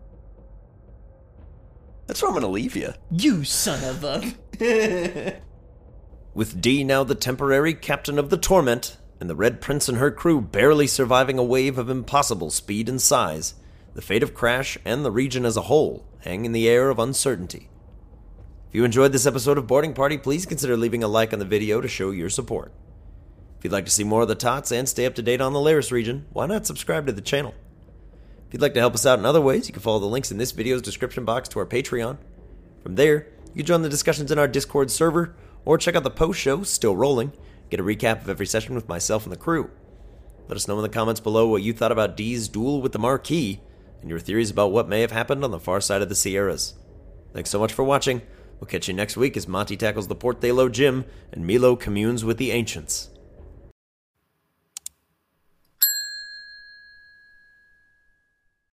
Speaker 1: that's where I'm gonna leave you.
Speaker 2: You son of a.
Speaker 3: With Dee now the temporary captain of the Torment, and the Red Prince and her crew barely surviving a wave of impossible speed and size, the fate of Crash and the region as a whole hang in the air of uncertainty. If you enjoyed this episode of Boarding Party, please consider leaving a like on the video to show your support. If you'd like to see more of the Tots and stay up to date on the Laris region, why not subscribe to the channel? If you'd like to help us out in other ways, you can follow the links in this video's description box to our Patreon. From there, you can join the discussions in our Discord server or check out the post show, Still Rolling, get a recap of every session with myself and the crew. Let us know in the comments below what you thought about Dee's duel with the Marquis and your theories about what may have happened on the far side of the Sierras. Thanks so much for watching. We'll catch you next week as Monty tackles the Port Thalo Gym and Milo communes with the Ancients.